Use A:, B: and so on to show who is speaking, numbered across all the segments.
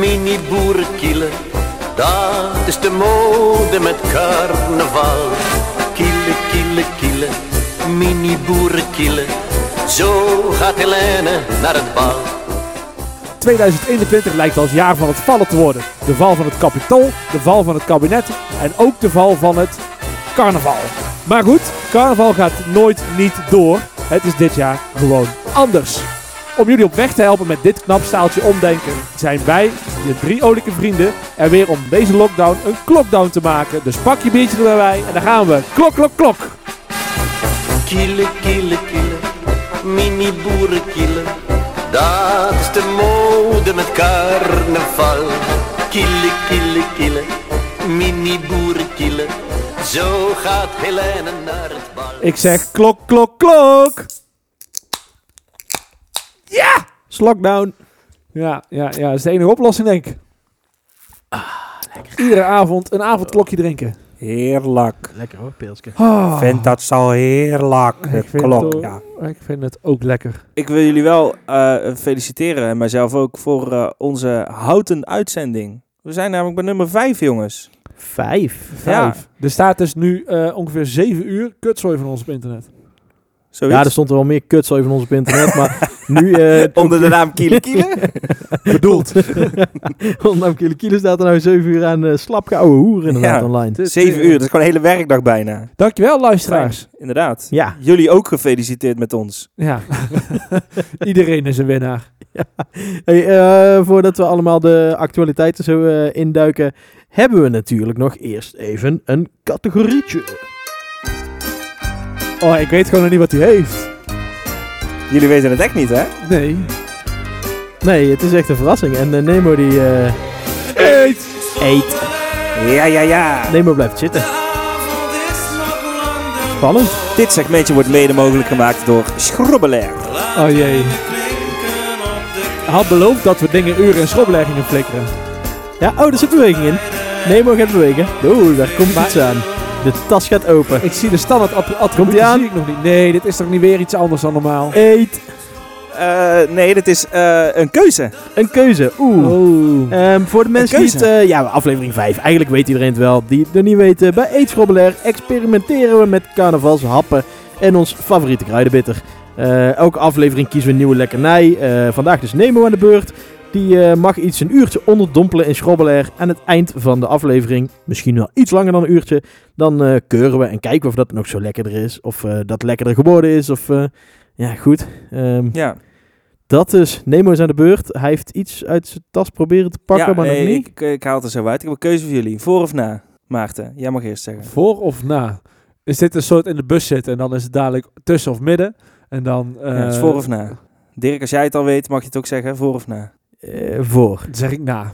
A: mini boerenkielen. Dat is de mode met carnaval. Kielen, kielen, kielen, mini boerenkielen. Zo gaat Helene naar het bal.
B: 2021 lijkt als jaar van het vallen te worden. De val van het kapitool, de val van het kabinet en ook de val van het carnaval. Maar goed, carnaval gaat nooit niet door. Het is dit jaar gewoon anders. Om jullie op weg te helpen met dit knap staaltje omdenken, zijn wij, de drie olijke vrienden, er weer om deze lockdown een klokdown te maken. Dus pak je biertje erbij en dan gaan we. Klok, klok, klok!
A: Kielen, kielen, kielen, mini boerenkielen. Dat is de mode met carnaval. Kielen, kielen, kielen, mini boerenkielen. Zo gaat Helene naar het bal.
B: Ik zeg klok, klok, klok! Ja!
C: Slokdown.
B: Ja, ja, ja, dat is de enige oplossing, denk ik. Iedere avond een avondklokje drinken.
C: Heerlijk.
D: Lekker hoor, Peelske.
B: Ah,
C: Vind dat zo heerlijk.
B: ik vind
C: klok,
B: het ook-
C: ja.
B: Ik vind het ook lekker.
E: Ik wil jullie wel eh, feliciteren en mijzelf ook voor eh, onze houten uitzending. We zijn namelijk bij nummer 5, jongens.
D: Vijf.
E: Ja.
B: Vijf. Er staat dus nu eh, ongeveer 7 uur kutzooi van ons op internet.
E: Zoiets.
D: Ja, er stond er wel meer kutzooi van ons op internet, maar nu... eh
C: Onder de naam Kiele Kiele?
D: bedoeld. Ondanks Kiele Kiele staat er nou 7 uur aan eh slap ouwe hoer inderdaad
E: Ja.
D: online.
C: Zeven
E: Zeven uur, dat is gewoon een hele werkdag bijna.
B: Dankjewel, luisteraars.
E: Inderdaad.
D: Ja,
E: Jullie ook gefeliciteerd met ons.
B: Ja. Iedereen is een winnaar.
D: hey, eh, voordat we allemaal de actualiteiten zo eh, induiken, hebben we natuurlijk nog eerst even een categorietje.
B: Oh, ik weet gewoon nog niet wat hij heeft.
E: Jullie weten het echt niet, hè?
B: Nee.
D: Nee, het is echt een verrassing. En eh, Nemo die... eh,
B: Eet!
D: eet.
E: Ja, ja, ja.
D: Nemo blijft zitten. Spannend.
E: Dit segmentje wordt mede mogelijk gemaakt door Schrobbelair.
B: Oh jee. Hij had beloofd dat we dingen uren en schrobbelen gingen flikkeren.
D: Ja, oh, er zit beweging in. Nemo gaat bewegen. Oeh, daar komt
B: Maar-
D: iets aan. De tas gaat open.
B: Ik zie de standaard att-
D: Komt-ie
B: attributen
D: aan?
B: zie ik nog niet. Nee, dit is toch niet weer iets anders dan normaal?
D: Eet.
E: Eh, nee, dit is eh, een keuze.
D: Een keuze. Oeh.
B: Oh.
D: Ehm, voor de mensen die
E: keuze.
D: het... eh, ja, aflevering 5. Eigenlijk weet iedereen het wel. Die het nog niet weten. Bij Eetschrobbelair experimenteren we met carnavalshappen en ons favoriete kruidenbitter. Eh, elke aflevering kiezen we een nieuwe lekkernij. Eh, vandaag dus Nemo aan de beurt. Die eh, mag iets een uurtje onderdompelen in Schrobbelair. Aan het eind van de aflevering, misschien wel iets langer dan een uurtje, dan eh, keuren we en kijken we of dat nog zo lekkerder is. Of eh, dat lekkerder geworden is. Of, eh, ja, goed. Ehm,
E: Ja.
D: dat is, Nemo is aan de beurt. Hij heeft iets uit zijn tas proberen te pakken,
E: ja,
D: maar
E: nee,
D: nog niet.
E: Ik, ik, ik haal het er zo uit. Ik heb een keuze voor jullie. Voor of na? Maarten, jij mag eerst zeggen.
B: Voor of na? Is dit een soort in de bus zitten en dan is het dadelijk tussen of midden? En dan eh,
E: Ja, het is voor of na? Dirk, als jij het al weet, mag je het ook zeggen. Voor of na?
D: Eh, voor.
B: zeg ik na.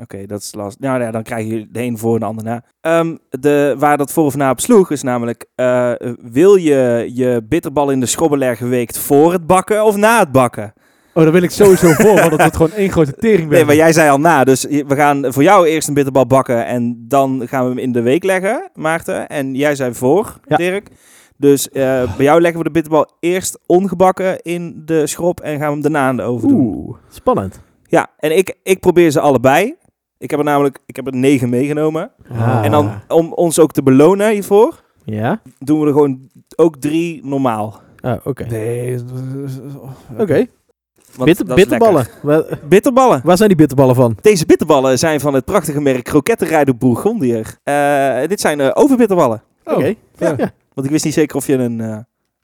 E: Oké, dat is lastig. Nou ja, dan krijg je de een voor en de ander na. Ehm, de, waar dat voor of na op sloeg is namelijk... eh, wil je je bitterbal in de schrobbelair geweekt voor het bakken of na het bakken?
B: Oh, dan wil ik sowieso voor, want het wordt gewoon één grote tering.
E: Nee, maar jij zei al na. Dus je- we gaan voor jou eerst een bitterbal bakken en dan gaan we hem in de week leggen, Maarten. En jij zei voor,
D: Ja.
E: Dirk. Dus eh, bij jou leggen we de bitterbal eerst ongebakken in de schrob en gaan we hem daarna aan de oven doen.
D: Oeh, spannend.
E: Ja, en ik, ik probeer ze allebei. Ik heb er namelijk ik heb er negen meegenomen.
D: Ah.
E: En dan, om ons ook te belonen hiervoor,
D: Ja?
E: doen we er gewoon ook drie normaal.
D: Oh, oké.
B: Nee.
D: Oké.
E: Want
D: Bitter-
E: dat is
D: bitterballen.
E: lekker.
D: Waar,
E: Bitterballen.
D: waar zijn die bitterballen van?
E: Deze bitterballen zijn van het prachtige merk Krokettenrijder Bourgondier. Eh, dit zijn eh, overbitterballen.
D: Oké. Ja.
B: Oh, ja.
D: ja.
E: Want ik wist niet zeker of je een eh,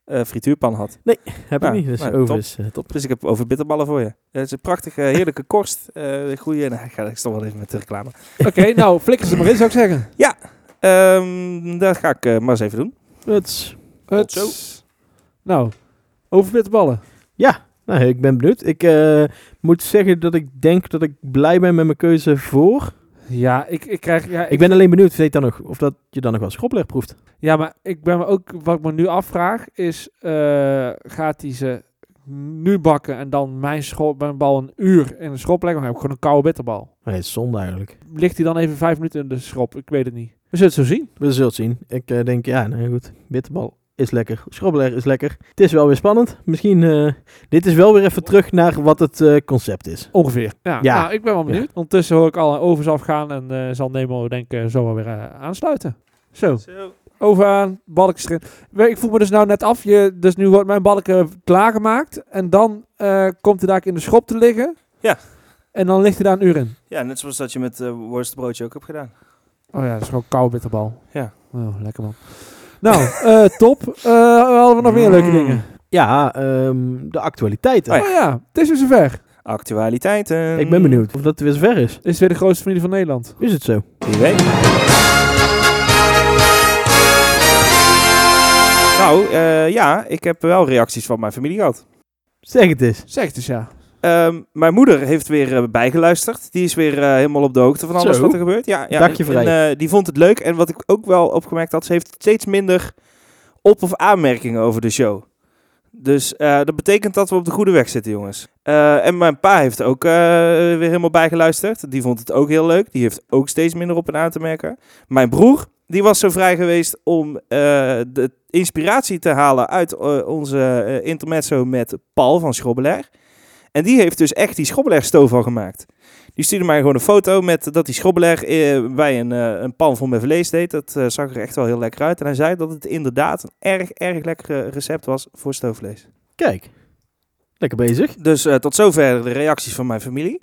E: eh, frituurpan had.
D: Heb ik
E: Nou,
D: niet. Dus
E: nou,
D: over
E: top.
D: is eh, top.
E: Dus ik heb overbitterballen voor je. Het is een prachtige, heerlijke korst. Eh goeie. Nou, ik, ga, ik stop wel even met de reclame.
B: Oké, nou, flikker ze maar in, zou ik zeggen.
E: Ehm, dat ga ik eh, maar eens even doen.
D: Huts.
B: Het Nou, over bitterballen.
D: Nou, ik ben benieuwd. Ik eh, moet zeggen dat ik denk dat ik blij ben met mijn keuze voor.
B: Ja, ik, ik krijg... Ja,
D: Ik ben alleen benieuwd weet dan nog, of dat je dan nog wel schroppelig proeft.
B: ja, maar ik ben me ook... Wat ik me nu afvraag is... eh, gaat hij ze nu bakken en dan mijn, scho- mijn bal een uur in de schop leggen? Dan heb ik gewoon een koude bitterbal.
D: Nee, het is zonde eigenlijk.
B: Ligt hij dan even vijf minuten in de schop? Ik weet het niet. We zullen het zo zien.
D: We zullen het zien. Ik eh, denk, ja, nou goed. Bitterbal is lekker. Schrobbeler is lekker. Het is wel weer spannend. Misschien, eh, dit is wel weer even terug naar wat het eh, concept is.
F: Ongeveer. Ja,
D: Ja.
F: Nou, ik ben wel benieuwd. Ondertussen hoor ik alle overs afgaan en eh, zal Nemo denk ik zomaar weer eh, aansluiten. Zo, over aan, balkjes erin. We- Ik voel me dus nou net af, je, dus nu wordt mijn balken klaargemaakt en dan eh, komt hij daar in de schop te liggen.
E: Ja.
F: En dan ligt hij daar een uur in.
E: Ja, net zoals dat je met eh worstenbroodje ook hebt gedaan.
F: Oh ja, dat is gewoon koude bitterbal.
E: Ja.
F: Oh, lekker man. Nou, eh, top. Eh
B: Mm.
F: hadden we nog meer
D: Mm.
F: leuke dingen?
D: Ja, ehm, de actualiteiten.
F: Oh ja, het is weer zover.
E: Actualiteiten.
D: Ik ben benieuwd of dat weer zover is.
F: Dit is weer de grootste familie van Nederland.
D: Is het zo?
E: Wie weet. Nou, eh, ja, ik heb wel reacties van mijn familie gehad. Dus
D: Zeg het eens.
F: Zeg het eens ja.
E: Ehm, mijn moeder heeft weer eh, bijgeluisterd. Die is weer eh, helemaal op de hoogte van alles
D: Zo.
E: wat er gebeurt. Ja, ja,
D: Dakje
E: en,
D: vrij.
E: eh, die vond het leuk. En wat ik ook wel opgemerkt had, ze heeft steeds minder op- of aanmerkingen over de show. Dus eh, dat betekent dat we op de goede weg zitten, jongens. Eh, en mijn pa heeft ook eh, weer helemaal bijgeluisterd. Die vond het ook heel leuk. Die heeft ook steeds minder op en aan te merken. Mijn broer, die was zo vrij geweest om eh, de inspiratie te halen uit eh, onze eh, intermezzo met Paul van Schrobbelaar. En die heeft dus echt die schrobbelaarstoof al gemaakt. Die stuurde mij gewoon een foto met dat die schrobbelaar eh, bij een, eh, een pan vol met vlees deed. Dat eh, zag er echt wel heel lekker uit. En hij zei dat het inderdaad een erg, erg lekker eh, recept was voor stoofvlees.
D: Kijk. Lekker bezig.
E: Dus eh, tot zover de reacties van mijn familie.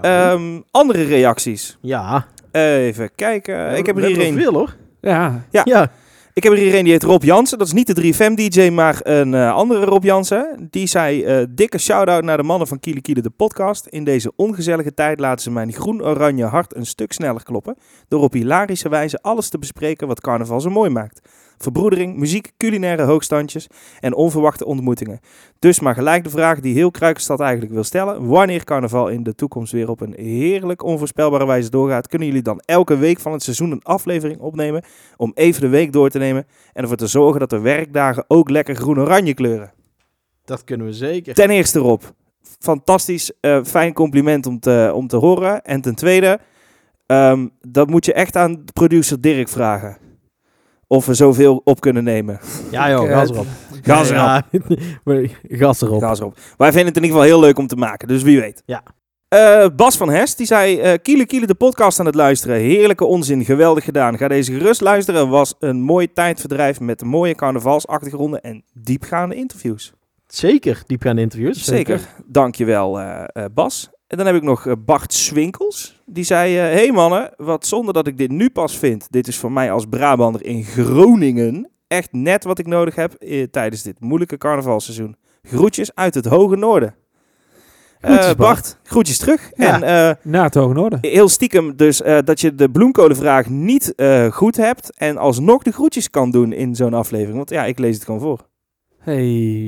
E: Ehm, andere reacties.
D: Oh. ja.
E: Even kijken. Eh, ik, heb er hier een,
D: veel hoor.
F: Ja,
D: Ja.
E: ik heb er hier een die heet Rob Jansen. Dat is niet de 3FM-DJ, maar een eh, andere Rob Jansen. Die zei, eh, dikke shout-out naar de mannen van Kiele Kiele de podcast. In deze ongezellige tijd laten ze mijn groen-oranje hart een stuk sneller kloppen. Door op hilarische wijze alles te bespreken wat carnaval zo mooi maakt. Verbroedering, muziek, culinaire hoogstandjes en onverwachte ontmoetingen. Dus maar gelijk de vraag die heel Kruikenstad eigenlijk wil stellen. Wanneer carnaval in de toekomst weer op een heerlijk onvoorspelbare wijze doorgaat, kunnen jullie dan elke week van het seizoen een aflevering opnemen om even de week door te nemen en ervoor te zorgen dat de werkdagen ook lekker groen-oranje kleuren.
D: Dat kunnen we zeker.
E: Ten eerste Rob, fantastisch, eh, fijn compliment om te, om te horen. En ten tweede, ehm, dat moet je echt aan producer Dirk vragen. Of we zoveel op kunnen nemen.
D: Ja joh,
F: Kijk,
D: gas erop.
E: Gas erop.
D: Ja, maar gas erop.
E: Gas erop. Wij vinden het in ieder geval heel leuk om te maken, dus wie weet.
D: Ja.
E: Eh, Bas van Hest, die zei, eh, Kiele Kiele de podcast aan het luisteren. Heerlijke onzin, geweldig gedaan. Ga deze gerust luisteren. Was een mooi tijdverdrijf met mooie carnavalsachtergronden en diepgaande interviews.
D: Zeker diepgaande interviews.
E: Dankjewel eh eh Bas. En dan heb ik nog eh, Bart Swinkels. Die zei, eh, hey mannen, wat zonde dat ik dit nu pas vind. Dit is voor mij als Brabander in Groningen echt net wat ik nodig heb eh, tijdens dit moeilijke carnavalseizoen. Groetjes uit het hoge noorden. Eh,
D: Groetjes, Bart.
E: Bart, groetjes terug.
D: Ja.
E: En eh,
F: naar het Hoge Noorden.
E: heel stiekem dus eh, dat je de bloemkolenvraag niet eh, goed hebt en alsnog de groetjes kan doen in zo'n aflevering. Want ja, ik lees het gewoon voor.
F: Hey,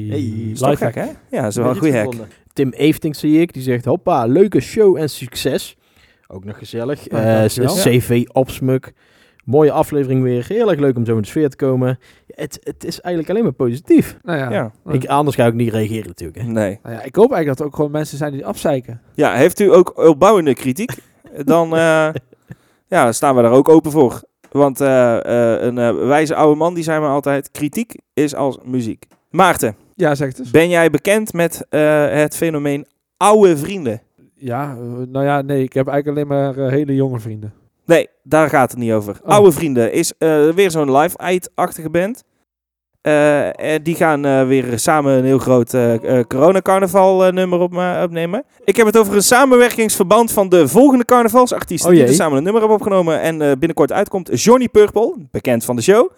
D: Hey,
E: Is toch
F: lifehack.
E: gek, hè? Ja, dat is wel een goede hack.
D: Tim Eftink zie ik, die zegt, hoppa, leuke show en succes. Ook nog gezellig.
F: Ja,
D: Eh,
F: dankjewel.
D: CV Opsmuk. Mooie aflevering weer. Heel erg leuk om zo in de sfeer te komen. Het, het is eigenlijk alleen maar positief.
F: Nou ja.
E: Ja,
F: Ja.
D: Ik, anders ga ik niet reageren natuurlijk. hè. Oh
E: nee.
F: Nou ja, ik hoop eigenlijk dat er ook gewoon mensen zijn die afzeiken.
E: Ja, heeft u ook opbouwende kritiek? dan eh, ja, staan we daar ook open voor. Want eh, eh, een eh, wijze oude man die zei me altijd: kritiek is als muziek. Maarten,
F: Ja, zeg het eens.
E: ben jij bekend met eh, het fenomeen oude vrienden?
F: Ja, eh, nou ja, nee, ik heb eigenlijk alleen maar eh, hele jonge vrienden.
E: Nee, daar gaat het niet over.
F: Oh.
E: Oude vrienden is eh, weer zo'n live-aid-achtige band. Eh, en die gaan eh, weer samen een heel groot eh eh, coronacarnaval eh, nummer op, opnemen. Ik heb het over een samenwerkingsverband van de volgende carnavalsartiesten.
D: Oh
E: die
D: jee.
E: er samen een nummer hebben opgenomen en eh, binnenkort uitkomt. Johnny Purple, bekend van de show.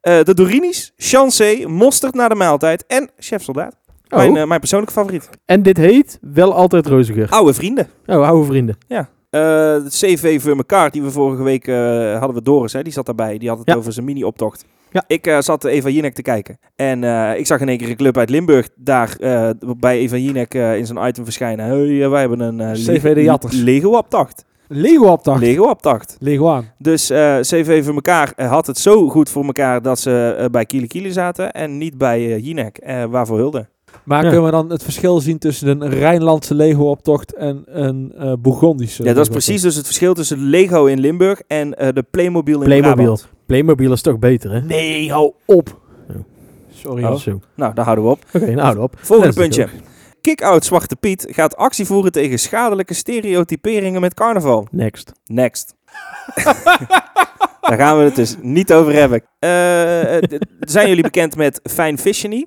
E: Eh, de Dorinis, Chancé, Mosterd na de maaltijd en Chef Soldaat.
D: Oh.
E: Mijn, eh, mijn persoonlijke favoriet.
D: En dit heet Wel Altijd Roziger.
E: Oude vrienden.
D: Oh, oude vrienden.
E: Eh, het CV voor elkaar, die we vorige week eh, hadden we Doris, hè, die zat daarbij. Die had het
D: Ja.
E: over zijn mini-optocht.
D: Ja.
E: Ik eh, zat Eva Jinek te kijken. En eh, ik zag in één keer een club uit Limburg daar eh, bij Eva Jinek eh, in zijn item verschijnen. Hey, eh, wij hebben een eh,
F: CV
E: le-
F: de Jatters.
E: Lego-optocht.
F: Lego opdracht.
E: Lego-optocht.
F: Lego aan.
E: Dus eh, CV voor elkaar eh, had het zo goed voor elkaar dat ze eh, bij Kiele Kiele zaten en niet bij eh, Jinek. Eh, waarvoor hulde?
F: Maar
D: Ja.
F: kunnen we dan het verschil zien tussen een Rijnlandse Lego optocht en een eh Bourgondische?
E: Ja, dat is
F: Lego-optocht?
E: precies dus het verschil tussen Lego in Limburg en eh, de Playmobil in Brabant.
D: Playmobil. Playmobil is toch beter, hè?
F: Nee, hou op.
D: Oh.
G: Sorry.
E: Oh.
G: hoor.
D: Zo. Oké,
E: Nou, daar houden we op.
D: nou hou op.
E: Volgende
D: Dat is
E: puntje. Kick-out Zwarte Piet gaat actie voeren tegen schadelijke stereotyperingen met carnaval.
D: Next.
E: Next. Daar gaan we het dus niet over hebben. Eh, eh, d- zijn jullie bekend met Fijn Visiony?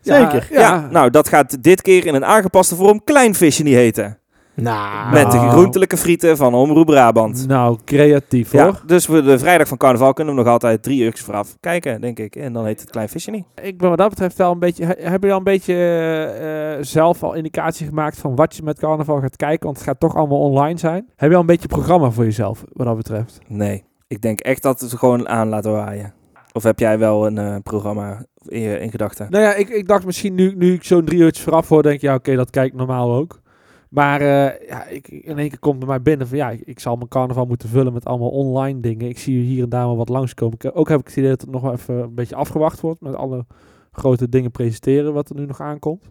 D: Zeker.
E: Ja. Nou, dat gaat dit keer in een aangepaste vorm Klein Visiony heten.
B: Ah.
D: Nou.
E: Met de groentelijke frieten van Omroep Brabant.
B: Nou, creatief
E: Ja,
B: hoor.
E: dus we de vrijdag van carnaval kunnen we nog altijd drie uur vooraf kijken, denk ik. En dan heet het Klein Visiony.
B: Ik ben wat dat betreft wel een beetje... he- Hebben jullie al een beetje eh, eh, zelf al indicatie gemaakt van wat je met carnaval gaat kijken? Want het gaat toch allemaal online zijn. Heb je al een beetje programma voor jezelf, wat dat betreft?
E: Nee, ik denk echt dat we het gewoon aan laten waaien. Of heb jij wel een eh, programma in, je- in gedachten?
B: Nou ja, ik, ik dacht misschien nu, nu ik zo'n drie uurtjes vooraf hoor, denk ik, ja oké, dat kijk ik normaal ook. Maar eh, ja, ik, in één keer komt bij mij binnen van ja, ik, ik zal mijn carnaval moeten vullen met allemaal online dingen. Ik zie hier en daar wel wat langskomen. Ik- Ook heb ik het idee dat het nog wel even een beetje afgewacht wordt met alle grote dingen presenteren wat er nu nog aankomt.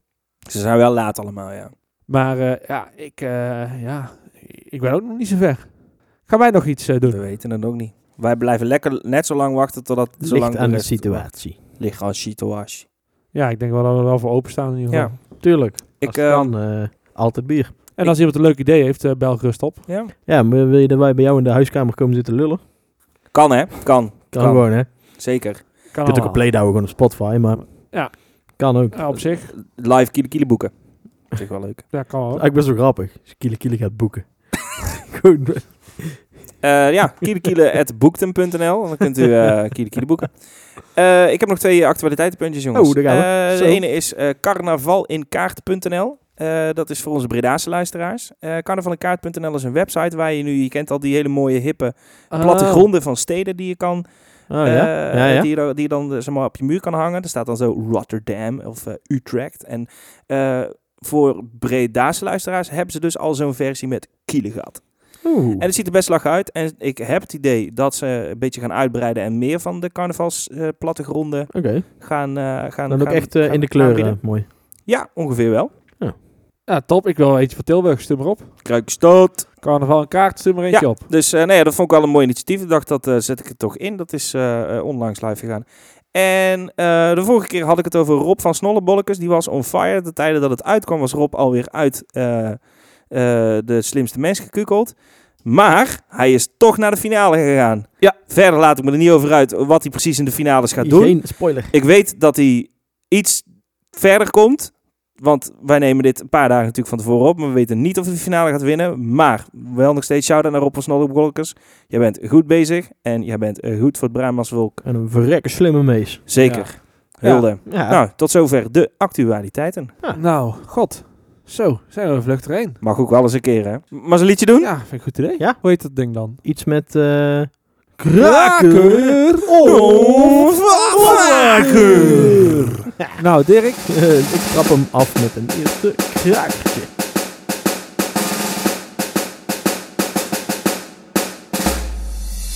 E: Ze zijn wel laat allemaal, ja.
B: Maar eh, ja, ik, eh, ja, ik ben ook nog niet zo ver. Gaan wij nog iets eh, doen?
E: We weten het ook niet. Wij blijven lekker net zo lang wachten totdat het zo lang
D: Ligt aan de
E: rest-
D: situatie.
E: Ligt aan situatie.
B: Ja, ik denk wel dat we er wel voor openstaan in ieder geval.
E: Ja.
D: Tuurlijk.
E: Ik,
D: Als het
E: eh,
D: kan, eh, altijd bier.
B: En als iemand een leuk idee heeft, eh, bel gerust op.
E: Ja.
D: Ja, maar wil je dat wij bij jou in de huiskamer komen zitten lullen?
E: Kan hè? Kan.
D: Kan gewoon, hè? Je
E: Zeker.
B: Kan
D: kunt ook een
B: allemaal.
D: playdown gewoon op Spotify, maar...
B: Ja.
D: Kan ook.
B: Ja, op zich,
E: Live kiele kiele boeken. Dat is echt wel leuk.
B: ja, kan wel.
D: Ik ben zo grappig. Als je Kiele Kiele gaat boeken. Goed.
E: Eh ja, kielekiele.boekten.nl. Dan kunt u eh kiele kiele boeken. Eh, ik heb nog twee actualiteitenpuntjes, jongens.
D: Oh, daar gaan we.
E: Eh, de
D: Zo.
E: ene is eh carnavalinkaart.nl. Eh, dat is voor onze Bredaanse luisteraars. Eh carnavalinkaart.nl is een website waar je nu, je kent al die hele mooie hippe plattegronden van steden die je kan
D: Oh, Ah. ja?
E: Eh,
D: ja, ja.
E: Die, je dan- die je dan eh, zeg maar, op je muur kan hangen. Er staat dan zo Rotterdam of eh, Utrecht. En eh, voor Breda's luisteraars hebben ze dus al zo'n versie met kielengat.
D: Oeh.
E: En het ziet er best lach uit. En ik heb het idee dat ze een beetje gaan uitbreiden en meer van de carnavalsplattegronden
D: Oké.
E: gaan, eh, gaan.
D: Dan ook
E: gaan-
D: echt eh,
E: gaan
D: in de kleuren.
E: aanbieden.
D: Mooi.
E: Ja, ongeveer wel.
B: Ja, top. Ik wil wel eentje van Tilburg. Stuur maar op.
E: Kruikstoot.
B: Carnaval en kaart, stuur maar eentje op.
E: Dus eh, nee, ja, dat vond ik wel een mooi initiatief. Ik dacht, dat eh, zet ik er toch in. Dat is eh, eh, onlangs live gegaan. En eh, de vorige keer had ik het over Rob van Snollebollekes. Die was on fire. De tijden dat het uitkwam was Rob alweer uit eh, eh, de slimste mens gekukeld. Maar hij is toch naar de finale gegaan.
B: Ja.
E: Verder laat ik me er niet over uit wat hij precies in de finales gaat doen.
D: Geen spoiler.
E: Ik weet dat hij iets verder komt. Want wij nemen dit een paar dagen natuurlijk van tevoren op. Maar we weten niet of hij de finale gaat winnen. Maar wel nog steeds shout-out naar Rob van Snollebollekes. Jij bent goed bezig. En jij bent eh, goed voor het Brabants volk.
D: En een verrekke slimme mees.
E: Zeker.
B: Ja.
E: Hulde.
D: Ja.
E: Nou, tot zover de actualiteiten.
D: Ja.
B: Nou, god. Zo, zijn we vlucht erheen.
E: Mag ook wel eens een keer, hè? Maar ze een liedje doen?
B: Ja, vind ik een goed idee.
D: Ja.
B: Hoe heet dat ding dan?
D: Iets met... eh kraker.
E: Oh,
D: kraker.
B: Nou, Dirk.
D: Eh, ik trap hem af met een eerste krakertje.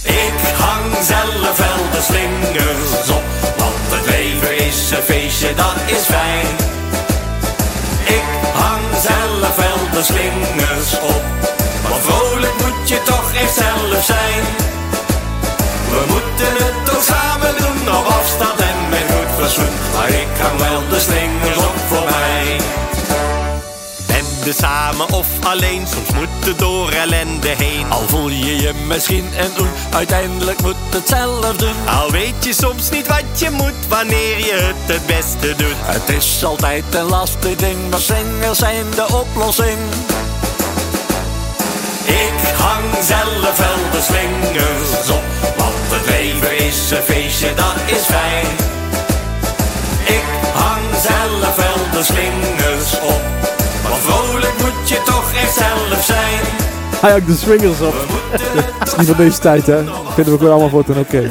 H: Ik hang zelf wel de slingers op, want het leven is een feestje, dat is fijn. Ik hang zelf wel de slingers op, want vrolijk moet je toch echt zelf zijn. We moeten het toch samen doen op afstand en met goed fatsoen, maar ik hang wel de slingers op voor mij. Bende samen of alleen, soms moet het door ellende heen. Al voel je je misschien en doen, uiteindelijk moet het zelf doen. Al weet je soms niet wat je moet, wanneer je het het beste doet. Het is altijd een lastig ding, maar slingers zijn de oplossing. Ik hang zelf wel de slingers op, want het leven is een feestje, dat is fijn. Ik hang zelf wel de slingers op, want vrolijk moet je toch echt zelf zijn.
D: Hij hakt de swingers op.
H: We moeten het
B: Niet van deze tijd, hè? Vinden we gewoon allemaal voor en oké.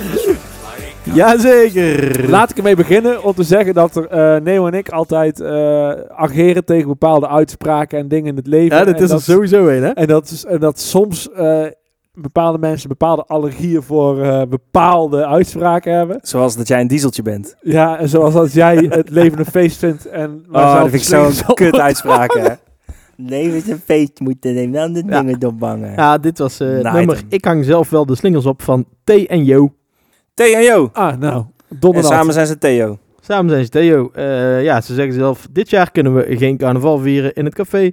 D: Jazeker.
B: Laat ik ermee beginnen om te zeggen dat er, eh, Neo en ik altijd eh, ageren tegen bepaalde uitspraken en dingen in het leven.
D: Ja, dat
B: En
D: is er sowieso een, hè?
B: En dat, is- en dat soms eh, bepaalde mensen bepaalde allergieën voor eh, bepaalde uitspraken hebben.
E: Zoals dat jij een dieseltje bent.
B: Ja, en zoals als jij het leven een feest vindt en... waar
E: Oh,
B: zelf
E: dat vind ik
B: slingers
E: zo'n
B: op-
E: kut uitspraak, hè? Nee, we een feest moeten nemen. Dan de
D: Ja.
E: dingen opbangen.
D: Ja, dit was eh, het
E: Night
D: nummer
E: Em.
D: Ik hang zelf wel de slingers op van T en Jo.
E: Theo en Jo.
B: Ah, nou.
E: En
B: Donderdag.
E: samen zijn ze Theo.
D: Samen zijn ze Theo. Eh, ja, ze zeggen zelf, dit jaar kunnen we geen carnaval vieren in het café.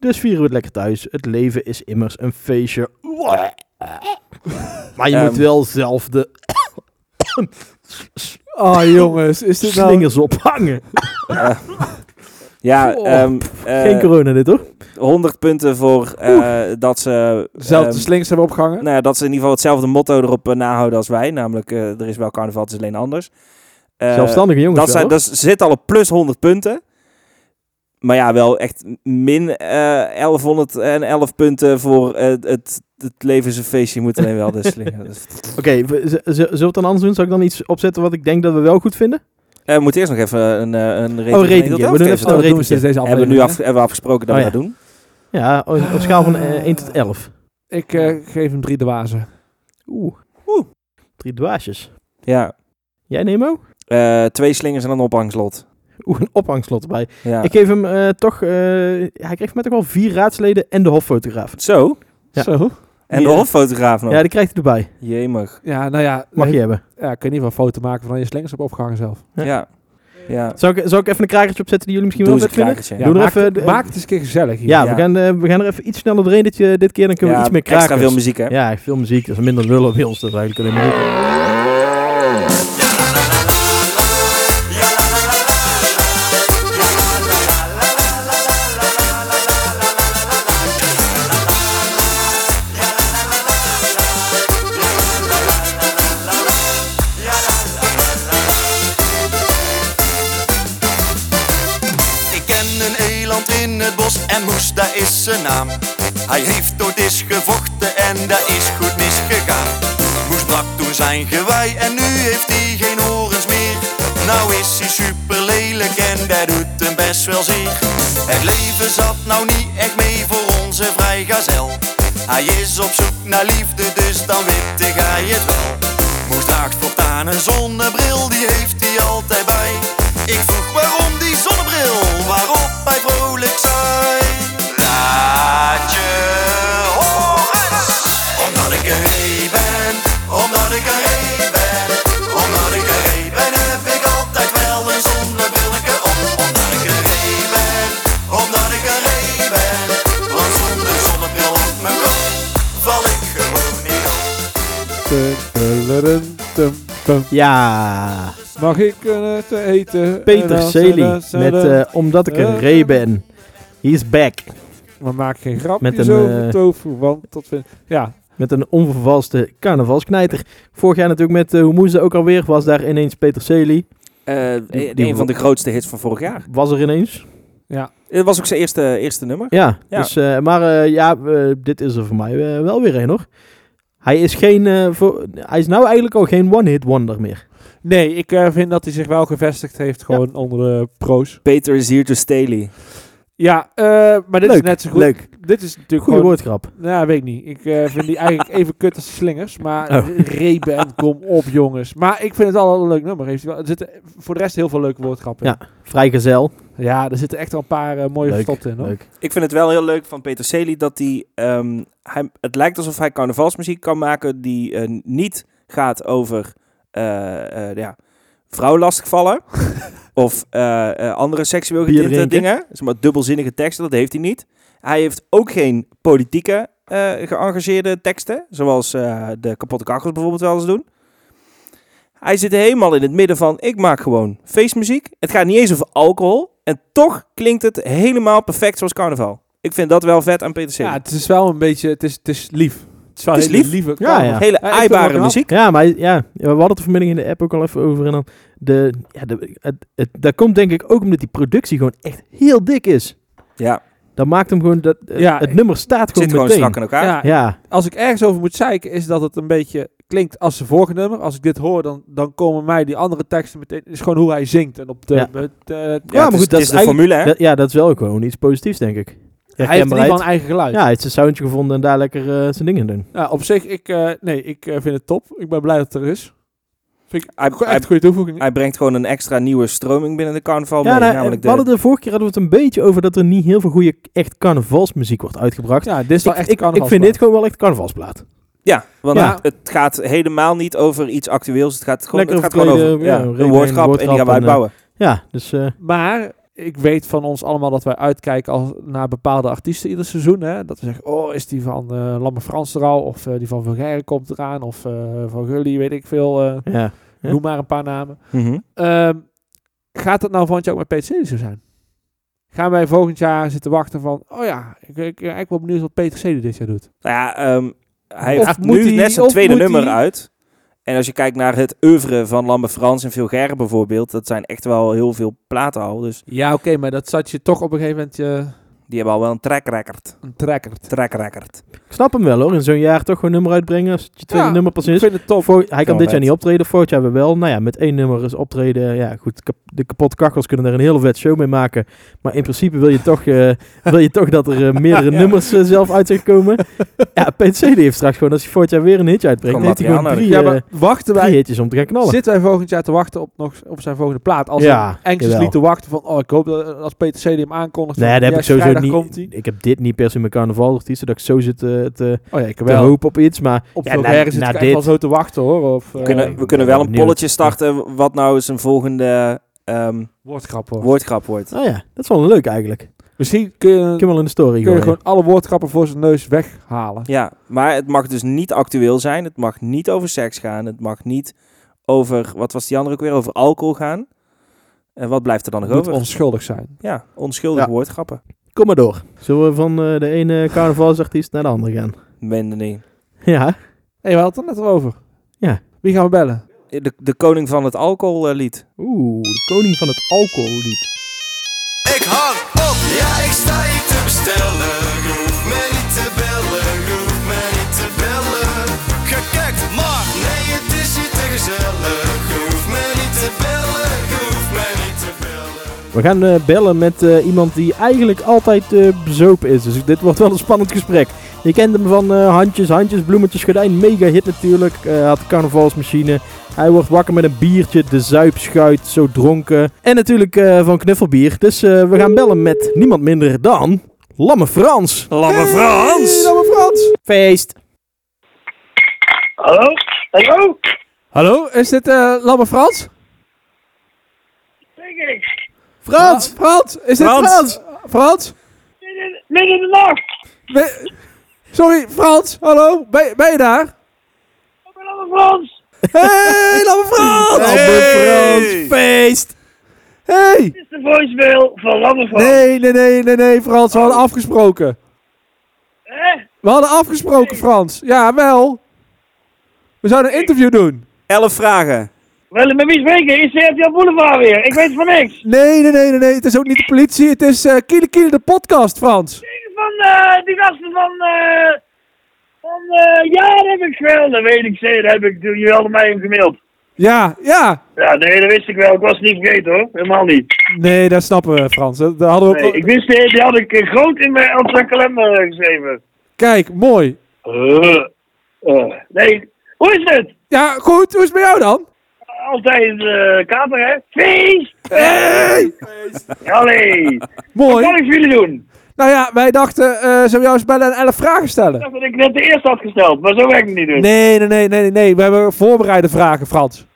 D: Dus vieren we het lekker thuis. Het leven is immers een feestje. Maar je moet
E: Ehm.
D: wel zelf de
B: Ah jongens, is dit nou...
D: slingers ophangen.
E: Ja,
D: Oh,
E: ehm, eh,
D: Geen corona dit, hoor.
E: 100 punten voor eh, dat ze...
B: Zelf de
E: ehm,
B: slings hebben opgehangen.
E: nou ja, dat ze in ieder geval hetzelfde motto erop eh, nahouden als wij. Namelijk, eh, er is wel carnaval, het is alleen anders. Eh,
D: Zelfstandige jongens
E: Dat,
D: wel,
E: zijn,
D: hoor.
E: dat zit al op plus 100 punten. Maar ja, wel echt min eh 1111 punten voor eh, het, het leven is een feestje. Je moet alleen wel de slinger. Dus,
D: Oké, we- z- z- zullen we het dan anders doen? Zal ik dan iets opzetten wat ik denk dat we wel goed vinden?
E: Eh, we moeten eerst nog even een, eh, een rating.
D: ratingje.
E: Tot
D: Oh,
E: elf
D: We doen
E: geven.
D: even- dat
B: dat doen we
D: reed
B: sinds deze aflevering.
E: hebben we nu
B: hè?
E: af, hebben we afgesproken dat
D: Oh
E: we
D: ja.
E: dat doen.
D: Ja, o- op schaal van eh, 1 tot 11.
B: Ik eh, geef hem drie dwazen.
D: Oeh.
E: Oeh.
D: Drie dwaasjes.
E: Ja.
D: Jij, Nemo?
E: Eh, twee slingers en een ophangslot.
D: Oeh, een ophangslot erbij.
E: Ja.
D: Ik geef hem eh, toch... eh, hij kreeg van mij toch wel vier raadsleden en de hoffotograaf.
E: Zo.
D: Ja.
B: Zo.
E: En de
D: Ja.
E: hoffotograaf nog.
D: Ja, die krijgt hij erbij.
E: Jemig.
B: Ja, nou ja.
D: Mag je
B: ja,
D: hebben.
B: kun je in ieder geval een foto maken van je slingers hebt opgehangen zelf.
E: Ja.
D: Ja.
E: Ja.
D: Zal ik, zal ik even een krakertje opzetten die jullie misschien
E: Doe
D: wel
E: eens
D: leuk vinden?
E: een krakertje.
B: Ja,
E: Ja.
D: Doe er
B: maak,
D: even de-
B: maak het eens een keer gezellig hier.
D: Ja,
E: Ja.
D: We, gaan, eh, we gaan er even iets sneller doorheen dit, je- dit keer. Dan kunnen
E: Ja,
D: we iets meer krakers.
E: Extra veel muziek, hè?
D: Ja, veel muziek. Dat is minder lullen bij ons. Dat is eigenlijk alleen maar muziek.
F: Ik ken een eland in het bos en Moes, daar is zijn naam. Hij heeft dood is gevochten en daar is goed misgegaan. Moes brak toen zijn gewei en nu heeft hij geen horens meer. Nou is hij super lelijk en dat doet hem best wel zeer. Het leven zat nou niet echt mee voor onze vrijgezel. Hij is op zoek naar liefde, dus dan witte hij het wel. Moes draagt voortaan een zonnebril, die heeft hij altijd bij. Ik vroeg waarom die zonnebril, waarop hij vrolijk zei. Laat je horen. Omdat ik een ree ben, omdat ik een ree ben. Omdat ik een ree ben, heb ik altijd wel een zonnebrilletje op. Omdat ik een ree ben, omdat ik een ree ben. Want zonder zonnebril op mijn kop, val ik gewoon niet op.
B: Tum, tullerun, tum, tum.
D: Ja.
B: Mag ik eh, te eten? Eh,
D: Peter
B: En als-
D: Celi
B: en als- en
D: met
B: als-
D: eh, Omdat ik een ree ben. He's back.
B: maar maak geen grapje
D: met een,
B: over
D: eh,
B: tofu, want dat vind Ja,
D: Met een onvervalste carnavalsknijter. Vorig jaar natuurlijk met eh, hoe moest dat ook alweer. Was daar ineens Peter Celi.
E: Eh,
D: Die-
E: een
D: die-
E: van de grootste hits van vorig jaar.
D: Was er ineens.
E: Het was ook zijn eerste, eerste nummer.
D: Ja.
E: Ja.
D: Dus, eh, maar eh, ja, eh, dit is er voor mij eh, wel weer een hoor. Hij is, geen, eh, voor, hij is nou eigenlijk al geen one-hit wonder meer.
B: Nee, ik eh, vind dat hij zich wel gevestigd heeft gewoon onder de pro's.
E: Peter is here to Staley.
B: Ja, eh, maar dit is
D: Leuk,
B: net zo goed.
D: leuk.
B: Dit is natuurlijk
D: Goeie
B: gewoon...
D: woordgrap.
B: Nou, weet ik niet. Ik eh, vind die eigenlijk even kut als de slingers. Maar
D: Oh.
B: reben en kom op, jongens. Maar ik vind het al een leuk nummer. Heeft hij wel. Er zitten voor de rest heel veel leuke woordgrappen in.
D: Vrijgezel.
B: Ja, er zitten echt wel een paar eh, mooie
D: Leuk,
B: verstopt in. Hoor.
D: Leuk.
E: Ik vind het wel heel leuk van Peter Celi dat hij, ehm, hij... Het lijkt alsof hij carnavalsmuziek kan maken die eh, niet gaat over eh, eh, ja, vrouw lastigvallen. of eh, eh, andere seksueel
D: Bier
E: getinte
D: drinken.
E: dingen. Dus maar dubbelzinnige teksten, dat heeft hij niet. Hij heeft ook geen politieke eh geëngageerde teksten. Zoals eh, de kapotte kachels bijvoorbeeld wel eens doen. Hij zit helemaal in het midden van, ik maak gewoon feestmuziek. Het gaat niet eens over alcohol. En toch klinkt het helemaal perfect zoals carnaval. Ik vind dat wel vet aan Peter
B: Ja,
E: Celi.
B: het is wel een beetje... Het is, het is lief. Het is wel
E: Het is
B: hele
E: lief?
B: lieve
D: Ja,
B: kant.
D: ja.
E: Hele
B: vind het wel
E: aaibare
B: knap.
E: muziek.
D: Ja, maar hij- ja, we hadden het er vanmiddag in de app ook al even over. En dan de, ja, de, het, het, dat komt denk ik ook omdat die productie gewoon echt heel dik is.
E: Ja,
D: Dat maakt hem gewoon, dat, het,
B: Eh, Ja,
D: het
B: ik-
D: nummer staat
E: het
D: gewoon
E: zit gewoon
D: meteen.
E: strak in elkaar.
B: Ja,
D: ja,
B: als ik ergens over moet zeiken, is dat het een beetje klinkt als zijn vorige nummer. Als ik dit hoor, dan, dan komen mij die andere teksten meteen. Het is gewoon hoe hij zingt. En op de,
D: Ja.
B: met, eh,
E: Ja, maar goed, dat is de
D: eigenlijk-
E: formule, hè?
D: dat, ja, dat is wel gewoon iets positiefs denk ik.
B: hij heeft in ieder
D: Herkenbaarheid.
B: geval een eigen geluid.
D: Ja, hij heeft zijn soundje gevonden en daar lekker eh, zijn dingen doen.
B: Nou, op zich, ik, eh, nee, ik eh, vind het top. Ik ben blij dat het er is. Vind ik
E: Hij-
B: echt een
E: hij-
B: goede toevoeging.
E: Hij brengt gewoon een extra nieuwe stroming binnen de carnaval
B: Oh,
D: ja,
E: mee.
D: nou,
E: namelijk
D: we
E: de,
D: hadden de vorige keer hadden we het een beetje over dat er niet heel veel goede echt carnavalsmuziek wordt uitgebracht.
B: ja, dit is wel
D: ik,
B: echt
D: ik, ik vind dit gewoon wel echt carnavalsplaat.
E: Ja, want
D: Ja.
E: Het, het gaat helemaal niet over iets actueels. Het gaat gewoon,
D: Lekker
E: het gaat gewoon
D: verkleden,
E: over
D: ja,
E: ja,
D: een
E: een
D: reden,
E: woordgrap,
D: een
E: en die gaan we
B: eh,
D: woordgrap en,
E: uitbouwen.
D: Ja, dus eh,
B: Maar ik weet van ons allemaal dat wij uitkijken als, naar bepaalde artiesten ieder seizoen. Hè? Dat we zeggen, oh, is die van eh Lamme Frans er al? Of eh, die van Van Geijen komt eraan? Of eh, van Gully, weet ik veel. eh,
D: ja. Ja.
B: Noem maar een paar namen.
E: Mhm.
B: Ehm, gaat dat nou volgend jaar ook met Peter Celi zo zijn? Gaan wij volgend jaar zitten wachten van... Oh ja, ik, ik ben eigenlijk wel benieuwd wat Peter Celi dit jaar doet.
E: Nou ja, ehm, hij
B: Of
E: heeft
B: moet
E: nu
B: hij-
E: net zijn
B: of
E: tweede
B: moet
E: nummer
B: hij-
E: uit. En als je kijkt naar het oeuvre van Lambe Frans en Vilger bijvoorbeeld, dat zijn echt wel heel veel platen al. Dus
B: Ja, oké, maar dat zat je toch op een gegeven moment je
E: die hebben al wel een track record.
B: een tracker.
E: Track record.
D: Ik snap hem wel hoor. In zo'n jaar toch gewoon nummer uitbrengen. Als het je tweede
B: Ja,
D: nummer pas
B: Ik
D: is.
B: vind het top.
D: Voor, hij kan
E: wel
D: dit jaar
E: vet.
D: niet optreden. Vorig jaar hebben we wel. Nou ja, met één nummer is optreden. Ja, goed. kap- de kapotte kachels kunnen daar een hele vet show mee maken. Maar in principe wil je toch, eh, wil je toch dat er eh, meerdere nummers eh, zelf uit zijn komen. ja, PTC die heeft straks gewoon, als hij vorig jaar weer een hitje uitbrengt,
E: Gewoon
D: heeft hij gewoon drie,
E: materiaal
B: Ja,
D: eh,
B: maar wachten
D: drie
B: wij...
D: hitjes om te gaan knallen.
B: Zitten wij volgend jaar te wachten op, nog, op zijn volgende plaat? Als
D: Ja,
B: ja, anxious
D: jawel.
B: liet te wachten van... Oh, ik hoop dat eh, als Peter Celi hem aankondigt...
D: Nee,
B: van,
D: dat heb
B: ja,
D: ik sowieso
B: vrijdag
D: niet.
B: komt hij.
D: Ik heb dit niet per se in mijn carnavalartiesten, dat ik zo zit eh, te,
B: Oh ja, ik
D: te
B: wel.
D: hopen op iets. Maar
B: Op
D: Ja,
B: zo'n
D: na-
B: ergens zit
D: na
B: ik echt
D: dit-
B: wel zo te wachten hoor. Of, eh,
E: We kunnen, we kunnen
D: ben
E: wel
D: wel
E: een
D: benieuwd.
E: polletje starten wat nou zijn volgende ehm,
B: Woordgrap hoor.
E: woordgrap wordt.
D: nou ja, dat is wel leuk eigenlijk. Ik
B: Misschien kun je,
D: heb hem al in de story
B: kun je
D: gooien.
B: gewoon alle woordgrappen voor zijn neus weghalen.
E: Ja, maar het mag dus niet actueel zijn. Het mag niet over seks gaan. Het mag niet over, wat was die andere ook weer, over alcohol gaan. En wat blijft er dan nog
B: moet
E: over?
B: onschuldig zijn.
E: Ja, onschuldig
D: Ja.
E: woordgrappen.
D: Kom maar door. Zullen we van eh, de ene carnavalsartiest naar de andere gaan?
E: Mende niet.
D: Ja.
B: Hé, we hadden het er net al over.
D: Ja.
B: Wie gaan we bellen?
E: De, de koning van het alcohollied.
D: Oeh, de koning van het alcohollied.
I: Ik hang op, ja ik sta je te bestellen Je hoeft mij niet te bellen, je hoeft mij niet te bellen Gekekt, maar nee het is hier te gezellig Je hoeft mij niet te bellen, je hoeft mij niet te bellen
D: We gaan eh, bellen met eh, iemand die eigenlijk altijd eh, bezopen is. Dus dit wordt wel een spannend gesprek. Je kent hem van eh, Handjes, Handjes, Bloemetjes, Gordijn. Mega hit natuurlijk. Eh, had de carnavalsmachine. Hij wordt wakker met een biertje. De zuipschuit, zo dronken. En natuurlijk eh, van knuffelbier. Dus eh, we gaan bellen met niemand minder dan... Lamme Frans.
E: Lamme Frans!
D: Lamme Frans. Feest.
J: Hallo? Hallo?
B: Hallo, is dit eh Lamme Frans?
J: Denk ik.
D: Frans.
B: Ah, Frans, is dit
D: Frans.
B: Frans? Frans?
J: Midden, midden in de nacht.
B: Ben- Sorry, Frans, hallo, ben, ben je daar?
J: Ik ben allemaal Frans.
B: Hey, Lamme Frans!
D: Lamme Frans. Feest.
B: Hey!
J: Dit is de voicemail van Lamme Frans.
B: Nee, nee, nee, nee, nee, Frans, we hadden afgesproken.
J: Oh. Hè?
B: We hadden afgesproken, Frans. Ja, wel. We zouden een interview doen.
E: Elf vragen.
J: Wel, met wie spreken? Is de RTL Boulevard weer? Ik weet van niks.
B: Nee, nee, nee, nee, nee, het is ook niet de politie, het is eh Kiele Kiele de podcast, Frans.
J: Die Van eh, die gasten van... eh van eh, ja, dat heb ik wel. Dat weet ik zeker. Dat heb ik toen jullie hadden mij hem gemaild.
B: Ja, ja,
J: Ja, nee, dat wist ik wel. Ik was het niet vergeten hoor. Helemaal niet.
B: Nee, dat snappen we, Frans. Dat, dat hadden we ook
J: Nee,
B: al-
J: ik wist die, die had ik eh, groot in mijn op zijn kalender eh, geschreven.
B: Kijk, mooi.
J: Eh, eh, nee. Hoe is het?
B: Ja, goed. Hoe is het bij jou dan?
J: Altijd eh kater, hè? Feest!
B: Hey!
J: Allee! Wat
B: Mooi.
J: kan ik voor jullie doen?
B: Nou ja, wij dachten, eh zullen we jou eens bellen en elf vragen
J: Ik
B: stellen?
J: dacht dat ik net de eerste had gesteld, maar zo werkt het niet dus.
B: Nee, nee, nee, nee, nee, nee. We hebben voorbereide vragen, Frans.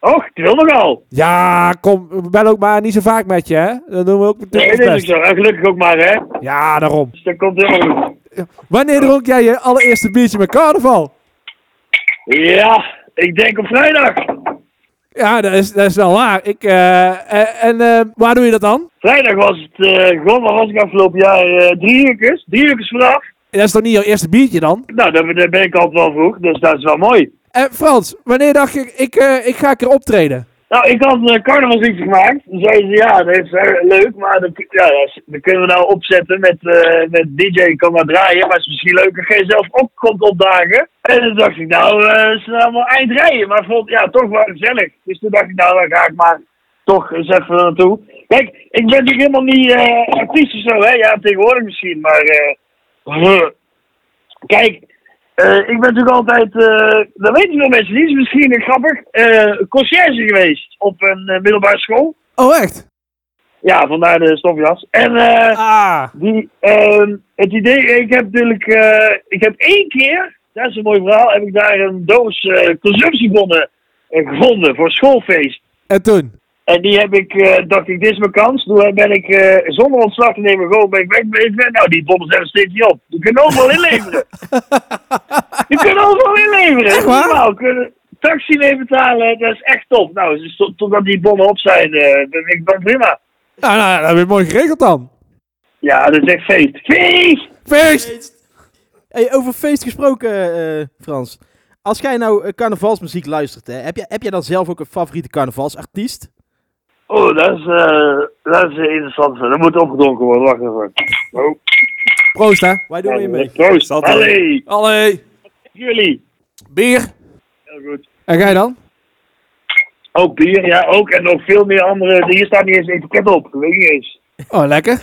J: Och, die wil nogal.
B: Ja, kom, we bellen ook maar niet zo vaak met je, hè? Dat doen we ook
J: Nee,
B: natuurlijk
J: dat
B: ons
J: is ook
B: best.
J: zo. En gelukkig ook maar, hè?
B: Ja, daarom.
J: Dus dat komt helemaal goed.
B: Wanneer dronk jij je allereerste biertje met carnaval?
J: Ja, ik denk op vrijdag.
B: Ja, dat is, dat is wel waar. Ik, eh, eh, en eh, waar doe je dat dan?
J: Vrijdag was het, eh god, wat was ik afgelopen jaar? eh drie uurtjes. Drie uurtjes vanaf.
B: Dat is toch niet jouw eerste biertje dan?
J: Nou, daar, daar ben ik altijd wel vroeg, dus dat is wel mooi.
B: En Frans, wanneer dacht je, ik, eh, ik ga een keer optreden?
J: Nou, ik had een carnavalsliedje gemaakt. Toen zeiden ze, ja, dat is eh, leuk, maar dat, ja, dat, is- dat kunnen we nou opzetten met, eh, met DJ kan maar draaien. Maar het is misschien leuk als jij zelf ook komt opdagen. En toen dacht ik, nou, eh, ze zijn allemaal eind rijden. Maar vond, ja, toch wel gezellig. Dus toen dacht ik, nou, dan ga ik maar toch eens even er naartoe. Kijk, ik ben natuurlijk helemaal niet eh artiest of zo, hè. Ja, tegenwoordig misschien, maar... eh, kijk, eh, ik ben natuurlijk altijd, eh, dat weten veel mensen niet, is misschien een grappig, eh conciërge geweest op een eh, middelbare school.
B: Oh, echt?
J: Ja, vandaar de stofjas. En eh,
B: Ah.
J: die, ehm, het idee, ik heb natuurlijk, eh, ik heb één keer, daar dat is een mooi verhaal, heb ik daar een doos eh, consumptiebonnen eh, gevonden voor schoolfeest.
B: En toen?
J: En die heb ik, eh, dacht ik, dit is mijn kans. Toen ben ik eh, zonder ontslag te nemen gewoon ben ik weg ben ik weg. Nou, die bommen zijn er steeds niet op. Die kunnen overal inleveren. Die kunnen overal inleveren. Echt
B: waar?
J: kunnen taxi mee betalen, dat is echt top. Nou, dus tot- totdat die bonnen op zijn, eh ben ik ben prima.
B: Nou, nou, dat heb je mooi geregeld dan.
J: Ja, dat is echt feest. Feest!
B: Feest!
D: Hey, over feest gesproken, eh, Frans. Als jij nou eh, carnavalsmuziek luistert, hè, heb, jij, heb jij dan zelf ook een favoriete carnavalsartiest?
J: Oh, dat is, eh, dat is eh, interessant. Dat moet opgedronken worden, wacht even. Oh,
B: Proost, hè.
D: Waar doen we je mee?
J: Proost.
E: Altijd.
J: Allee,
B: Allee.
J: jullie.
B: Bier.
J: Heel goed.
B: En jij dan?
J: Ook bier, ja, ook. En nog veel meer andere. Hier staat niet eens een etiket op. Dat weet ik niet eens.
B: Oh, lekker.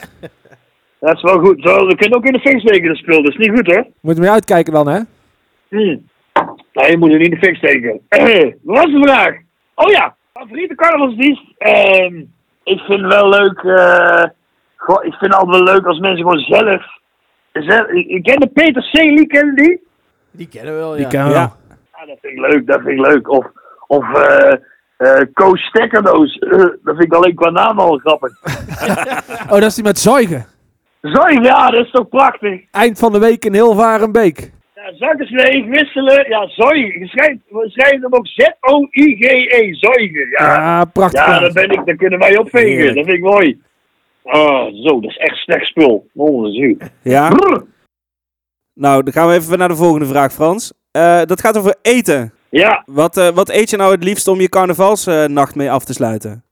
J: Dat is wel goed. Zo, we kunnen ook in de feestweken dat spul. Dat is niet goed, hoor.
B: Moet je mee uitkijken dan, hè?
J: Hm. Nee, je moet het niet in de fik steken. Wat was de vraag? Oh ja, favoriete carnavalsdienst? Ehm, ik vind wel leuk... eh, goh, ik vind altijd wel leuk als mensen gewoon zelf... zelf ik, ik ken de Peter C. Lee, ken je die?
D: Die kennen we wel, ja.
F: Kan wel.
J: Oh, Ja, dat vind ik leuk, dat vind ik leuk. Of, of eh, eh, Koos Stekkerdoos. Eh, dat vind ik alleen qua naam al grappig.
B: Oh, dat is die met zuigen.
J: Zo, ja, dat is toch prachtig.
B: Eind van de week in Hilvarenbeek.
J: Ja, zakken leeg, wisselen. Ja, zoi. Je schrijft, we schrijven hem ook Z-O-I-G-E. Zoigen. E, Ja,
B: Ja, prachtig.
J: ja daar ben ik. Daar kunnen wij opvegen. Dat vind ik mooi. Oh, zo, dat is echt slecht spul. Oh, dat is goed.
E: Ja?
J: Brr.
E: Nou, dan gaan we even naar de volgende vraag, Frans. Eh, dat gaat over eten.
J: Ja,
E: Wat, eh, wat eet je nou het liefst om je carnavalsnacht eh, mee af te sluiten?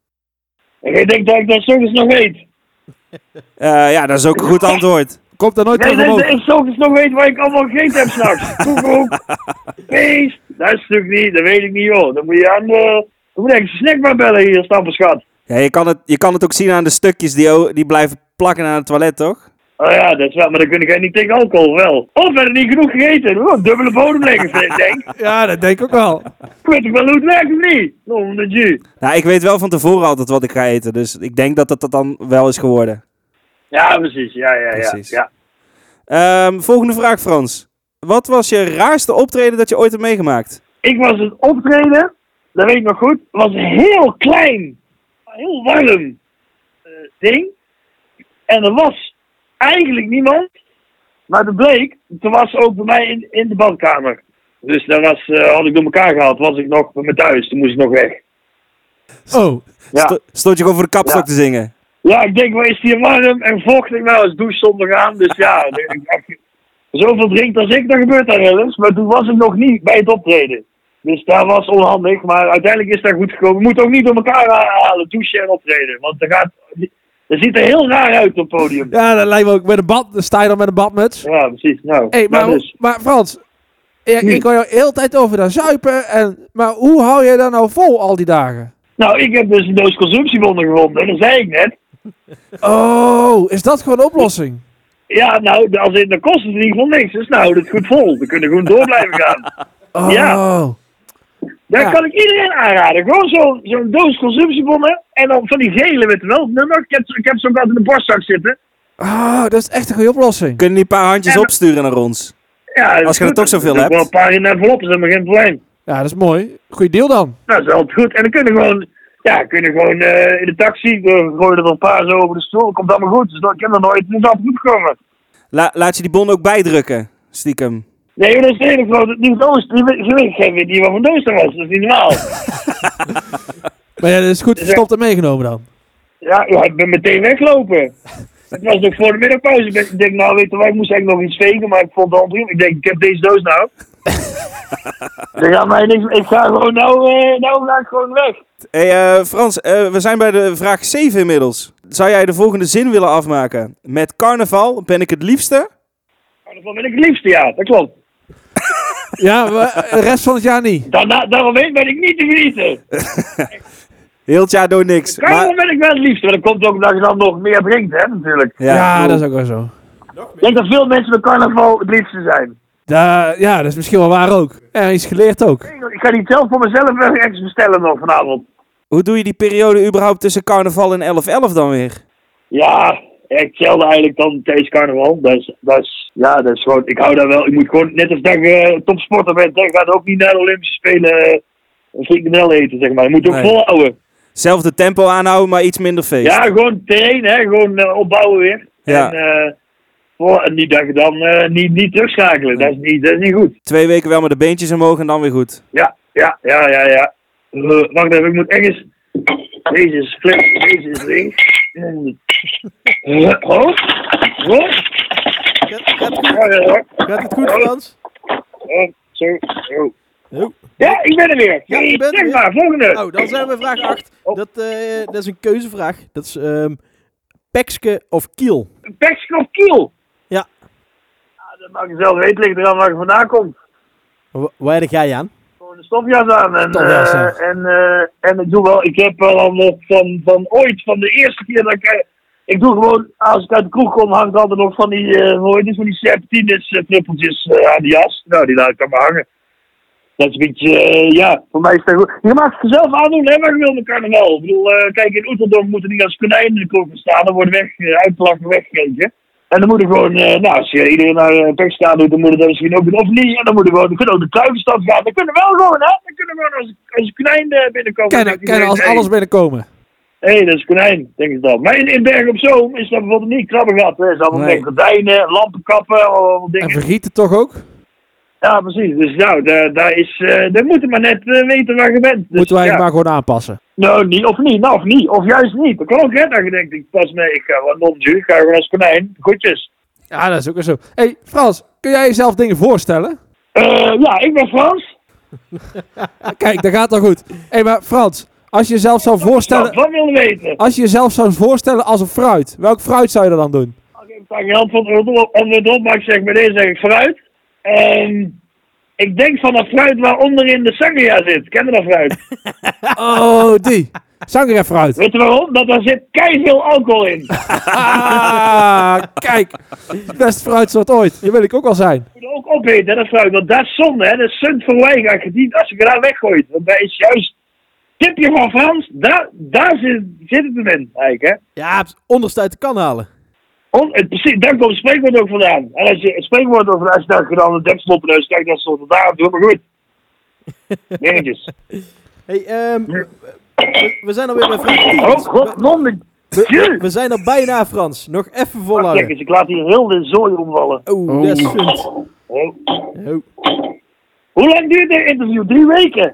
J: ik denk dat ik dat soms nog weet.
E: Eh, ja, dat is ook een goed antwoord.
B: Komt daar nooit
J: Nee,
B: meer
J: dat
B: omhoog.
J: dat ik soms nog weet waar ik allemaal gegeten heb s'nachts. Koek, koek. Feest. Dat is natuurlijk niet, dat weet ik niet joh. Dan moet je aan de... Dan moet je echt snackbar bellen hier, Stamperschat.
E: Ja, je, kan het, je kan het ook zien aan de stukjes die, o- die blijven plakken aan het toilet, toch?
J: Oh ja, dat is wel, maar dan kun ik niet tegen alcohol wel. Of hebben niet genoeg gegeten. Oh, dubbele bodem liggen, vind ik denk.
B: Ja, dat denk ik ook wel.
J: Ik weet toch wel hoe het werkt of niet? Om de ju.
E: Nou, ik weet wel van tevoren altijd wat ik ga eten, dus ik denk dat dat, dat dan wel is geworden.
J: Ja, precies. Ja, ja, ja.
E: Precies.
J: ja.
E: Ehm, volgende vraag, Frans. Wat was je raarste optreden dat je ooit hebt meegemaakt?
J: Ik was het optreden, dat weet ik nog goed, was heel klein, heel warm eh, ding. En er was eigenlijk niemand, maar dat bleek, er was ook bij mij in, in de badkamer. Dus dat was, eh, had ik door elkaar gehaald, was ik nog bij me thuis, toen moest ik nog weg.
B: Oh,
J: Ja.
E: Sto- Stond je gewoon voor de kapstok
J: Ja.
E: te zingen?
J: Ja, ik denk, wel is hier warm en vochtig? Nou, als douche zonder aan. Dus ja, ik dacht, zoveel drinkt als ik, dan gebeurt daar wel eens. Maar toen was ik nog niet bij het optreden. Dus dat was onhandig, maar uiteindelijk is dat goed gekomen. We moeten ook niet door elkaar ha- halen, douchen en optreden. Want dat, gaat, dat ziet er heel raar uit op het podium.
B: ja, dat lijkt me ook. Met een bad, dan sta je dan met een badmuts.
J: Ja, precies. Nou, Hm.
B: Hé, maar,
J: dat is-
B: maar Frans, ik, ik hoor jou heel de tijd over dat zuipen. En, maar hoe hou jij dat nou vol al die dagen?
J: nou, ik heb dus een doos consumptiebonnen gevonden, dat zei ik net.
B: Oh, is dat gewoon de oplossing?
J: Ja, nou, als het, dan kost het in ieder geval niks. Dus nou, dat is goed vol. We kunnen gewoon door blijven gaan.
B: Oh.
J: Ja. Daar
B: Ja.
J: kan ik iedereen aanraden. Gewoon zo'n zo'n doos consumptiebonnen. En dan van die gele met wel het nummer. Ik heb, ik heb zo'n gat in de borstzak zitten.
B: Oh, dat is echt een goede oplossing.
E: Kunnen die een paar handjes
J: Ja, maar-
E: opsturen naar ons?
J: Ja, dat
E: Als
J: is
E: je er
J: goed.
E: toch zoveel
J: Ik doe
E: hebt.
J: wel een paar in enveloppen, dat is helemaal geen probleem.
B: Ja, dat is mooi. Goeie deal dan.
J: Nou, dat is altijd goed. En dan kunnen we gewoon, ja, kunnen we gewoon eh, in de taxi. eh, gooien er een paar zo over de stoel. Komt allemaal goed. Dus dan, ik heb nog nooit moet altijd goed komen.
E: La- laat je die bon ook bijdrukken, stiekem.
J: Nee, joh, dat is redelijk groot. Die doos, die gewicht geven niet wat voor doos dat was. Dat is niet normaal.
B: Maar ja, dat is
J: Dus
B: goed verstopt en meegenomen dan.
J: ja, ja, ik ben meteen weglopen. Het was nog voor de middagpauze. Ik denk- Ik denk, nou weet je wat, ik moest eigenlijk nog iets vegen, maar ik vond het al prima. Ik denk, ik heb deze doos nou. Dan gaat mij niks, ik ga gewoon, nou, eh, nou ga ik gewoon weg.
E: hey, eh, Frans, eh, we zijn bij de vraag 7 inmiddels. Zou jij de volgende zin willen afmaken? Met carnaval ben ik het liefste.
J: Maar dat ben ik het liefste, ja, dat klopt.
B: Ja, maar eh, de rest van het jaar niet.
J: Daarna, daaromheen ben ik niet te genieten.
E: Heel het jaar door niks.
J: Daarom
E: Maar,
J: ben ik wel het liefste, want dat komt ook omdat je dan nog meer drinkt, hè, natuurlijk.
E: ja,
B: Ja, dat is ook wel zo.
J: Ik denk dat veel mensen met carnaval het liefste zijn.
B: Da- ja, dat is misschien wel waar ook. En iets geleerd ook.
J: Ik ga niet zelf voor mezelf wel ergens bestellen nog vanavond.
E: Hoe doe je die periode überhaupt tussen carnaval en 11-11 dan weer?
J: Ja, ik telde eigenlijk dan tijdens carnaval. Dat is, dat is Ja, dat is gewoon, ik hou daar wel. Ik moet gewoon, net als dat je eh, topsporter bent, hè, gaat ook niet naar de Olympische Spelen eh, een frikandel eten, zeg maar. Je moet ook
E: Nee.
J: volhouden.
E: Zelfde tempo aanhouden, maar iets minder feest.
J: Ja, gewoon trainen, hè, gewoon eh, opbouwen weer.
E: Ja.
J: En, eh, voor, en niet dat je dan eh, niet, niet terugschakelen, dat, is niet, dat is niet goed.
E: Twee weken wel met de beentjes omhoog en dan weer goed.
J: Ja, ja, ja, ja, ja. Eh, wacht even, ik moet ergens. Deze is flip, deze is links. Eh, Oh, oh. Ja, ja, ja.
D: Gaat het goed, Frans?
J: Oh, zo, zo.
D: Oh.
J: Ja, ik ben er weer.
D: Ja, je bent er
J: zeg
D: weer.
J: maar, volgende. Oh.
D: Oh, dan zijn we bij vraag 8. Dat, eh, dat is een keuzevraag. Dat is ehm Pekske of Kiel?
J: Pekske of Kiel?
D: Ja.
J: Ja, Dat mag je zelf weten, ligt eraan waar je vandaan komt.
D: Wa- Waar heb jij aan?
J: Gewoon een stofjas aan. En,
D: Stofjas
J: eh,
D: aan.
J: en, eh, en ik doe wel, ik heb wel al nog van, van ooit, van de eerste keer dat ik... eh, Ik doe gewoon, als ik uit de kroeg kom, hangt altijd nog van die, eh hoe heet het, van die serpentines eh, knuppeltjes eh, aan de jas. Nou, die laat ik dan maar hangen. Dat is een beetje, eh, ja, voor mij is dat goed. Je mag het zelf aandoen, hè, maar je wil met carnaval. Ik bedoel, eh, kijk, in Oeteldorp moeten niet als konijnen in de kroeg staan. Dan worden weg, eh, uitgelachen weggekeken. En dan moet er gewoon, eh, nou, als je iedereen naar uh, pech staan doet, dan moet het dat misschien ook doen. Of niet, en dan moet er gewoon, dan kunnen ook de tuinstad gaan. Dan kunnen we wel gewoon, hè. Dan kunnen we gewoon als, als een konijn eh, binnenkomen. Dan
B: Kennen,
J: denkt iedereen,
B: kennen als
J: hey,
B: alles binnenkomen.
J: Hé, hey, dat is konijn, denk ik dan. Maar in, in Bergen op Zoom is dat bijvoorbeeld niet krabbengat. Er is allemaal
E: Nee.
J: met gordijnen, lampenkappen, allemaal
B: En
J: dingen.
B: vergieten toch ook?
J: Ja, precies. Dus nou, daar, daar is, eh daar moet je maar net eh, weten waar je bent. Dus,
B: Moeten wij
J: ja.
B: het maar gewoon aanpassen.
J: Nou, niet, of niet, nou, of niet, of juist niet. Dat kan ook, hè, dat je denkt, ik pas mee, ik ga wat non-duur, ik ga gewoon als konijn. Goedjes.
B: Ja, dat is ook weer zo. hey, Frans, kun jij jezelf dingen voorstellen?
J: Eh, ja, ik ben Frans.
B: Kijk, dat gaat al goed. Hé, maar Frans, als je jezelf zou
J: Stel...
B: voorstellen...
J: Van willen weten.
B: Als je jezelf zou voorstellen als een fruit, welk fruit zou je er dan doen?
J: Als ik pak geld van de onderop, maar ik zeg bij deze zeg ik fruit. Ehm, ik denk van dat fruit waar onderin de sangria zit. Ken je dat fruit?
B: Oh, die. Sangria fruit.
J: Weet je waarom? Dat daar zit keiveel alcohol in.
B: Ah, kijk. Best fruitsoort ooit. Je wil ik ook wel zijn.
J: moet je ook opeten, hè, dat fruit. Want dat is zonde, hè. Dat is zund voor weinig als je die- als je daar weggooit. Want dat is juist... Tipje van Frans, daar, daar zit, zit het hem in, eigenlijk, hè.
D: Ja, onderste uit de kan halen.
J: On, het, precies, daar komt het spreekwoord ook vandaan. En als je het spreekwoord over als je dan gedaan een deksel op de neus kijkt, dan stond het daar aan toe, maar goed. Dingetjes.
D: Hey, ehm, we, we zijn alweer bij vraag 10.
J: Oh, god, non, de- Tju!
D: We zijn er bijna, Frans. Nog even
J: Kijk
D: volhouden.
J: eens, ik laat hier heel de zooi omvallen.
D: Oh, dat is goed.
J: Oh.
D: Oh.
J: Hoe lang duurt dit interview? Drie weken?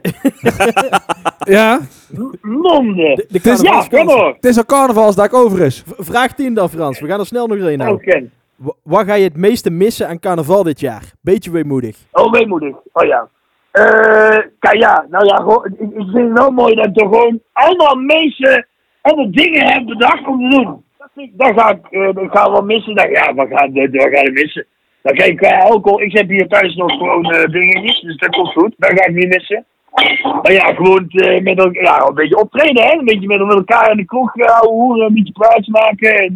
B: Ja?
J: Monde!
D: De
J: Ja, kom
D: carnavalskansen.
J: hoor!
B: Het is een carnavalsdag over is.
D: V- Vraag 10 dan, Frans. We gaan er snel nog een
J: Oké.
D: houden. Wa- Wat ga je het meeste missen aan carnaval dit jaar? Beetje weemoedig.
J: Oh, weemoedig. Oh ja. Eh, ka- ja, nou ja, gewoon- ik, ik vind het wel mooi dat er gewoon allemaal mensen allemaal dingen hebben bedacht om te doen. Dat vind ik- Dat ga ik, eh, dat gaan we wel missen. Dat, ja, we gaan, we gaan het missen. Dan kijk ik qua alcohol. Ik heb hier thuis nog gewoon eh, dingetjes, dus dat komt goed. Dat ga ik niet missen. Maar ja, gewoon eh, met elkaar, ja, een beetje optreden, hè. Een beetje met, met elkaar in de kroeg gaan, hoeren, een beetje praatjes maken en...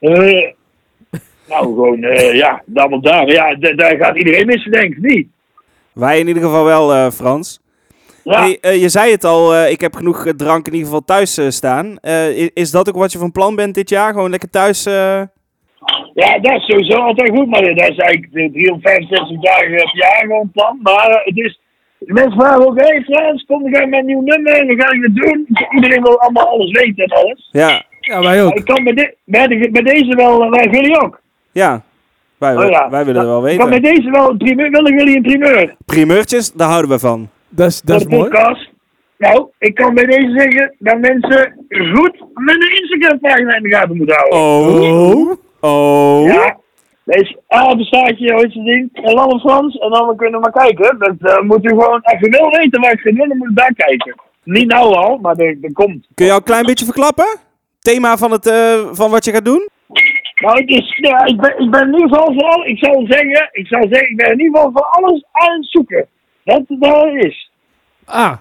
J: eh, eh, nou, gewoon, eh, ja, dan op daar. Ja, d- daar gaat iedereen missen, denk ik, niet?
E: Wij in ieder geval wel, eh, Frans.
J: Ja,
E: Hey, eh, je zei het al, eh, ik heb genoeg eh, drank in ieder geval thuis eh, staan. Eh, i- is dat ook wat je van plan bent dit jaar? Gewoon lekker thuis? eh?
J: ja, dat is sowieso altijd goed, maar dat is eigenlijk de 365 dagen per jaar gewoon plan. Maar eh, het is, de mensen vragen ook, hé hey Frans, kom, we gaan met een nieuw nummer, we gaan het doen. Iedereen wil allemaal alles weten en alles.
E: Ja,
B: Ja, wij
J: Maar
B: ook.
J: ik kan met, dit, met, de- met deze wel, eh, wij willen ook.
E: ja. Wij,
J: Oh ja.
E: wij willen wel
J: Ik kan
E: weten.
J: met deze wel een primeur, willen jullie een primeur?
E: Primeurtjes, daar houden we van.
B: Dat is, dat is
J: voor de
B: mooi.
J: podcast. Nou, ik kan bij deze zeggen dat mensen goed mijn Instagram-pagina in de gaten moeten houden.
E: Oh. Oh.
J: Ja. Deze apenstaartje, hoe heet ze ding? En dan een Frans, en dan kunnen we maar kijken. Dat eh, moet u gewoon, als je wil weten waar ik ga doen, dan moet je daar kijken. Niet nou al, maar dat dat komt.
E: Kun je al een klein beetje verklappen? Thema van, het, eh, van wat je gaat doen?
J: Nou, het is, nou ja, ik, ben, ik ben in ieder geval voor al, ik zal zeggen, ik zal zeggen, ik ben in ieder geval voor alles aan het zoeken. Dat daar is.
B: Ah, nou.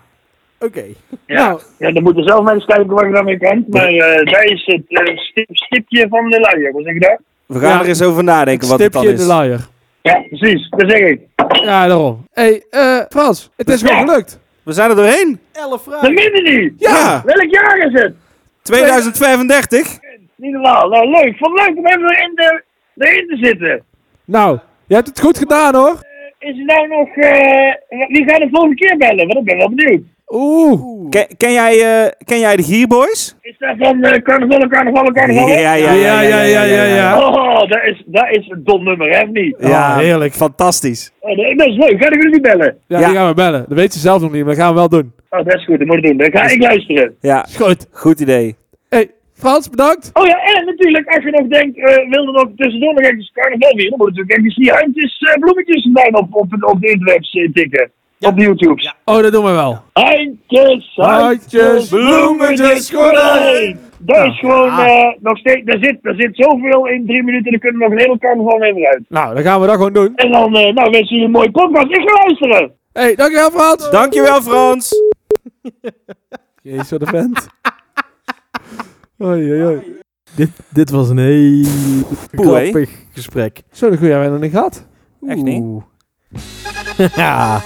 D: Oké.
J: Ja. ja, dan moeten zelf mensen kijken wat je daarmee kan. Maar eh daar is het eh, stip- stipje van de luier, hoe zeg je dat?
E: We gaan
B: Ja.
E: er eens over nadenken wat het
B: stipje
E: dan
B: in
E: is.
B: de luier.
J: Ja, precies, dat zeg ik.
B: Ja, daarom. hey, eh, Frans, het is gewoon
J: Ja.
B: gelukt.
E: we zijn er doorheen.
D: 11
J: Dat
D: vragen.
J: minder niet!
E: Ja.
J: Welk jaar is het?
E: 2035.
J: Niet normaal. Nou, leuk. Vond het leuk om even erin te, erin te zitten.
B: Nou, je hebt het goed gedaan hoor.
J: Is er nou nog... eh, wie gaat de volgende keer bellen? Want ik ben wel benieuwd.
B: Oeh.
E: Ken, ken, jij, eh, ken jij de Gierboys?
J: Is dat van eh carnaval, carnaval, carnaval?
B: Ja, ja, ja, ja, ja.
J: Oh, dat is, dat is een dom nummer, hè? of Niet?
E: Ja,
D: heerlijk.
E: Fantastisch.
J: Oh, dat dat is leuk. Ga ik jullie bellen?
B: Ah, Ja,
E: Ja.
B: die gaan we bellen. Dat weten ze zelf nog niet, maar dat gaan we wel doen.
J: Oh, dat is goed. Dat moet ik doen. Dan ga ik luisteren.
E: Ja,
B: Goed.
E: goed idee.
B: hey, Frans, bedankt.
J: Oh ja, en natuurlijk, als je nog denkt, eh wil er nog tussendoor nog even carnaval weer, dan moet je natuurlijk even die handjes eh, bloemetjes erbij op, op, op de interwebs eh, tikken. Op de YouTube.
B: Oh, dat doen we wel.
J: Handjes,
B: Handjes,
J: handjes, bloemetjes,
B: bloemetjes, Ah. konijn.
J: konijn. Dat is gewoon eh, nog steeds, daar zit, daar zit zoveel in drie minuten, dan kunnen we nog een hele carnaval mee uit.
B: Nou, dan gaan we dat gewoon doen.
J: En dan, eh, nou, wensen jullie een mooie podcast. Ik ga luisteren.
B: hey, dankjewel Frans.
E: Dankjewel, Frans.
B: Jezus, wat een vent. Oei, oei, oei.
D: Dit, dit was een heel
E: Poeh, hè?
D: grappig gesprek.
B: Zo, de goede hebben we nog niet gehad.
E: Echt niet?
D: Oeh. ja.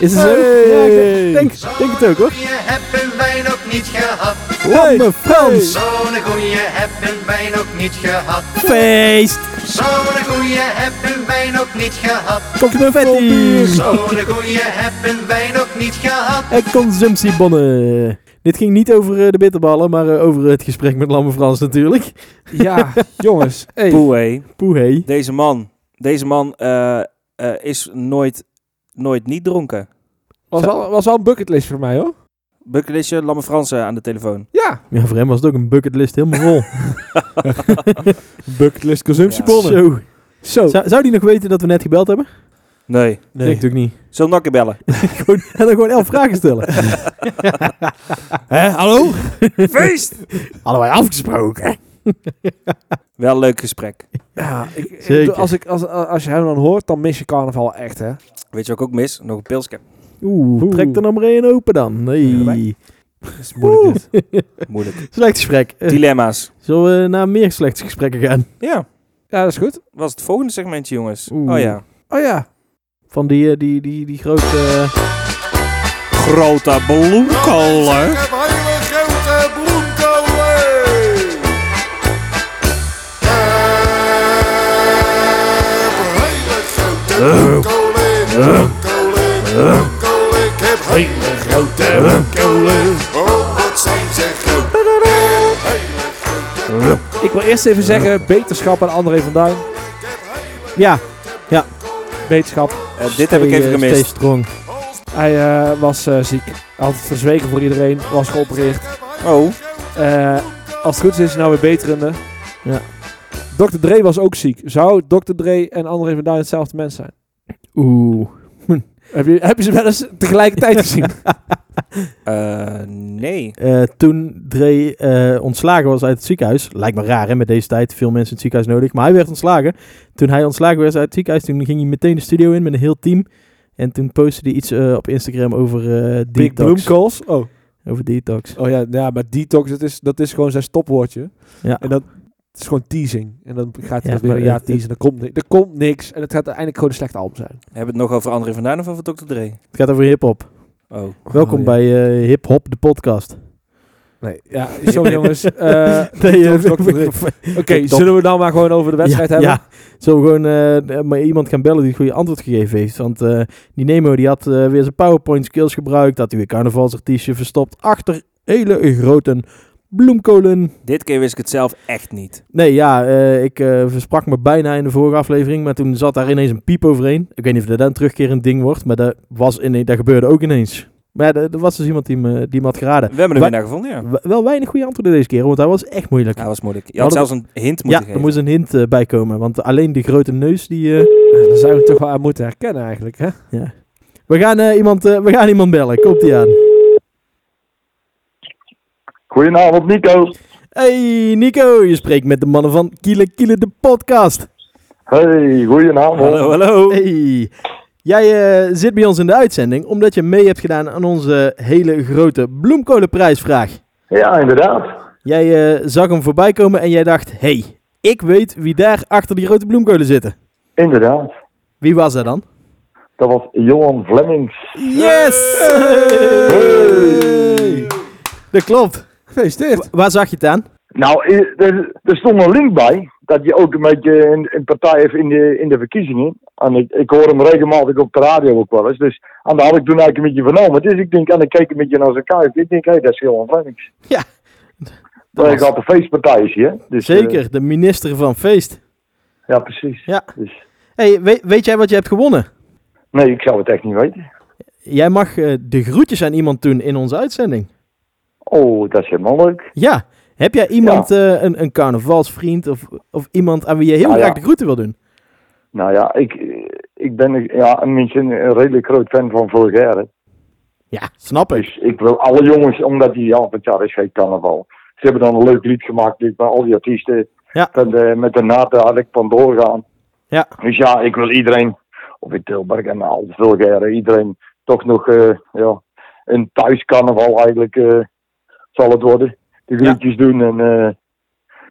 D: Is het zo?
B: Hey.
D: Ja, ik denk, denk- denk het ook hoor.
I: Je hebben wij nog niet gehad.
D: Lamme Frans
I: Zo'n goeie hebben wij nog niet gehad.
D: feest.
I: Zo'n goeie hebben wij nog niet gehad.
D: Confetti.
I: Zo'n goeie hebben wij nog niet gehad.
D: En consumptiebonnen. Dit ging niet over eh, de bitterballen, maar eh, over het gesprek met Lamme Frans natuurlijk.
B: Ja, jongens. Hey.
E: Poeh, hé.
D: Poehé.
E: Deze man, deze man eh, eh, is nooit, nooit niet dronken.
B: Was al, was al een bucketlist voor mij hoor.
E: Bukkelistje, Lamme Fransen eh, aan de telefoon.
B: Ja.
D: Ja, voor hem was het ook een bucketlist helemaal vol.
B: Bucketlist consumptiebonnen.
D: Zo.
B: Zo.
D: Zou, zou die nog weten dat we net gebeld hebben?
E: Nee.
D: Nee, natuurlijk niet.
E: Zul hem nog een keer bellen?
D: Gewoon, en dan gewoon elf vragen stellen.
B: Hé, hallo?
E: Feest!
D: Hadden wij afgesproken.
E: Wel een leuk gesprek.
B: Ja, ik- ik,
D: Zeker.
B: Als, ik, als, als je hem dan hoort, dan mis je carnaval echt, hè?
E: Weet je wat ik ook mis? Nog een pilsje.
D: Oeh,
B: Oeh.
D: trek er nou maar één open dan. Nee.
B: is moeilijk
E: Moeilijk.
D: Slecht gesprek. Eh,
E: Dilemma's.
D: Zullen we naar meer slechte gesprekken gaan?
E: Ja.
B: Ja, dat is goed.
E: Was het volgende segmentje, jongens?
D: Oeh.
E: Oh ja.
B: Oh ja.
D: Van die, eh, die, die, die grote... eh,
E: Grote bloemkolen.
I: Ik heb hele grote bloemkolen. Ik heb hele grote bloemkolen. Bloemkolen, bloemkolen. Ik heb hele grote bloemkolen. Oh, wat zijn ze groot.
B: Ik wil eerst even zeggen, beterschap aan André van Duin.
D: ja,
B: Beterschap.
E: Eh, dit heb ik
D: stay, eh,
E: even gemist.
D: Stay strong.
B: Hij eh, was eh, ziek. Hij had het verzwegen voor iedereen. Was geopereerd.
E: Oh.
B: Eh, als het goed is, is hij nou weer beterende.
D: Ja.
B: Dr. Dre was ook ziek. Zou Dr. Dre en André van Duin hetzelfde mens zijn?
D: Oeh.
B: Hm. Heb je, heb je ze wel eens tegelijkertijd gezien?
E: Eh, nee.
D: Eh, toen Dre eh, ontslagen was uit het ziekenhuis. Lijkt me raar hè, met deze tijd. Veel mensen in het ziekenhuis nodig. Maar hij werd ontslagen. Toen hij ontslagen werd uit het ziekenhuis, toen ging hij meteen de studio in met een heel team. En toen postte hij iets eh, op Instagram over eh
B: Big
D: detox.
B: Bloemkools. Oh.
D: Over detox.
B: Oh ja, ja, maar detox, dat is, dat is gewoon zijn stopwoordje.
D: Ja.
B: En dat het is gewoon teasing. En dan gaat hij
D: Ja,
B: dat weer
D: maar
B: een jaar
D: het-
B: teasen. Er komt, ni- er komt niks. En het gaat uiteindelijk gewoon een slecht album zijn.
E: Hebben we het nog over André van Duin of over Dr. Dre?
D: Het gaat over hip-hop.
E: Oh.
D: Welkom
B: ja.
D: bij eh, Hip Hop, de podcast.
B: Nee, ja, zo jongens. eh,
D: Nee,
B: detox,
D: eh,
B: Dr. Dre. Oké,
D: Top.
B: zullen we dan maar gewoon over de wedstrijd
D: ja,
B: hebben?
D: Ja, zullen we gewoon eh, maar iemand gaan bellen die het goede antwoord gegeven heeft. Want eh, die Nemo die had eh, weer zijn PowerPoint skills gebruikt. Had hij weer carnavalsartiestje verstopt achter hele grote bloemkolen.
E: Dit keer wist ik het zelf echt niet.
D: Nee, ja, eh, ik eh, versprak me bijna in de vorige aflevering. Maar toen zat daar ineens een piep overheen. Ik weet niet of dat dan een terugkerend ding wordt. Maar dat, was ineens, dat gebeurde ook ineens. Maar ja, er er was dus iemand die me, die me had geraden.
E: We hebben een
D: Wa-
E: winnaar gevonden, ja.
D: W- wel weinig goede antwoorden deze keer, want dat was echt moeilijk.
E: Ja, dat was moeilijk. Je had
D: Hadden
E: zelfs een hint
D: Ja,
E: moeten
D: er
E: geven.
D: moest een hint eh, bij komen. Want alleen die grote neus die... eh,
B: Nou, dan zijn we toch wel aan moeten herkennen eigenlijk, hè?
D: We gaan, eh, iemand, eh, we gaan iemand bellen. Komt die aan.
J: Goedenavond, Nico.
D: Hey Nico, je spreekt met de mannen van Kiele Kiele de podcast.
J: Hey, goedenavond.
E: Hallo, hallo.
D: Hey, jij eh, zit bij ons in de uitzending omdat je mee hebt gedaan aan onze hele grote bloemkolenprijsvraag.
J: Ja, inderdaad.
D: Jij eh, zag hem voorbij komen en jij dacht, hey, ik weet wie daar achter die grote bloemkolen zitten.
J: Inderdaad.
D: Wie was dat dan?
J: Dat was Johan Flemings.
D: Yes! Hey! Dat klopt.
B: Gefeliciteerd.
D: Waar zag je het aan?
J: Nou, eh, er, er stond een link bij.
K: dat hij ook een beetje een, een partij heeft in de, in de verkiezingen. En ik, ik hoor hem regelmatig op de radio ook wel eens. Dus en daar had ik toen eigenlijk een beetje vernomen. Dus ik denk, en ik keek een beetje naar zijn kuif. Ik denk, hé, dat is heel Flemings.
D: Ja.
K: Dat ik had een feestpartij is hier. hè. Dus, eh,
D: Zeker, de minister van feest.
K: ja, precies.
D: Ja.
K: Dus,
D: hey, weet, weet jij wat je hebt gewonnen?
K: nee, ik zou het echt niet weten.
D: Jij mag eh, de groetjes aan iemand doen in onze uitzending.
K: Oh, dat is helemaal leuk.
D: Ja. Heb jij iemand, eh, een, een carnavalsvriend of, of iemand aan wie je heel
K: Nou ja.
D: graag de groeten wil doen?
K: Nou ja, ik, ik ben een- ja, een, mensen- een redelijk groot fan van Vulgaire.
D: Ja, snap ik.
K: Dus ik wil alle jongens, omdat die ja, want ja, dat is geen carnaval. Ze hebben dan een leuk lied gemaakt dus met al die artiesten.
D: Ja.
K: En, eh, met de naten had ik van doorgaan.
D: Ja.
K: Dus ja, ik wil iedereen, of in Tilburg en al vulgaire, iedereen toch nog eh, ja, een thuiscarnaval eigenlijk eh, zal het worden. De groetjes doen en eh,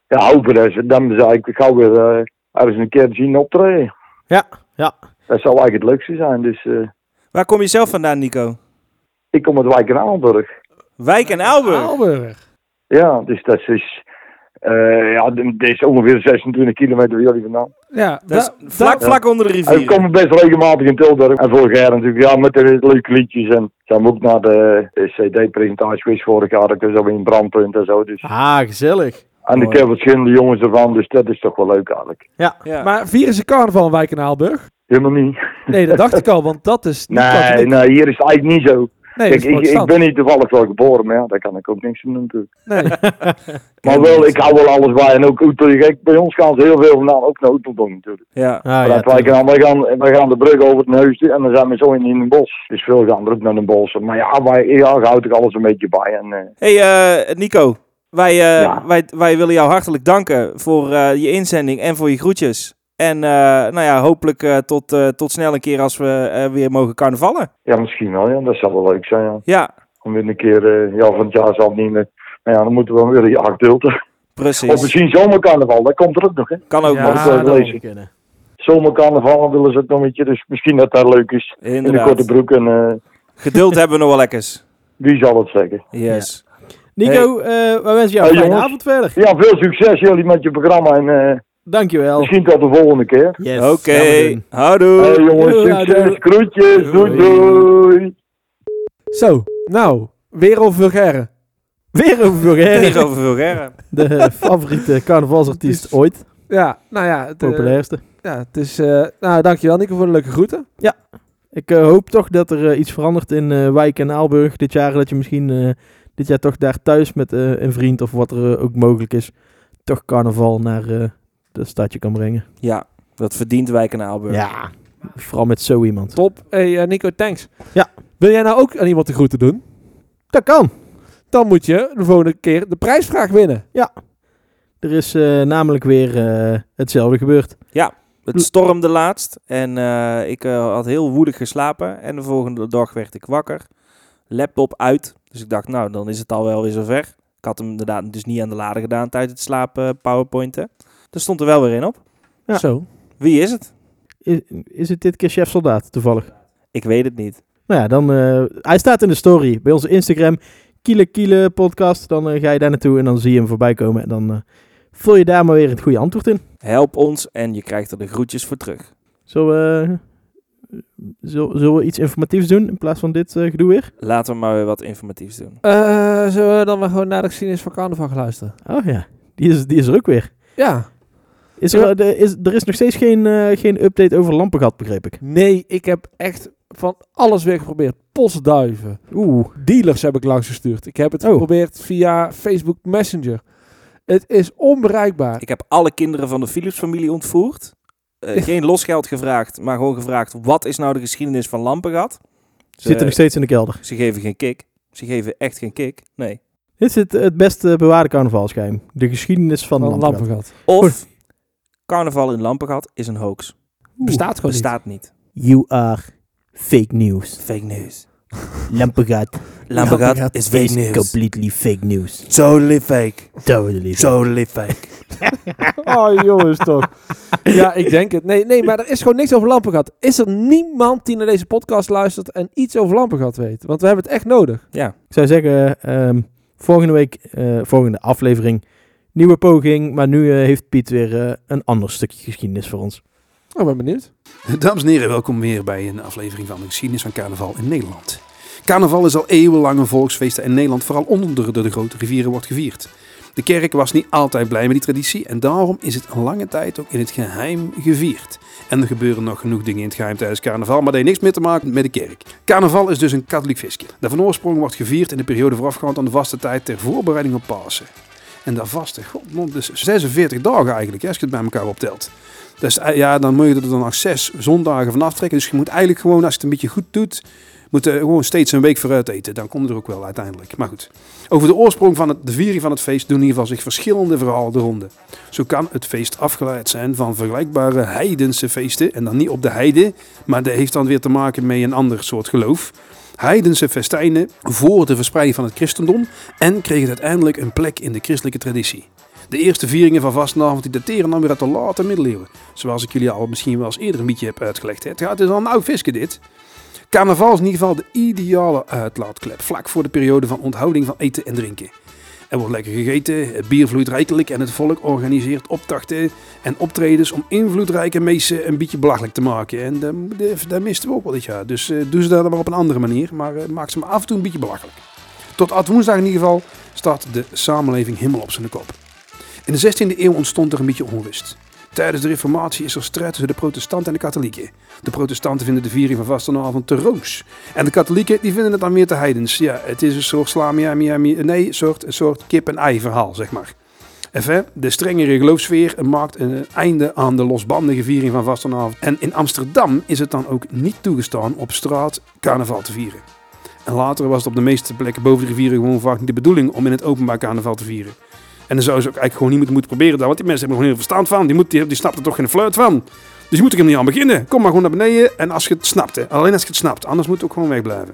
K: ja, hopen dat ze dan zou ik gauw weer eh, ergens een keer zien optreden.
D: Ja, ja.
K: Dat zou eigenlijk het leukste zijn. Dus eh,
E: Waar kom je zelf vandaan, Nico?
K: ik kom uit Wijk en Aalburg.
E: Wijk en Aalburg.
F: Aalburg.
K: Ja, dus dat is, eh ja, dit is ongeveer 26 kilometer bij jullie vandaan.
B: Ja,
E: Dat
B: da-
E: is vlak, vlak onder de
K: En ik
E: rivier.
K: kom best regelmatig in Tilburg. En vorig jaar natuurlijk, ja, met de leuke liedjes. En ik kwam ook naar de CD-presentatie geweest vorig jaar. Ik was alweer in brandpunt en zo. Dus.
D: Ah, gezellig.
K: En ik heb verschillende jongens ervan, dus dat is toch wel leuk eigenlijk.
E: Ja.
B: Maar vieren ze carnaval in Wijk en Aalburg?
K: Helemaal niet.
B: Nee, dat dacht ik al, want dat is niet
K: Nee,
B: katholiek.
K: nee, hier is het eigenlijk niet zo.
B: Nee,
K: Kijk,
B: dat is
K: ik, ik
B: protestant.
K: ben niet toevallig wel geboren, maar ja, daar kan ik ook niks aan doen natuurlijk.
D: Ah,
B: Nee.
K: Maar wel, ik hou wel alles bij. En ook Oetel, kijk, bij ons gaan ze heel veel vandaan, ook naar Oeteldonk natuurlijk.
E: ja.
D: Ah,
K: Maar
D: ja,
K: dat wij, gaan, wij, gaan, wij gaan de brug over het neus en dan zijn we zo in, in een bos. Dus veel gaan er ook naar een bos. Maar ja, wij ja, houdt ik alles een beetje bij. En, eh,
E: Hey eh, Nico, wij, eh,
K: Ja.
E: wij, wij willen jou hartelijk danken voor eh, je inzending en voor je groetjes. En eh, nou ja, hopelijk eh, tot, eh, tot snel een keer als we eh, weer mogen carnavallen.
K: ja, misschien wel. Ja. Dat zou wel leuk zijn. Ja.
E: Ja,
K: Om weer een keer, eh, ja, van het jaar zal het niet meer. Maar ja, dan moeten we weer een jaar gedulden. Of
E: precies.
K: misschien zomercarnaval, dat komt er ook nog. Hè.
E: Kan ook
K: Had
E: nog.
K: ik wel
D: dat
K: gelezen.
D: moet kunnen.
K: Zomercarnaval dan willen ze ook nog een beetje. Dus misschien dat dat leuk is. In de
E: Inderdaad.
K: korte broek. En eh,
E: Geduld hebben we nog wel lekkers.
K: wie zal het zeggen?
E: Yes.
D: Nico, eh, wij wensen jou een
K: Hey,
D: fijne
K: jongens.
D: avond verder.
K: Ja, veel succes jullie met je programma. En eh,
D: Dankjewel.
K: misschien tot de volgende keer.
D: Yes,
E: Oké,
D: gaan we doen.
E: houdoe.
K: Hey, jongens,
D: Doei, doei.
K: succes. Groetjes. Doei,
D: Doei.
K: doei.
B: Zo, nou, weer over Vulgaire.
D: Weer over Vulgaire.
E: Tegenover Vulgaire.
D: De favoriete carnavalsartiest ooit.
B: Ja, nou ja. Het, eh,
D: Populairste.
B: ja, het is, eh, nou, dankjewel Nico voor de leuke groeten.
D: Ik eh, hoop toch dat er eh, iets verandert in eh, Wijk en Aalburg dit jaar. Dat je misschien eh, dit jaar toch daar thuis met eh, een vriend of wat er eh, ook mogelijk is, toch carnaval naar eh de stadje kan brengen.
E: Ja, dat verdient Wijk en Aalburg.
D: Ja, vooral met zo iemand.
B: Top. Hey eh, Nico, thanks.
D: Ja.
B: Wil jij nou ook aan iemand de groeten doen?
D: Dat kan.
B: Dan moet je de volgende keer de prijsvraag winnen.
D: Er is eh, namelijk weer eh, hetzelfde gebeurd.
E: Het stormde laatst en eh, ik eh, had heel woedig geslapen. En de volgende dag werd ik wakker. Laptop uit. Dus ik dacht, nou, dan is het al wel weer zover. Ik had hem inderdaad dus niet aan de lader gedaan tijdens het slapen, eh, powerpointen. Er stond er wel weer in op.
D: Ja.
B: Zo.
E: Wie is het?
D: Is, is het dit keer chef soldaat toevallig?
E: Ik weet het niet.
D: Nou ja, dan. eh, hij staat in de story bij onze Instagram. Kiele Kiele podcast. Dan eh, ga je daar naartoe en dan zie je hem voorbij komen. En dan eh, vul je daar maar weer het goede antwoord in.
E: Help ons en je krijgt er de groetjes voor terug.
D: Zullen we, eh, zul- zullen we iets informatiefs doen in plaats van dit eh, gedoe weer?
E: Laten we maar weer wat informatiefs doen.
B: Eh, zullen we dan maar gewoon naar de geschiedenis van carnaval gaan luisteren?
D: Oh ja, die is, die is er ook weer.
B: Ja.
D: Is er, de- is, er is nog steeds geen, eh, geen update over Lampengat, begreep ik.
B: Nee, ik heb echt van alles weer geprobeerd. Postduiven.
D: Oeh.
B: Dealers heb ik langsgestuurd. Ik heb het
D: Oh.
B: geprobeerd via Facebook Messenger. Het is onbereikbaar.
E: Ik heb alle kinderen van de Philips-familie ontvoerd. Eh, geen losgeld gevraagd, maar gewoon gevraagd... wat is nou de geschiedenis van Lampengat? Ze,
D: Zit er nog steeds in de kelder.
E: ze geven geen kick. Ze geven echt geen kick. Nee.
D: Dit is het, het beste bewaarde carnavalsgeheim. De geschiedenis van
B: Van
D: Lampengat.
B: lampen gehad.
E: Of carnaval in Lampengat is een hoax.
B: Bestaat gewoon
E: Bestaat niet.
D: You are fake news.
E: Fake news.
D: Lampengat
E: Lampengat is fake news.
D: completely fake news.
E: Totally fake.
D: Totally.
E: Totally fake.
B: niet. Oh jongens toch. ja, ik denk het. Nee, nee, maar er is gewoon niks over lampen gehad. Is er niemand die naar deze podcast luistert en iets over lampen gehad weet? Want we hebben het echt nodig.
E: Ja,
D: Ik zou zeggen, ehm, volgende week, eh, volgende aflevering, Nieuwe poging, maar nu eh, heeft Piet weer eh, een ander stukje geschiedenis voor ons.
B: Oh, ben benieuwd.
L: Dames en heren, welkom weer bij een aflevering van de geschiedenis van carnaval in Nederland. Carnaval is al eeuwenlang een volksfeest dat in Nederland vooral onder de, de grote rivieren wordt gevierd. De kerk was niet altijd blij met die traditie en daarom is het een lange tijd ook in het geheim gevierd. En er gebeuren nog genoeg dingen in het geheim tijdens carnaval, maar dat heeft niks meer te maken met de kerk. Carnaval is dus een katholiek feestje. Dat van oorsprong wordt gevierd in de periode voorafgaand aan de vaste tijd ter voorbereiding op Pasen. En dat vaste, god, dus 46 dagen eigenlijk, hè, als je het bij elkaar optelt. Dus eh, ja, dan moet je er dan nog zes zondagen van aftrekken. Dus je moet eigenlijk gewoon, als je het een beetje goed doet, moet je gewoon steeds een week vooruit eten. Dan komt het er ook wel uiteindelijk. Maar goed, over de oorsprong van het, de viering van het feest doen in ieder geval zich verschillende verhalen de ronde. Zo kan het feest afgeleid zijn van vergelijkbare heidense feesten. En dan niet op de heide, maar dat heeft dan weer te maken met een ander soort geloof. Heidense festijnen voor de verspreiding van het christendom en kregen uiteindelijk een plek in de christelijke traditie. De eerste vieringen van vastenavond die dateren dan weer uit de late middeleeuwen. Zoals ik jullie al misschien wel eens eerder een beetje heb uitgelegd. hè. Het gaat dus al een oud visje dit. Carnaval is in ieder geval de ideale uitlaatklep. Vlak voor de periode van onthouding van eten en drinken. Er wordt lekker gegeten, het bier vloeit rijkelijk en het volk organiseert optachten en optredens om invloedrijke meesten een beetje belachelijk te maken. En dat, dat, dat misten we ook wel dit jaar. Dus eh, doen ze dat dan maar op een andere manier, maar eh, maak ze maar af en toe een beetje belachelijk. Tot oud woensdag in ieder geval staat de samenleving helemaal op zijn kop. In de 16e eeuw ontstond er een beetje onrust. Tijdens de Reformatie is er strijd tussen de protestanten en de katholieken. De protestanten vinden de viering van vastenavond te rooms. En de katholieken die vinden het dan meer te heidens. Ja, het is een soort slamia, nee, een soort, een soort kip-en-ei verhaal, zeg maar. Enfin, de strengere geloofsfeer maakt een einde aan de losbandige viering van vastenavond. En in Amsterdam is het dan ook niet toegestaan op straat carnaval te vieren. En later was het op de meeste plekken boven de rivieren gewoon vaak niet de bedoeling om in het openbaar carnaval te vieren. En dan zou ze ook eigenlijk gewoon niet moeten, moeten proberen daar. Want die mensen hebben er gewoon heel veel verstand van. Die, moet, die, die snapt er toch geen fluit van. Dus je moet er hem niet aan beginnen. Kom maar gewoon naar beneden. En als je het snapt. Hè. Alleen als je het snapt. Anders moet het ook gewoon wegblijven.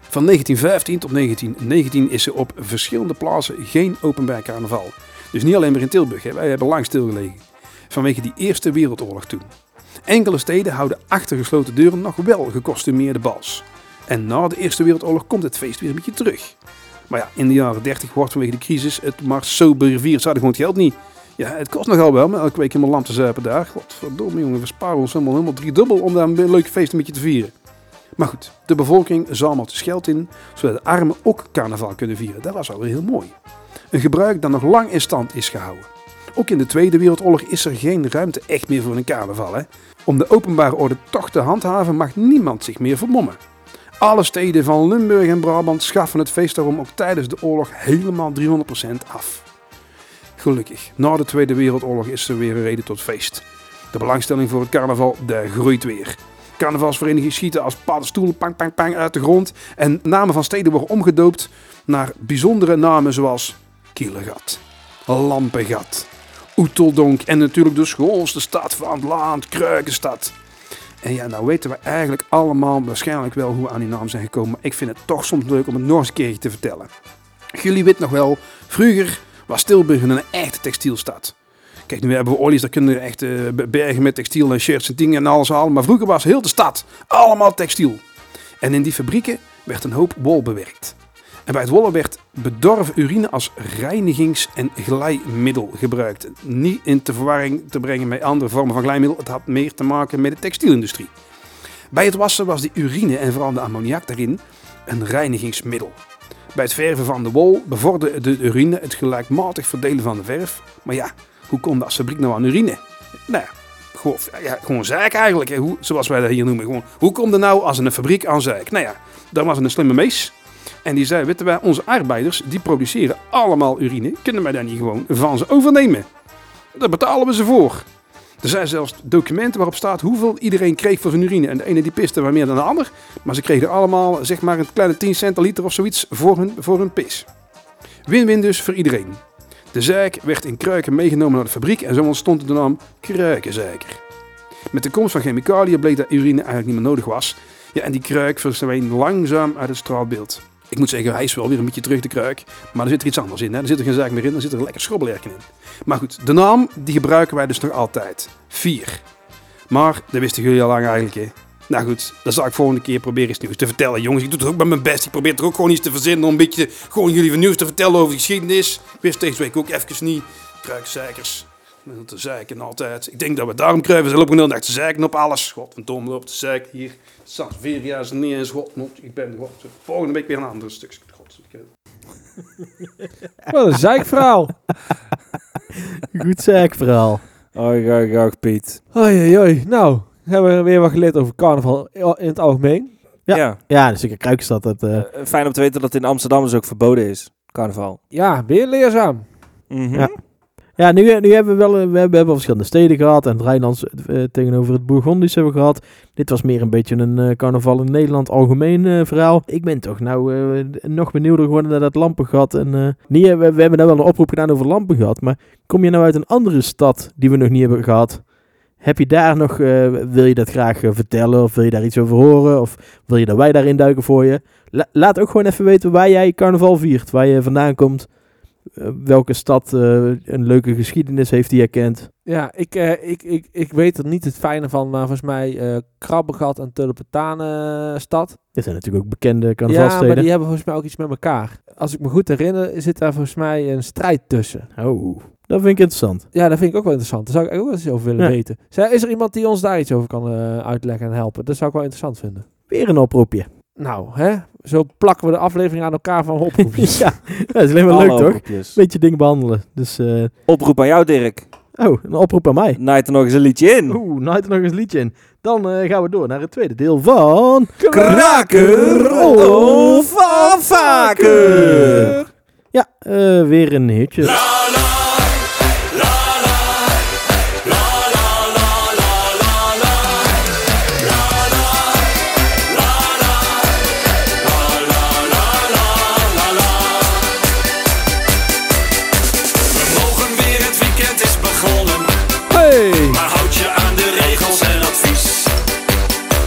L: Van 1915 tot 1919 is er op verschillende plaatsen geen openbaar carnaval. Dus niet alleen maar in Tilburg. Hè. Wij hebben lang stilgelegen. Vanwege die Eerste Wereldoorlog toen. Enkele steden houden achter gesloten deuren nog wel gekostumeerde bals. En na de Eerste Wereldoorlog komt het feest weer een beetje terug. Maar ja, in de jaren 30 wordt vanwege de crisis het maar sober rivier. Ze hadden gewoon het geld niet. Ja, het kost nogal wel, maar elke week helemaal lamp te zuipen daar. Godverdomme jongen, we sparen ons helemaal, helemaal driedubbel om daar een leuk feest een beetje te vieren. Maar goed, de bevolking zamelt dus geld in, zodat de armen ook carnaval kunnen vieren. Dat was alweer heel mooi. Een gebruik dat nog lang in stand is gehouden. Ook in de Tweede Wereldoorlog is er geen ruimte echt meer voor een carnaval. Hè? Om de openbare orde toch te handhaven mag niemand zich meer vermommen. Alle steden van Limburg en Brabant schaffen het feest daarom ook tijdens de oorlog helemaal 300% af. Gelukkig, na de Tweede Wereldoorlog is er weer een reden tot feest. De belangstelling voor het carnaval daar groeit weer. Carnavalsverenigingen schieten als paddenstoelen pang pang pang uit de grond en namen van steden worden omgedoopt naar bijzondere namen zoals Kielegat, Lampengat, Oeteldonk en natuurlijk de schoonste stad van het land, Kruikenstad. En ja, nou weten we eigenlijk allemaal waarschijnlijk wel hoe we aan die naam zijn gekomen. Maar ik vind het toch soms leuk om het nog eens een keertje te vertellen. Jullie weten nog wel, vroeger was Tilburg een echte textielstad. Kijk, nu hebben we Ollies, daar kunnen we echt eh, be- bergen met textiel en shirts en dingen en alles halen. Maar vroeger was heel de stad allemaal textiel. En in die fabrieken werd een hoop wol bewerkt. En bij het wollen werd bedorven urine als reinigings- en glijmiddel gebruikt. Niet in te verwarring te brengen met andere vormen van glijmiddel. Het had meer te maken met de textielindustrie. Bij het wassen was de urine en vooral de ammoniak daarin een reinigingsmiddel. Bij het verven van de wol bevorderde de urine het gelijkmatig verdelen van de verf. Maar ja, hoe kon de fabriek nou aan urine? Nou ja, gewoon, ja, gewoon zeik eigenlijk. hè. Hoe, zoals wij dat hier noemen. Gewoon, hoe komt er nou als een fabriek aan zeik? Nou ja, dan was er een slimme mees. En die zei, weten wij, onze arbeiders, die produceren allemaal urine. Kunnen wij daar niet gewoon van ze overnemen? Daar betalen we ze voor. Er zijn zelfs documenten waarop staat hoeveel iedereen kreeg voor zijn urine. En de ene die piste wel meer dan de ander. Maar ze kregen allemaal zeg maar een kleine 10 cent een liter of zoiets voor hun, voor hun pis. Win-win dus voor iedereen. De zeik werd in kruiken meegenomen naar de fabriek en zo ontstond de naam kruikenzeiker. Met de komst van chemicaliën bleek dat urine eigenlijk niet meer nodig was. Ja, en die kruik verdween langzaam uit het straalbeeld. Ik moet zeggen, hij is wel weer een beetje terug de kruik. Maar er zit er iets anders in. Hè? Er zit er geen zaak meer in. Er zit er een lekker schrobbelerken in. Maar goed, de naam die gebruiken wij dus nog altijd. Vier. Maar dat wisten jullie al lang eigenlijk. Hè? Nou goed, dan zal ik volgende keer proberen iets nieuws te vertellen. Jongens, ik doe het ook met mijn best. Ik probeer er ook gewoon iets te verzinnen om een beetje gewoon jullie wat nieuws te vertellen over de geschiedenis. Ik wist deze week ook even niet. Kruikzeikers. Met te zeiken altijd. Ik denk dat we daarom krijgen. Ze lopen heel dag te zeiken op alles. Godverdomme, loopt te zeiken hier. Sans vier jaar ze niet eens. Godverdomme, ik ben God. Volgende week weer een ander stuk. Godverdomme.
B: Wat een zeikverhaal.
D: Goed zaakverhaal.
E: Oi, oi, oi, Piet.
B: Oei, oei, oei. Nou, hebben we weer wat geleerd over carnaval in het algemeen.
E: Ja.
D: Ja. Ja, dus ik kruik dat. dat eh,
E: Eh, Fijn om te weten dat het in Amsterdam dus ook verboden is. Carnaval.
B: Ja, weer leerzaam.
E: Mhm.
D: Ja. Ja, nu, nu hebben we wel eh, we hebben, we hebben verschillende steden gehad. En het Rijnlands eh, tegenover het Bourgondisch hebben we gehad. Dit was meer een beetje een eh, carnaval in Nederland algemeen eh, verhaal. Ik ben toch nou eh, nog benieuwder geworden naar dat lampengat. En, eh, niet, eh, we, we hebben daar wel een oproep gedaan over lampengat. Maar kom je nou uit een andere stad die we nog niet hebben gehad? Heb je daar nog, eh, wil je dat graag eh, vertellen? Of wil je daar iets over horen? Of wil je dat wij daarin duiken voor je? La- laat ook gewoon even weten waar jij carnaval viert. Waar je vandaan komt. Eh, welke stad eh, een leuke geschiedenis heeft die herkent.
B: Ja, ik, eh, ik, ik, ik weet er niet het fijne van, maar volgens mij eh Krabbegat en Tulpentanenstad.
D: Dit zijn natuurlijk ook bekende
B: Ja, maar
D: carnavalsteden.
B: die hebben volgens mij ook iets met elkaar. Als ik me goed herinner, zit daar volgens mij een strijd tussen.
D: Oh, dat vind ik interessant.
B: Ja, dat vind ik ook wel interessant. Daar zou ik ook wel eens over willen
D: Ja.
B: weten. Zij, is er iemand die ons daar iets over kan eh, uitleggen en helpen? Dat zou ik wel interessant vinden.
D: Weer een oproepje.
B: Nou, hè? Zo plakken we de aflevering aan elkaar van oproepjes.
D: ja, dat is alleen maar
E: Alle
D: leuk toch?
E: oproepjes.
D: Beetje dingen behandelen. Dus, eh,
E: Oproep aan jou, Dirk.
D: oh, een oproep aan mij.
E: Naait er nog eens een liedje in.
D: Oeh, nou er nog eens een liedje in. Dan eh, gaan we door naar het tweede deel van...
E: Kraker of van vaker.
D: Ja, eh, weer een hitje.
I: Mogen weer het weekend is begonnen. Maar houd je aan de regels en advies.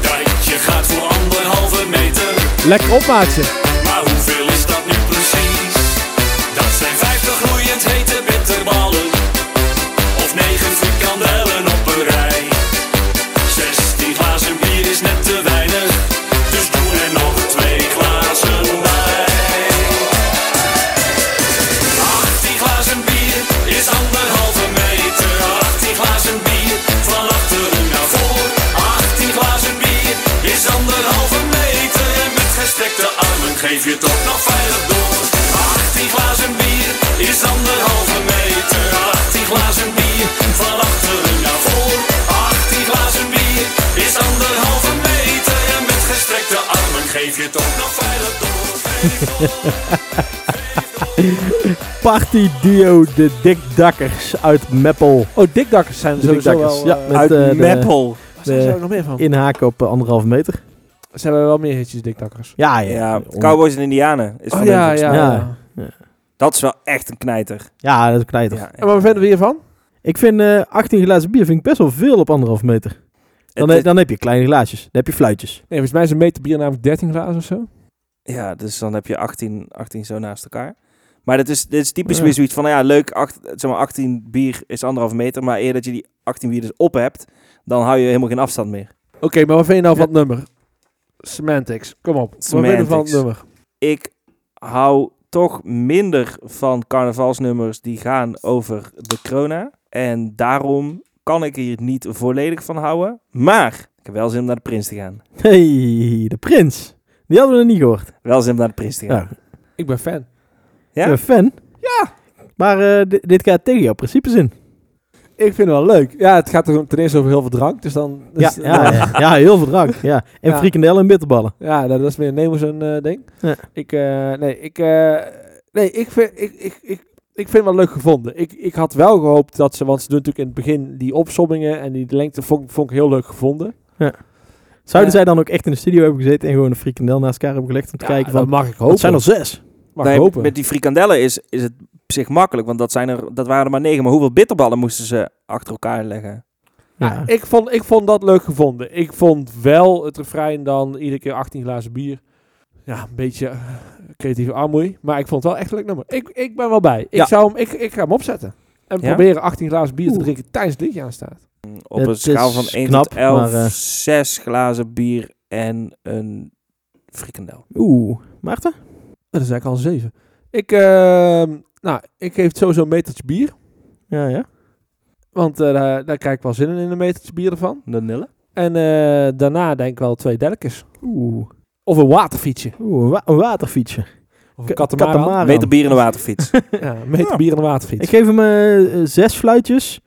I: Dat je gaat voor anderhalve meter.
B: Lekker opmaatje.
I: Maar hoeveel is dat nu precies? Dat zijn 50 gloeiend hete bitterballen. Of 9 frikandellen op een rij. 16 glazen bier is net te weinig. Dus doe er nog twee glazen bij. 18 glazen bier is anderhalve meter. 18 glazen bier van achteren naar voor. 18 glazen bier is anderhalve meter. En met gestrekte armen geef je het ook nog veilig door. 18 glazen bier is anderhalve meter. 18 glazen bier van achteren naar voor. 18 glazen bier is anderhalve meter. En met gestrekte armen geef je het ook nog veilig door.
D: Party Dio de Dikdakkers uit Meppel.
B: Oh, dikdakkers zijn er
D: De
B: sowieso
D: Dikdakkers,
B: wel...
D: ja.
B: eh,
E: Uit
D: Met, eh, de-
E: Meppel.
B: waar zijn er nog meer van?
D: Inhaken op eh, anderhalve meter.
B: Ze hebben wel meer hitjes, dikdakkers.
D: Ja, ja.
E: Ja,
D: on-
E: Cowboys en Indianen is van
B: Oh,
E: hen
B: ja,
E: volgens
B: ja,
E: mij.
D: Ja.
B: ja.
E: Dat is wel echt een knijter.
D: ja, dat knijt
E: Ja,
B: En wat vinden we hiervan?
D: Ik vind eh 18 glazen bier vind ik best wel veel op anderhalf meter. Dan,
E: Het-
D: he- dan heb je kleine glaasjes. Dan heb je fluitjes.
B: Nee, volgens mij is een meter bier namelijk 13 graden of zo.
E: Ja, dus dan heb je 18, 18 zo naast elkaar. Maar dat is, dit is typisch weer zoiets van, nou ja, leuk, acht, zeg maar 18 bier is anderhalf meter. Maar eer dat je die 18 bier dus op hebt, dan hou je helemaal geen afstand meer.
B: Oké, maar wat vind je nou van het nummer? Semantics, kom op. Wat vind je van het
E: Semantics.
B: nummer?
E: Ik hou toch minder van carnavalsnummers die gaan over de corona. En daarom kan ik hier niet volledig van houden. Maar ik heb wel zin om naar de prins te gaan.
D: hey, de prins. Die hadden we nog niet gehoord.
E: Wel zin om naar de prins te gaan.
D: Ja.
B: Ik ben fan.
E: Ja?
D: Ja? een fan? Ja. Maar eh, di- dit gaat tegen jouw principes in.
B: Ik vind het wel leuk. Ja, het gaat er ten eerste over heel veel drank, dus dan...
D: Ja,
B: dus-
D: ja, ja. ja, heel veel drank. Ja. En
B: Ja.
D: frikandellen en bitterballen.
B: Ja, dat, dat is meer Nemo zo'n eh, ding.
D: Ja.
B: Ik, eh, nee, ik, eh, nee, ik vind, ik, ik, ik, ik vind het wel leuk gevonden. Ik, ik had wel gehoopt dat ze, want ze doen natuurlijk in het begin die opsommingen en die lengte vond, vond ik heel leuk gevonden.
D: Zouden
B: Ja.
D: zij dan ook echt in de studio hebben gezeten en gewoon een frikandel naast elkaar hebben gelegd om te
B: Eh. Ja,
D: kijken
B: dat
D: van...
B: mag ik hopen.
D: Het zijn er zes.
B: mag
E: Nee,
B: ik hopen.
E: Met die frikandellen is, is het op zich makkelijk, want dat, zijn er, dat waren er maar negen. Maar hoeveel bitterballen moesten ze achter elkaar leggen?
D: Ja.
B: Ah, Ik, vond, ik vond dat leuk gevonden. Ik vond wel het refrein dan iedere keer 18 glazen bier. Ja, een beetje eh, creatieve armoei. Maar ik vond het wel echt een leuk nummer. Ik, ik ben wel bij. Ik,
E: Ja.
B: zou hem, ik, ik ga hem opzetten. En
E: Ja?
B: proberen 18 glazen bier te
D: Oeh.
B: drinken tijdens het liedje aanstaat.
E: Op
D: Het
E: een schaal
D: is
E: van 1
D: knap,
E: tot 11,
D: maar, eh.
E: 6 glazen bier en een frikandel.
D: Oeh, Maarten?
B: Dat is eigenlijk al een zeven. Ik, ehm, nou, ik geef het sowieso een metertje bier.
D: Ja, ja.
B: Want eh, daar, daar krijg ik wel zin in, in een metertje bier ervan.
E: De nille?
B: En eh, daarna denk ik wel twee delkes.
D: Oeh,
B: Of een waterfietsje.
D: oeh een, wa- een waterfietsje.
B: Of
D: Ka-
B: een katamaran.
D: katamaran.
E: Meter bier in de waterfiets.
B: Ja, een meter
D: Ja.
B: bier en een waterfiets.
D: Ik geef hem eh, eh, zes fluitjes,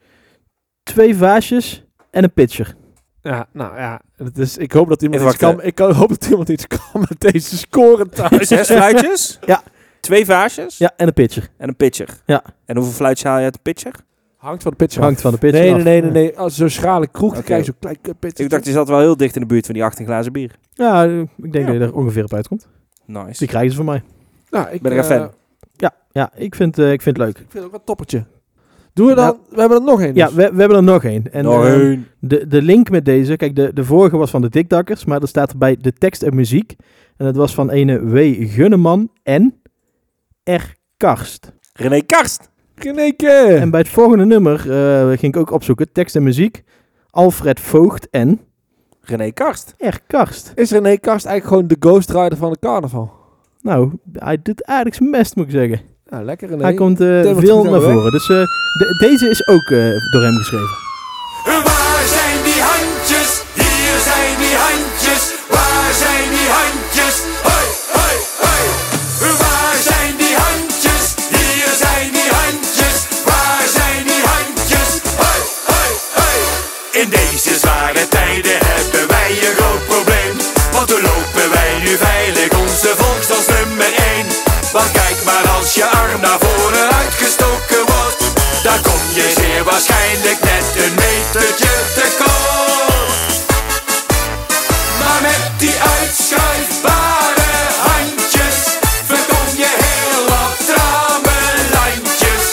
D: twee vaasjes en een pitcher.
B: Ja, nou ja. Het is, ik hoop dat iemand
E: Even
B: iets kan. Ik kan- hoop dat iemand iets kan met deze score thuis.
E: Zes fluitjes?
D: Ja.
E: Twee vaasjes?
D: Ja, en een pitcher.
E: En een pitcher?
D: Ja.
E: En hoeveel fluitjes haal je uit de pitcher?
B: Hangt van de pitch af.
D: Hangt van de pitcher
B: Nee,
D: af.
B: nee, nee, nee, nee. Als zo'n schrale kroeg, dan
E: Oké.
B: krijg je zo'n klein pitje.
E: Ik dacht, je zat wel heel dicht in de buurt van die 18 glazen bier.
D: Ja, eh, ik denk dat je er ongeveer op uitkomt. Dus
E: Nice.
D: die krijgen ze van mij.
B: nou, ik
E: ben ik een
B: eh,
E: fan.
D: Ja, ja ik, vind, eh, ik vind het leuk. Nou,
B: Ik vind het ook een toppertje. Doen we dan? we hebben er nog één.
D: Ja,
B: dus.
D: we, we hebben er nog één. En,
E: Nog
D: eh,
E: één.
D: de, de link met deze, kijk, de, de vorige was van de Dikdakkers, maar er staat bij de tekst en muziek. En dat was van ene W. Gunneman en R. Karst.
E: René Karst.
B: Geneke!
D: En bij het volgende nummer eh, ging ik ook opzoeken, tekst en muziek, Alfred Voogd en
E: René Karst.
D: R. Karst.
B: Is René Karst eigenlijk gewoon de Ghost Rider van de carnaval?
D: Nou, hij doet aardig zijn best, moet ik zeggen.
B: Nou, lekker René.
D: Hij komt eh,
B: Tim, wat
D: veel
B: goed
D: naar
B: aan het werk.
D: voren. Dus eh, de- deze is ook eh, door hem geschreven.
I: Waar zijn die handjes? Hier zijn die handjes. Waar zijn die handjes? Hoi, hoi, hoi. Waar zijn die handjes? Hier zijn die handjes. Waar zijn die handjes? Hoi, hoi, hoi. In deze zware tijden hebben wij een groot probleem. Want hoe lopen wij nu veilig onze volks als nummer 1? Want kijk maar als je arm naar voren uitgestoken wordt, dan kom je zeer waarschijnlijk net een metertje te kort. Maar met die uitschuifbare handjes Voorkom je heel wat trame lijntjes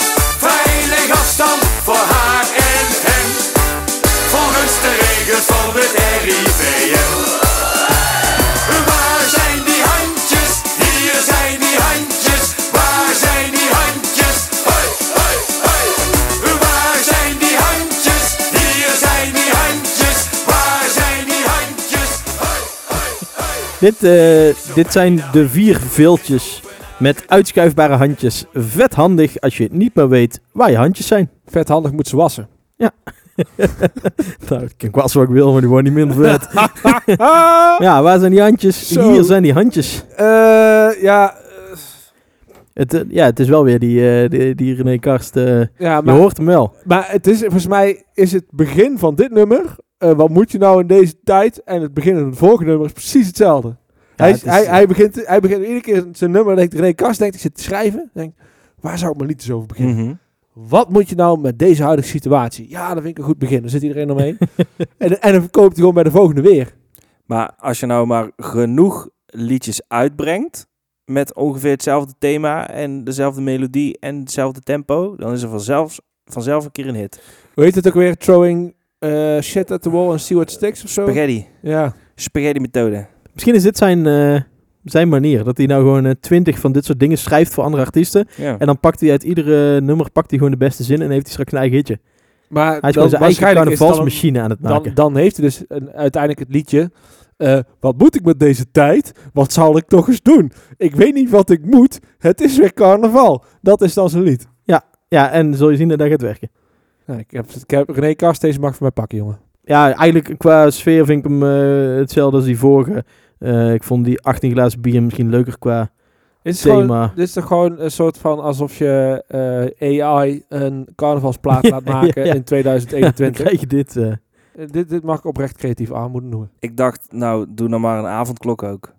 I: Veilig afstand voor haar en hem Volgens de regels van het RIVM Waar zijn die handjes? Hier zijn die handjes Waar zijn die handjes? Hoi, hoi, hoi Waar zijn die handjes? Hier zijn die handjes Waar zijn die handjes? Hoi, hoi, hoi
D: Dit, eh, dit zijn de vier viltjes met uitschuifbare handjes. Vet handig als je niet meer weet waar je handjes zijn.
B: Vet handig moet ze wassen.
D: Nou, ik kan kwaad wat ik wil, maar die worden niet minder vet. ja, waar zijn die handjes?
B: Zo.
D: Hier zijn die handjes.
B: Eh, ja, eh,
D: Het, eh, ja, het is wel weer die, eh, die, die René Karst. eh,
B: ja,
D: je
B: maar,
D: hoort hem wel.
B: maar het is volgens mij is het begin van dit nummer. eh, wat moet je nou in deze tijd? En het begin van het volgende nummer is precies hetzelfde. hij,
D: het is,
B: hij,
D: eh,
B: hij, begint, hij begint iedere keer zijn nummer. Denkt René Kast, denkt ik zit te schrijven. Denk, waar zou ik mijn liedjes over beginnen?
D: Mhm.
B: Wat moet je nou met deze huidige situatie? Ja, dat vind ik een goed begin. Dan zit iedereen omheen. en, en dan verkoopt hij gewoon bij de volgende weer.
E: Maar als je nou maar genoeg liedjes uitbrengt met ongeveer hetzelfde thema en dezelfde melodie en hetzelfde tempo, dan is er vanzelf, vanzelf een keer een hit.
B: Hoe heet het ook weer? Throwing eh, shit at the wall and see what sticks of zo?
E: Spaghetti.
B: Ja.
E: Spaghetti methode.
D: Misschien is dit zijn, eh, zijn manier. Dat hij nou gewoon twintig van dit soort dingen schrijft voor andere artiesten.
E: Ja.
D: En dan pakt hij uit iedere nummer pakt hij gewoon de beste zin en heeft hij straks een eigen hitje.
B: Maar
D: Hij is
B: dan,
D: gewoon zijn eigen
B: waarschijnlijk is het dan, een-
D: carnavalsmachine aan het maken.
B: dan, dan heeft hij dus een, uiteindelijk het liedje... eh, wat moet ik met deze tijd? Wat zal ik toch eens doen? Ik weet niet wat ik moet. Het is weer carnaval. Dat is dan zijn lied.
D: Ja, en zul je zien dat dat gaat werken.
B: Nou, ik, heb, ik heb René Kast, deze mag voor mij pakken, jongen.
D: Ja, eigenlijk qua sfeer vind ik hem eh, hetzelfde als die vorige. Eh, ik vond die 18 glazen bier misschien leuker qua
B: Dit is,
D: thema.
B: gewoon, dit is toch gewoon een soort van alsof je eh, AI een carnavalsplaat laat maken
D: ja. Dan
B: in 2021.
D: krijg je dit. eh.
B: Eh, dit, dit mag ik oprecht creatief aan moeten noemen.
E: Ik dacht, nou, doe nou maar een avondklok ook.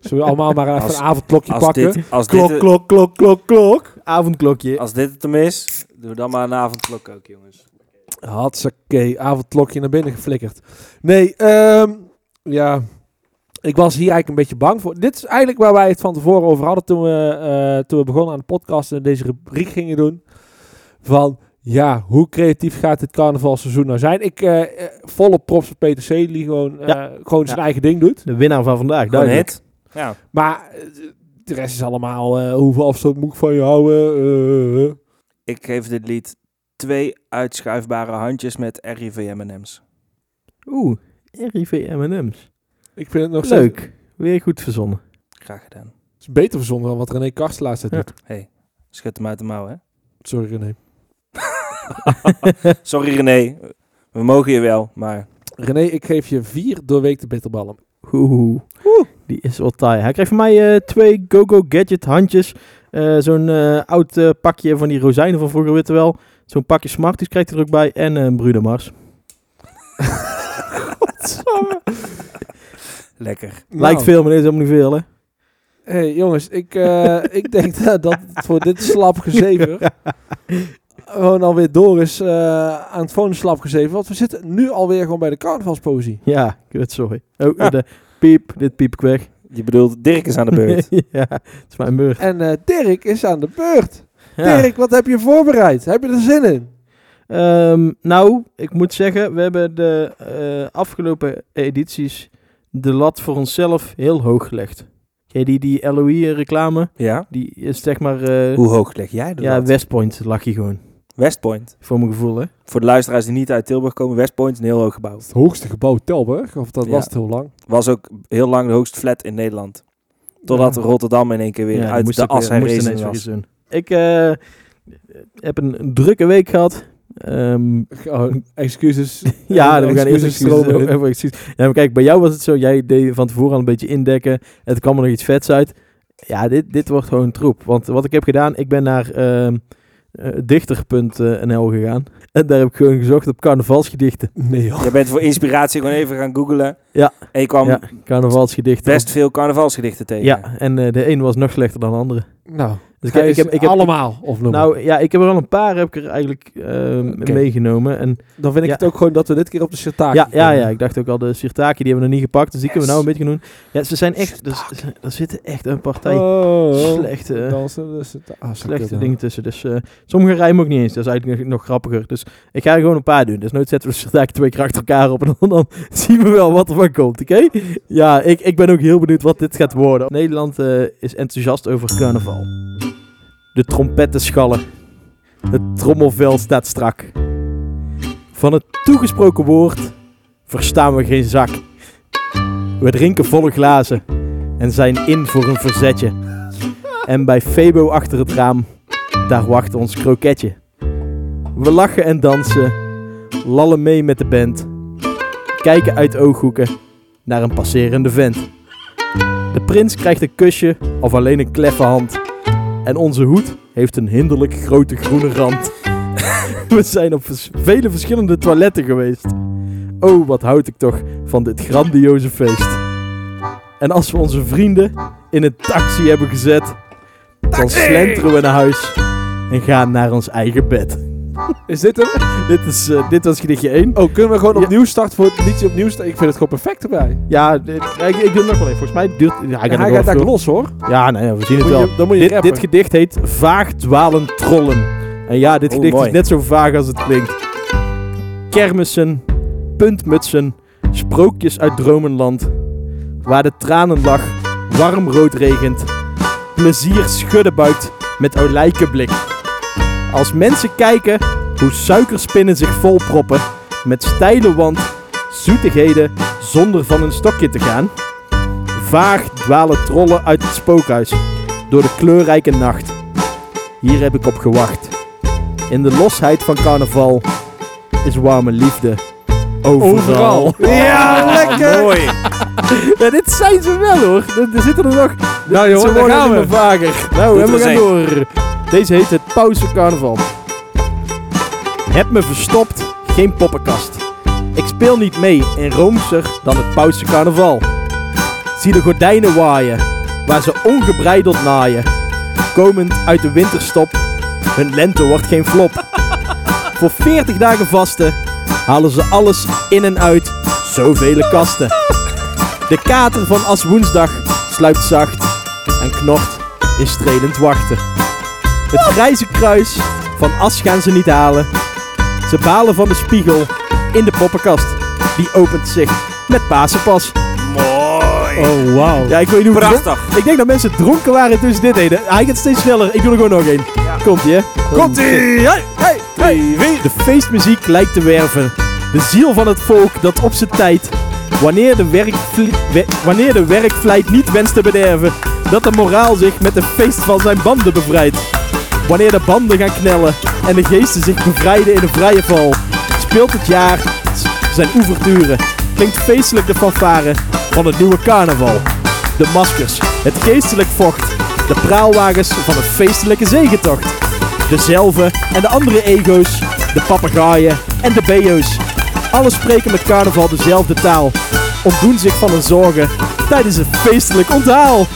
B: Zullen we allemaal maar even
E: Als-
B: een avondklokje
E: Als
B: pakken?
E: dit, als, dit,
D: Klok,
E: het-
D: klok, klok, klok, klok. Avondklokje.
E: als dit het hem is, doe dan maar een avondklok ook, jongens.
B: Hatsakee, avondklokje naar binnen geflikkerd. Nee, ehm, ja, ik was hier eigenlijk een beetje bang voor. Dit is eigenlijk waar wij het van tevoren over hadden toen we, eh, toen we begonnen aan de podcast en deze rubriek gingen doen. Van, ja, hoe creatief gaat dit carnavalseizoen nou zijn? Ik, eh eh, volle props voor Peter C. die gewoon, eh, gewoon zijn
D: Ja.
B: eigen ding doet.
D: De winnaar van vandaag.
E: Gewoon een
D: duidelijk.
E: hit. Ja.
B: Maar eh, de rest is allemaal, eh, hoeveel afstand moet ik van je houden? Eh, eh, eh.
E: Ik geef dit lied twee uitschuifbare handjes met RIV M&M's.
D: Oeh, RIV M&M's.
B: Ik vind het nog steeds-
D: Leuk. Weer goed verzonnen.
E: Graag gedaan.
B: Het is beter verzonnen dan wat René Karst laatst
D: Ja.
B: doet.
E: Schud hem uit de mouw, hè?
B: Sorry René.
E: Sorry René, we mogen je wel, maar
B: René, ik geef je vier doorweekte bitterballen.
D: Oeh, die is wel taai. Hij krijgt van mij eh, twee Go-Go Gadget handjes. Eh, Zo'n eh, oud eh, pakje van die rozijnen van vroeger, weet je wel. Zo'n pakje Smarties krijgt hij er ook bij. En eh, een Bruno Mars.
E: lekker.
D: Lijkt veel, maar dit is helemaal niet veel, hè?
B: hey, jongens, ik, eh, ik denk dat, dat het voor dit slapgezever gewoon alweer door is eh, aan het volgende slapgezever. Want we zitten nu alweer gewoon bij de carnavalspoëzie.
D: Ja, kut, sorry. Oh, de piep, dit piep ik weg.
E: Je bedoelt, Dirk is aan de beurt.
D: ja, het is mijn beurt.
B: En eh, Dirk is aan de beurt.
D: Ja.
B: Dirk, wat heb je voorbereid? Heb je er zin in?
D: Ehm, nou, ik moet zeggen, we hebben de eh, afgelopen edities de lat voor onszelf heel hoog gelegd. Ja, die, die LOE-reclame,
E: ja?
D: die is zeg maar... eh,
E: Hoe hoog leg jij dat?
D: ja, West Point lag je gewoon,
E: West Point.
D: voor mijn gevoel, hè.
E: Voor de luisteraars die niet uit Tilburg komen, West Point is een heel hoog gebouw.
B: Het hoogste gebouw Telburg, of dat
E: Ja.
B: was het heel lang.
E: Was ook heel lang de hoogste flat in Nederland. Totdat Rotterdam in één keer weer
D: Ja,
E: uit
D: moest
E: de
D: ook weer-
E: as
D: moest
E: herrezen
D: ineens weer iets
E: was.
D: doen. Ik eh, heb een, een drukke week gehad. Ehm,
B: Oh, excuses.
D: ja, we gaan eerst
B: Excuses stromen in.
D: even over excuses. Ja, maar kijk, bij jou was het zo, jij deed van tevoren al een beetje indekken. Het kwam er nog iets vets uit. Ja, dit, dit wordt gewoon troep. Want wat ik heb gedaan, ik ben naar ehm, eh, dichter.nl gegaan. En daar heb ik gewoon gezocht op carnavalsgedichten.
B: Nee, joh.
E: Je bent voor inspiratie gewoon even gaan googlen.
D: Ja.
E: En je kwam
D: Ja, carnavalsgedichten.
E: best veel carnavalsgedichten tegen.
D: Ja, en eh, de een was nog slechter dan de andere.
B: Nou,
D: Dus ik,
B: ga
D: heb-
B: je
D: ik heb, ik heb,
B: allemaal of nummer.
D: Nou ja, ik heb er al een paar heb ik er eigenlijk ehm,
B: Oké.
D: meegenomen. En
B: dan vind ik
D: ja.
B: het ook gewoon dat we dit keer op de Sirtaki
D: ja, ja,
B: komen.
D: ja, ik dacht ook al, de Sirtaki, die hebben we nog niet gepakt. Dus die kunnen we nou een beetje gaan doen. Ja, ze zijn echt, dus, ze- er zitten echt een partij
B: Oh,
D: slechte,
B: dansen, dus het- ah, zo
D: slechte
B: kut,
D: dingen tussen. Dus eh, sommige rijmen ook niet eens. Dat is eigenlijk nog, nog grappiger. Dus ik ga er gewoon een paar doen. Dus nooit zetten we de Sirtaki twee keer achter elkaar op. En dan, dan zien we wel wat er van komt, oké? Ja, ik, ik ben ook heel benieuwd wat dit gaat worden. Nederland eh, is enthousiast over carnaval. De trompetten schallen. Het trommelvel staat strak. Van het toegesproken woord verstaan we geen zak. We drinken volle glazen en zijn in voor een verzetje. En bij Febo achter het raam, daar wacht ons kroketje. We lachen en dansen, lallen mee met de band. Kijken uit ooghoeken naar een passerende vent. De prins krijgt een kusje of alleen een kleffe hand. En onze hoed heeft een hinderlijk grote groene rand. We zijn op vers- vele verschillende toiletten geweest. Oh, wat houd ik toch van dit grandioze feest. En als we onze vrienden in een taxi hebben gezet, dan slenteren we naar huis en gaan naar ons eigen bed.
B: Is dit hem?
D: Dit, is, eh, dit was gedichtje 1.
B: Oh, kunnen we gewoon
D: Ja.
B: opnieuw starten voor het liedje opnieuw starten? Ik vind het gewoon perfect erbij.
D: Ja, dit- ja, ik, ik doe het nog wel even. Volgens mij duurt... Ja, hij
B: Ja,
D: nog
B: hij
D: wel
B: gaat daar
D: veel.
B: los hoor.
D: Ja, nee, ja, we zien het
B: Moet je-
D: wel.
B: dan moet je
D: dit,
B: rappen.
D: dit gedicht heet Vaag dwalen trollen. En ja, dit
E: Oh,
D: gedicht
E: mooi.
D: is net zo vaag als het klinkt. Kermissen, puntmutsen, sprookjes uit dromenland. Waar de tranenlach warm rood regent. Plezier schudden buikt met olijkenblik. Als mensen kijken hoe suikerspinnen zich volproppen. Met steile wand, zoetigheden, zonder van hun stokje te gaan. Vaag dwalen trollen uit het spookhuis door de kleurrijke nacht. Hier heb ik op gewacht. In de losheid van carnaval is warme liefde overal.
B: Overal.
D: Ja, lekker!
E: Mooi.
D: Ja, dit zijn ze wel hoor. Er, er zitten er nog.
B: Nou
D: ze
B: jongen, daar
D: worden
B: gaan
D: alleen
B: we.
D: maar vager. Nou, en
E: er
D: we gaan
E: eens
D: door. Deze heet het Pauze Carnaval. Heb me verstopt, geen poppenkast. Ik speel niet mee en roomser dan het Pauze Carnaval. Zie de gordijnen waaien, waar ze ongebreideld naaien. Komend uit de winterstop, hun lente wordt geen flop. Voor 40 dagen vasten halen ze alles in en uit, zoveel kasten. De kater van As Woensdag sluipt zacht en knort is strelend wachten. Het grijze kruis van As gaan ze niet halen. Ze balen van de spiegel in de poppenkast. Die opent zich met Pasenpas.
I: Mooi.
F: Oh, wauw.
D: Ja, ik weet niet hoe
E: Prachtig.
D: Ik denk dat mensen dronken waren toen ze dit deden. Hij gaat steeds sneller. Ik doe er gewoon nog één. Komt ie, hè? Komt ie! Hey, hey, hey. De feestmuziek lijkt te werven. De ziel van het volk dat op zijn tijd. Wanneer de, werkvli- we- wanneer de werkvlijt niet wenst te bederven. Dat de moraal zich met een feest van zijn banden bevrijdt. Wanneer de banden gaan knellen en de geesten zich bevrijden in een vrije val. Speelt het jaar s- zijn oeverturen. Klinkt feestelijk de fanfare van het nieuwe carnaval de maskers, het geestelijk vocht, de praalwagens van het feestelijke zegentocht, de zelven en de andere ego's, de papegaaien en de beo's. Alle spreken met carnaval dezelfde taal, ontdoen zich van hun zorgen tijdens een feestelijk onthaal.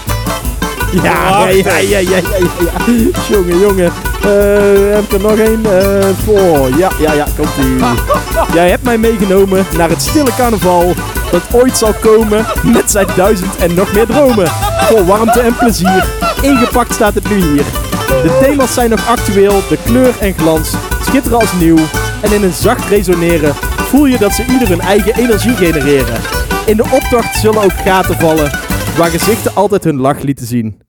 D: Ja, ja, ja, ja, ja, ja, ja. Jongen, jongen. Eh, heb ik er nog één? Eh, voor. Ja, ja, ja, komt ie. Jij hebt mij meegenomen naar het stille carnaval dat ooit zal komen met zijn duizend en nog meer dromen. Vol warmte en plezier, ingepakt staat het nu hier. De thema's zijn nog actueel, de kleur en glans schitteren als nieuw. En in een zacht resoneren voel je dat ze ieder hun eigen energie genereren. In de optocht zullen ook gaten vallen, waar gezichten altijd hun lach lieten zien.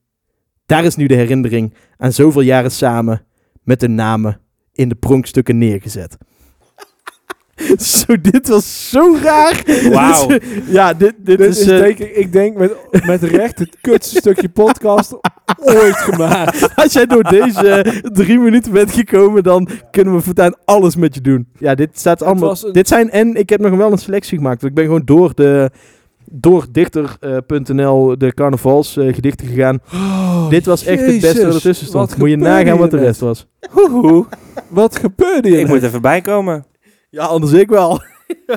D: Daar is nu de herinnering aan zoveel jaren samen met de namen in de pronkstukken neergezet. Zo, dit was zo raar.
E: Wauw.
D: Dit is- ja, dit, dit,
B: Dit
D: is...
B: is,
D: eh,
B: denk ik, ik denk met, met recht het kutste stukje podcast ooit gemaakt.
D: Als jij door deze eh, drie minuten bent gekomen, dan kunnen we voortaan alles met je doen. Ja, dit staat allemaal.
B: was een-
D: Dit zijn en ik heb nog wel een selectie gemaakt. want Ik ben gewoon door de door eh, dichter.nl de carnavals eh, gedichten gegaan. dit was echt het beste wat
B: Oh, Jezus,
D: ertussen stond.
B: wat
D: Moet je
B: gebeurde
D: nagaan wat de
B: hier
D: rest was.
B: Wat gebeurde hier? nou?
E: Ik moet even bijkomen.
D: Ja, anders ik wel.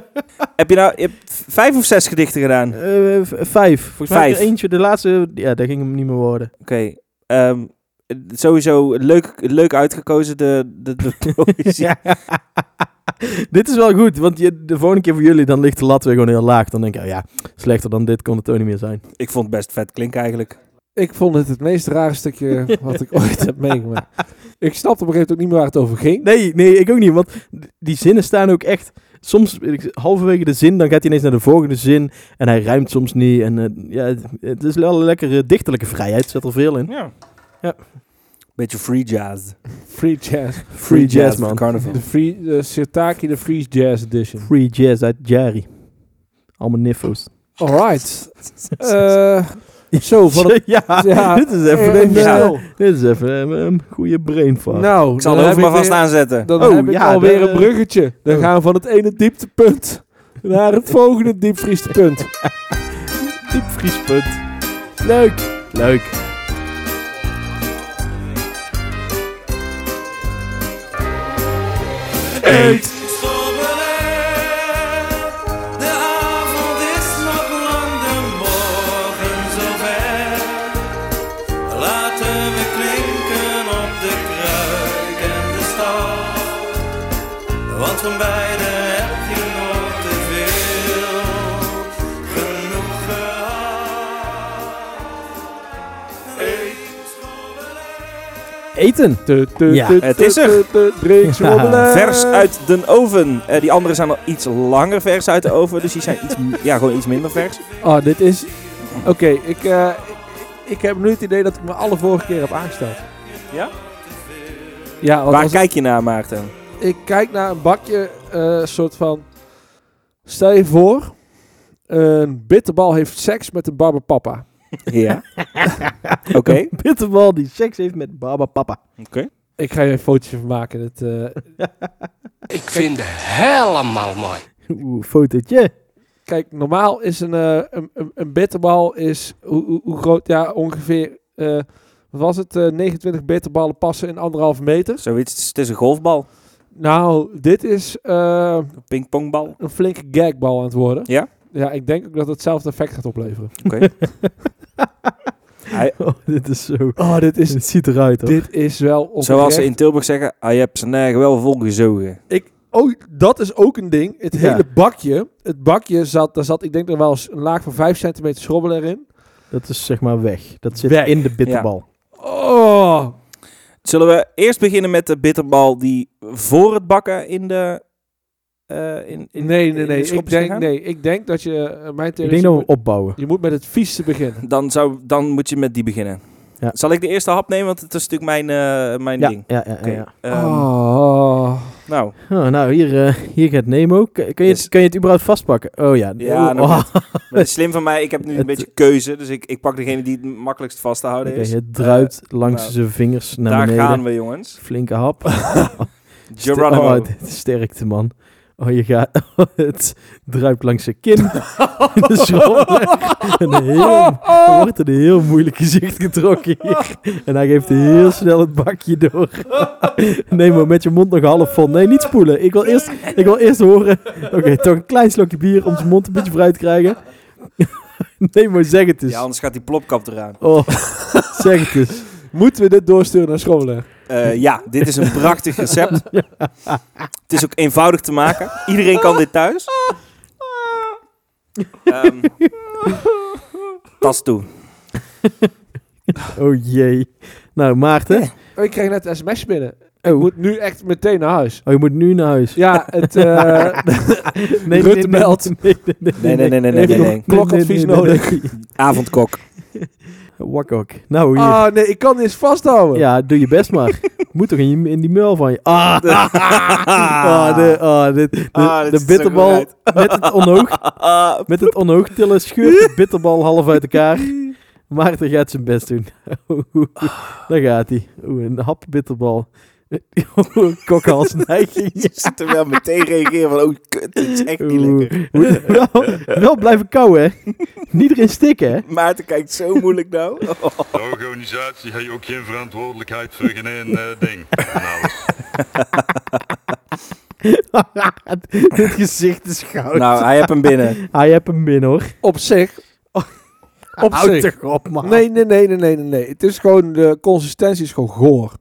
E: Heb je nou je hebt v- vijf of zes gedichten gedaan? Oké.
D: Eh, v- vijf. Volgens mij
E: Vijf.
D: er eentje, de laatste, ja, daar ging hem niet meer worden.
E: ehm, eh, sowieso leuk, leuk uitgekozen, de, de, de poëzie.
D: dit is wel goed, want je, de volgende keer voor jullie, dan ligt de lat weer gewoon heel laag. Dan denk ik, oh ja, slechter dan dit kon het ook niet meer zijn.
E: Ik vond het best vet klinken eigenlijk.
B: Ik vond het het meest rare stukje wat ik ooit heb meegemaakt. Ik snapte op een gegeven moment ook niet meer waar het over ging.
D: Nee, nee, ik ook niet. Want die zinnen staan ook echt. Soms weet ik, halverwege de zin, dan gaat hij ineens naar de volgende zin. En hij ruimt soms niet. En eh, ja, het, het is wel een lekkere dichterlijke vrijheid. Zet er veel in.
E: Ja.
D: Ja.
E: Beetje free jazz.
B: Free jazz.
D: Free jazz, man.
E: Carnival.
B: De free, de Sirtaki, de Free Jazz Edition.
D: Free jazz uit Jerry. Allemaal niffos.
B: Alright. Eh, zo, van het...
D: ja,
B: ja,
D: dit is even,
B: eh,
D: een, eh,
B: nou,
D: dit is even een, een goede brain fart.
B: nou,
E: Ik zal
B: dan
E: de hoofd
B: heb
E: maar
B: ik
E: vast
B: weer-
E: aanzetten.
B: Dan
D: Oh,
B: heb ik
D: ja,
B: alweer
D: de-
B: een bruggetje. Dan
D: Oh.
B: gaan we van het ene dieptepunt naar het volgende diepvriespunt.
D: Diepvriespunt. Leuk. Leuk.
I: De avond is nog lang, de morgen zover. Laten we klinken op de kruik en de stad. Want van beide heb je nog te veel. Genoeg gehad. Eet
D: Eten.
B: Tu, tu,
D: Ja,
B: tu,
E: het
B: tu,
E: is er.
B: tu, tu, drink schrobbelen.
E: Vers uit de oven. Eh, die andere zijn al iets langer vers uit de oven. Dus die zijn iets, m- ja, gewoon iets minder vers.
B: Oh, dit is... Oké, ik, eh, ik, ik heb nu het idee dat ik me alle vorige keer heb aangesteld.
E: Ja?
B: Ja, want
E: Waar
B: als-
E: kijk je naar, Maarten?
B: ik kijk naar een bakje, eh soort van... Stel je voor, een bitterbal heeft seks met een barberpapa.
E: Ja. Oké.
D: Bitterbal die seks heeft met Baba Papa.
B: Ik ga je een fotootje van maken. Het, eh,
H: Ik vind helemaal mooi.
D: Oeh, fotootje.
B: kijk, normaal is een, eh, een, een, een bitterbal is hoe, hoe, hoe groot, ja, ongeveer, eh, wat was het, eh, 29 bitterballen passen in anderhalf meter.
E: Zoiets. Het is een golfbal.
B: Nou, dit is eh,
E: Een pingpongbal.
B: een flinke gagbal aan het worden.
E: Ja?
B: Ja, ik denk ook dat het hetzelfde effect gaat opleveren.
E: Oké. Hij-
D: Oh, dit is zo.
B: Oh, dit is,
D: Dit ziet eruit, hoor.
B: dit is wel
E: Zoals ze
B: onterecht.
E: in Tilburg zeggen, hij hebt zijn eigen wel volgezogen.
B: Oh, dat is ook een ding. Het
D: Ja.
B: hele bakje. Het bakje zat, daar zat, ik denk, er wel eens een laag van 5 centimeter schrobbel erin.
D: Dat is zeg maar weg. Dat zit
B: Weg.
D: in de bitterbal.
B: Oh,
E: Zullen we eerst beginnen met de bitterbal die voor het bakken in de eh, in, in
B: nee,
E: in
B: nee,
E: de
B: nee. Ik
E: schoppers
B: denk,
E: gaan?
B: nee. Ik denk dat je... eh, mijn
D: Ik
B: theorie
D: denk
B: is,
D: dat
B: je
D: we
B: moet-
D: hem opbouwen.
B: je moet met het vieste beginnen.
E: Dan, zou, dan moet je met die beginnen.
D: Ja.
E: Zal ik de eerste hap nemen? Want het is natuurlijk mijn, eh, mijn
D: Ja, ja,
E: ding.
D: ja. ja,
E: Oké,
D: ja.
E: ehm,
B: oh.
E: Nou,
D: Oh, nou, hier, eh, hier gaat Nemo. K- Kun je,
E: Yes.
D: het, kun je het überhaupt vastpakken? Oh ja.
E: Ja, nou,
D: Oh, oh.
E: nog maar het is slim van mij. Ik heb nu een
D: Het-
E: beetje keuze. Dus ik, ik pak degene die het makkelijkst vast te houden
D: Oké,
E: is.
D: het druipt langs
E: nou,
D: zijn vingers naar
E: Daar
D: beneden.
E: gaan we, jongens.
D: Flinke hap.
E: Geronimo.
D: Oh, dit is sterkte, man. Oh, je gaat... het druipt langs zijn kin. de schouder. Een heel... Er wordt een heel moeilijk gezicht getrokken hier. En hij geeft heel snel het bakje door. nee, maar met je mond nog half vol. Nee, niet spoelen. Ik wil eerst, ik wil eerst horen... Oké, toch een klein slokje bier om zijn mond een beetje vrij te krijgen. nee, maar zeg het eens.
E: Ja, anders gaat die plopkap eraan.
D: Oh, zeg het eens.
B: Moeten we dit doorsturen naar scholen?
E: Eh, ja, dit is een prachtig recept. Het is ook eenvoudig te maken. Iedereen kan dit thuis. Ehm, tas toe.
D: Oh jee. Nou, Maarten.
B: Oh, ik kreeg net een sms binnen. Ik
D: Oh.
B: moet nu echt meteen naar huis.
D: Oh, je moet nu naar huis.
B: Ja, het... eh,
D: Nee,
B: Rutte belt.
D: Nee, nee, nee.
E: Nee, nee, nee, nee, nee,
B: Even
E: nee.
B: nog
E: nee.
B: klokadvies nodig.
E: Avondkok.
D: Wakkok. Nou, hier.
B: Ah, nee, ik kan dit vasthouden.
D: Ja, doe je best maar. Moet toch in, je- in die muil van je. Ah, ah, de, ah dit, de,
E: Ah, dit
D: de
E: ziet er
D: bitterbal
E: zo
D: met het onhoog. Met het onhoog tillen scheurt de bitterbal half uit elkaar. Maarten gaat zijn best doen. Daar gaat hij. Oeh, een hap bitterbal. Kokhals neiging.
E: zit er wel meteen reageren van, oh kut, dit is echt
D: Oeh. Moet- Wel, wel blijven kauwen, hè? Niet erin stikken, hè?
E: Maarten kijkt zo moeilijk nou.
M: De organisatie heeft ook geen verantwoordelijkheid voor geen één, eh, ding. En alles.
D: Dit gezicht is goud.
E: nou, hij heeft hem binnen.
D: Hij hebt hem binnen, hoor.
B: Op zich. Op
D: Houd
B: zich.
D: toch op, man.
B: Nee, nee, nee, nee, nee, nee, nee. Het is gewoon, de consistentie is gewoon goor.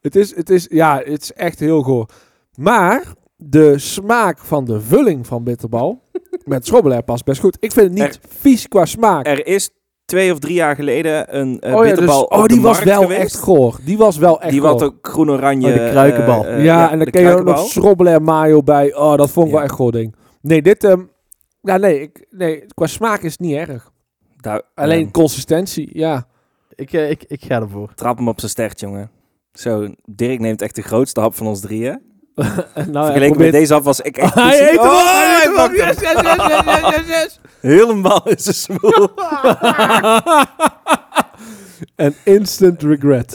B: Het is, het is, ja, het is echt heel goor. Maar de smaak van de vulling van bitterbal met schrobbelair past best goed. Ik vind het niet vies qua smaak.
E: Er is twee of drie jaar geleden een eh,
B: oh ja, dus,
E: bitterbal
B: oh,
E: op de
B: die was
E: markt
B: wel
E: geweest.
B: echt goor. Die was wel echt
E: Die
B: goor.
E: wat ook groen-oranje...
D: Oh, de kruikenbal.
E: eh,
B: ja,
E: eh,
B: en dan
E: de
B: kreeg je ook nog
E: kruikenbal.
B: schrobbelair mayo bij. Oh, dat vond ik wel
E: Ja.
B: echt goor ding. Nee, dit, ehm, ja, nee, ik, nee, qua smaak is het niet erg.
E: Daar-
B: Alleen
E: ja,
B: consistentie, ja.
D: Ik, eh, ik, ik ga ervoor.
E: trap hem op zijn stert, jongen. Zo, Dirk neemt echt de grootste hap van ons drieën.
B: Nou,
E: Vergeleken met deze hap was ik echt... Oh,
B: Hij eet hem op, hij eet hem op.
E: pakt hem.
B: Yes, yes, yes, yes, yes, yes, yes.
E: Helemaal is een smoel. Oké,
B: Een instant regret.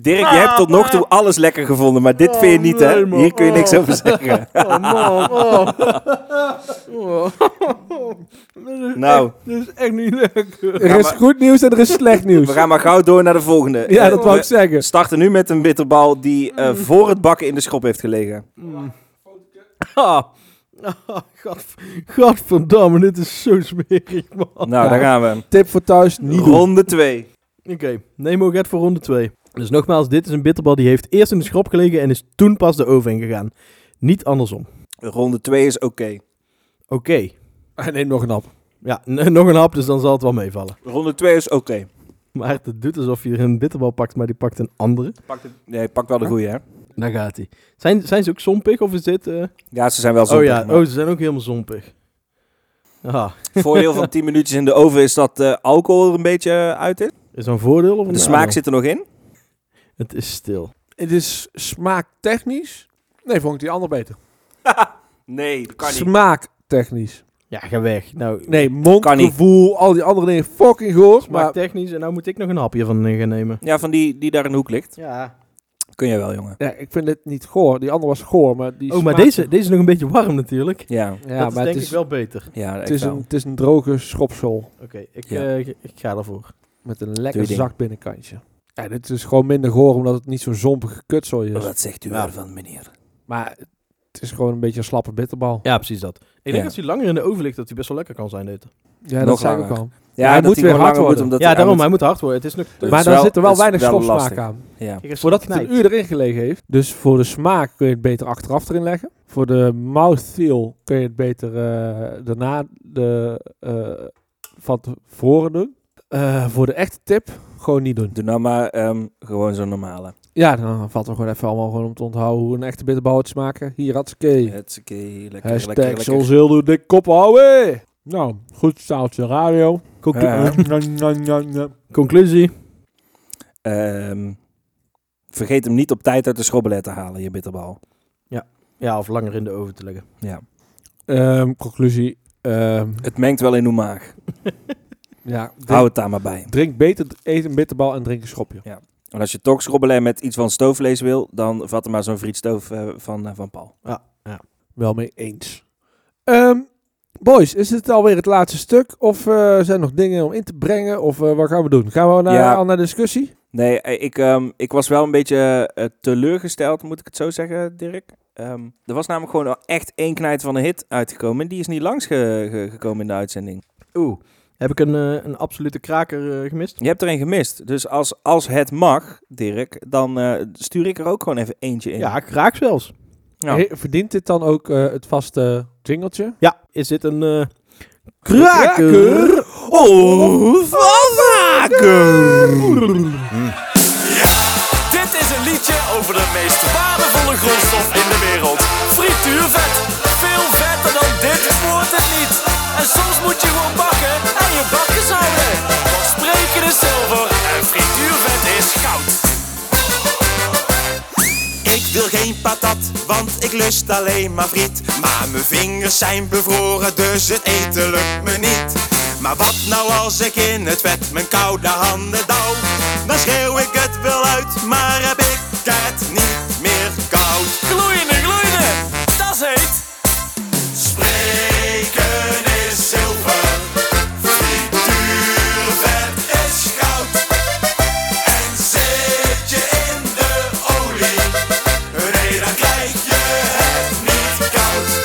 E: Dirk, je hebt tot nog toe alles lekker gevonden, maar dit vind je niet,
B: Oh,
E: hè? Hier kun je niks over zeggen.
B: oh.
E: Nou,
B: Dat is echt niet leuk. Er
E: Ah.
B: is goed nieuws en er is slecht nieuws.
E: we gaan maar gauw door naar de volgende.
B: Ja,
E: Eh,
B: dat wou ik
E: we
B: zeggen.
E: starten nu met een bitterbal die eh, voor het bakken in de schop heeft gelegen.
D: Ah. Ah, Godv Godverdamme, dit is zo smerig, man.
E: Nou, daar gaan we.
B: Tip voor thuis, niet doen.
E: Ronde 2.
D: Oké, Nemo gaat voor ronde 2. Dus nogmaals, dit is een bitterbal die heeft eerst in de schrop gelegen en is toen pas de oven ingegaan. Niet andersom.
E: Ronde 2 is oké.
D: Oké.
B: Hij neemt nog een hap.
D: Ja, n- nog een hap, dus dan zal het wel meevallen.
E: Ronde 2 is oké.
D: Maar het doet alsof je een bitterbal pakt, maar die pakt een andere.
E: Pak de- Nee, pak wel de goede, hè?
D: Daar gaat hij. Zijn, zijn ze ook zompig of is dit... eh,
E: Ja, ze zijn wel zo.
D: oh ja, oh, ze zijn ook helemaal zompig. Ah,
E: Voordeel van 10 minuutjes in de oven is dat eh, alcohol er een beetje eh, uit is.
D: is dat een voordeel of een
E: De smaak
D: nadeel?
E: zit er nog in.
D: Het is stil.
B: Het is smaaktechnisch. Nee, vond ik die ander beter.
E: Nee, dat
B: Smaaktechnisch.
D: Ja, ga weg. Nou,
B: Nee,
E: Kan niet.
B: mondgevoel, al die andere dingen. Fucking goor.
D: maar
B: Maar
D: technisch, en nou moet ik nog een hapje van eh, gaan nemen.
E: Ja, van die die daar in de hoek ligt.
D: Ja.
E: Kun jij wel, jongen.
B: ja, ik vind het niet goor. Die andere was goor, maar die
D: Oh, maar
B: smaakt-
D: deze, deze is nog een beetje warm natuurlijk.
E: Ja,
B: Ja,
D: dat is
B: maar
D: denk
B: het is,
D: ik wel beter.
E: ja
B: het,
E: echt
B: is
E: wel.
B: een, het is een droge schropsel.
D: Oké, ik,
E: Ja.
D: eh, ik- ik ga ervoor.
B: Met een
E: Doe
B: lekker
E: je ding.
B: zak binnenkantje. Ja, dit is gewoon minder goor, omdat het niet zo'n zompige kutzooi is.
E: Oh, Wat zegt u
D: Ja.
E: ervan, meneer?
B: Maar het is gewoon een beetje een slappe bitterbal.
D: Ja, precies dat. Ik denk
E: Ja.
D: dat hij langer in de oven ligt, dat hij best wel lekker kan zijn. Dit.
B: Ja,
E: Nog
B: dat zei ik ook
E: langer.
B: al.
E: Ja,
B: hij
E: dat
B: moet weer
E: gewoon
B: hard
E: langer wordt,
B: worden.
E: omdat
D: Ja,
E: hij-
D: daarom,
E: hij
D: hij moet hard worden. Het is nog...
E: moet-
B: Maar
E: dat is
B: daar zit er wel
E: dat is
B: weinig schopsmaak
E: lastig.
B: aan.
E: Ja.
B: Voordat het een uur erin gelegen heeft. Dus voor de smaak kun je het beter achteraf erin leggen. Voor de mouthfeel kun je het beter eh, daarna de, eh, van tevoren doen. Eh, voor de echte tip, gewoon niet doen.
E: Doe nou maar ehm, gewoon zo'n normale.
B: Ja, dan valt er gewoon even allemaal gewoon om te onthouden hoe een echte bitterballetjes maken. Hier, hartstikke.
E: Het is oké, lekker, lekker,
B: Hashtag
E: lekker.
B: zoals heel de dik kop houden. Nou, goed staaltje radio. Eh,
E: Ja.
D: Conclusie.
E: Ehm, vergeet hem niet op tijd uit de schrobbelet te halen, je bitterbal.
D: Ja, of langer in de oven te leggen.
B: Ehm, conclusie. ehm,
E: Het mengt wel in uw maag.
B: ja, drink,
E: Hou het daar maar bij.
B: drink beter, eet een bitterbal en drink een schopje.
E: En als je toch schrobbelet met iets van stoofvlees wil, dan vat er maar zo'n frietstoof eh, van, eh, van Paul.
B: Wel mee eens. Ehm, boys, is dit alweer het laatste stuk? Of eh, zijn er nog dingen om in te brengen? Of eh, wat gaan we doen? Gaan we naar,
E: Ja.
B: al naar discussie?
E: Nee, eh, ik, ehm, ik was wel een beetje eh, teleurgesteld, moet ik het zo zeggen, Dirk. Ehm, er was namelijk gewoon echt één knijt van een hit uitgekomen. En die is niet langs ge- ge- gekomen in de uitzending.
D: Oeh, heb ik een, eh, een absolute kraker eh, gemist?
E: Je hebt er één gemist. Dus als, als het mag, Dirk, dan eh, stuur ik er ook gewoon even eentje in.
D: Ja, kraak zelfs.
E: Nou.
B: He- verdient dit dan ook eh, het vaste jingeltje?
D: Ja, is dit een eh, kraker?
E: Of
I: Dit is een liedje over de meest waardevolle grondstof in de wereld. Frituurvet. Veel vetter dan dit wordt het niet. En soms moet je gewoon bakken en je bakken zouden. Want spreken is zilver en frituurvet is goud. Ik wil geen patat, want ik lust alleen maar friet. Maar mijn vingers zijn bevroren, dus het eten lukt me niet. Maar wat nou als ik in het vet mijn koude handen douw? Dan schreeuw ik het wel uit, maar heb ik het niet meer koud. Gloeiende, gloeiende, dat is heet. Spreken is zilver, frituurvet is goud. En zit je in de olie? Nee, dan krijg je het niet koud.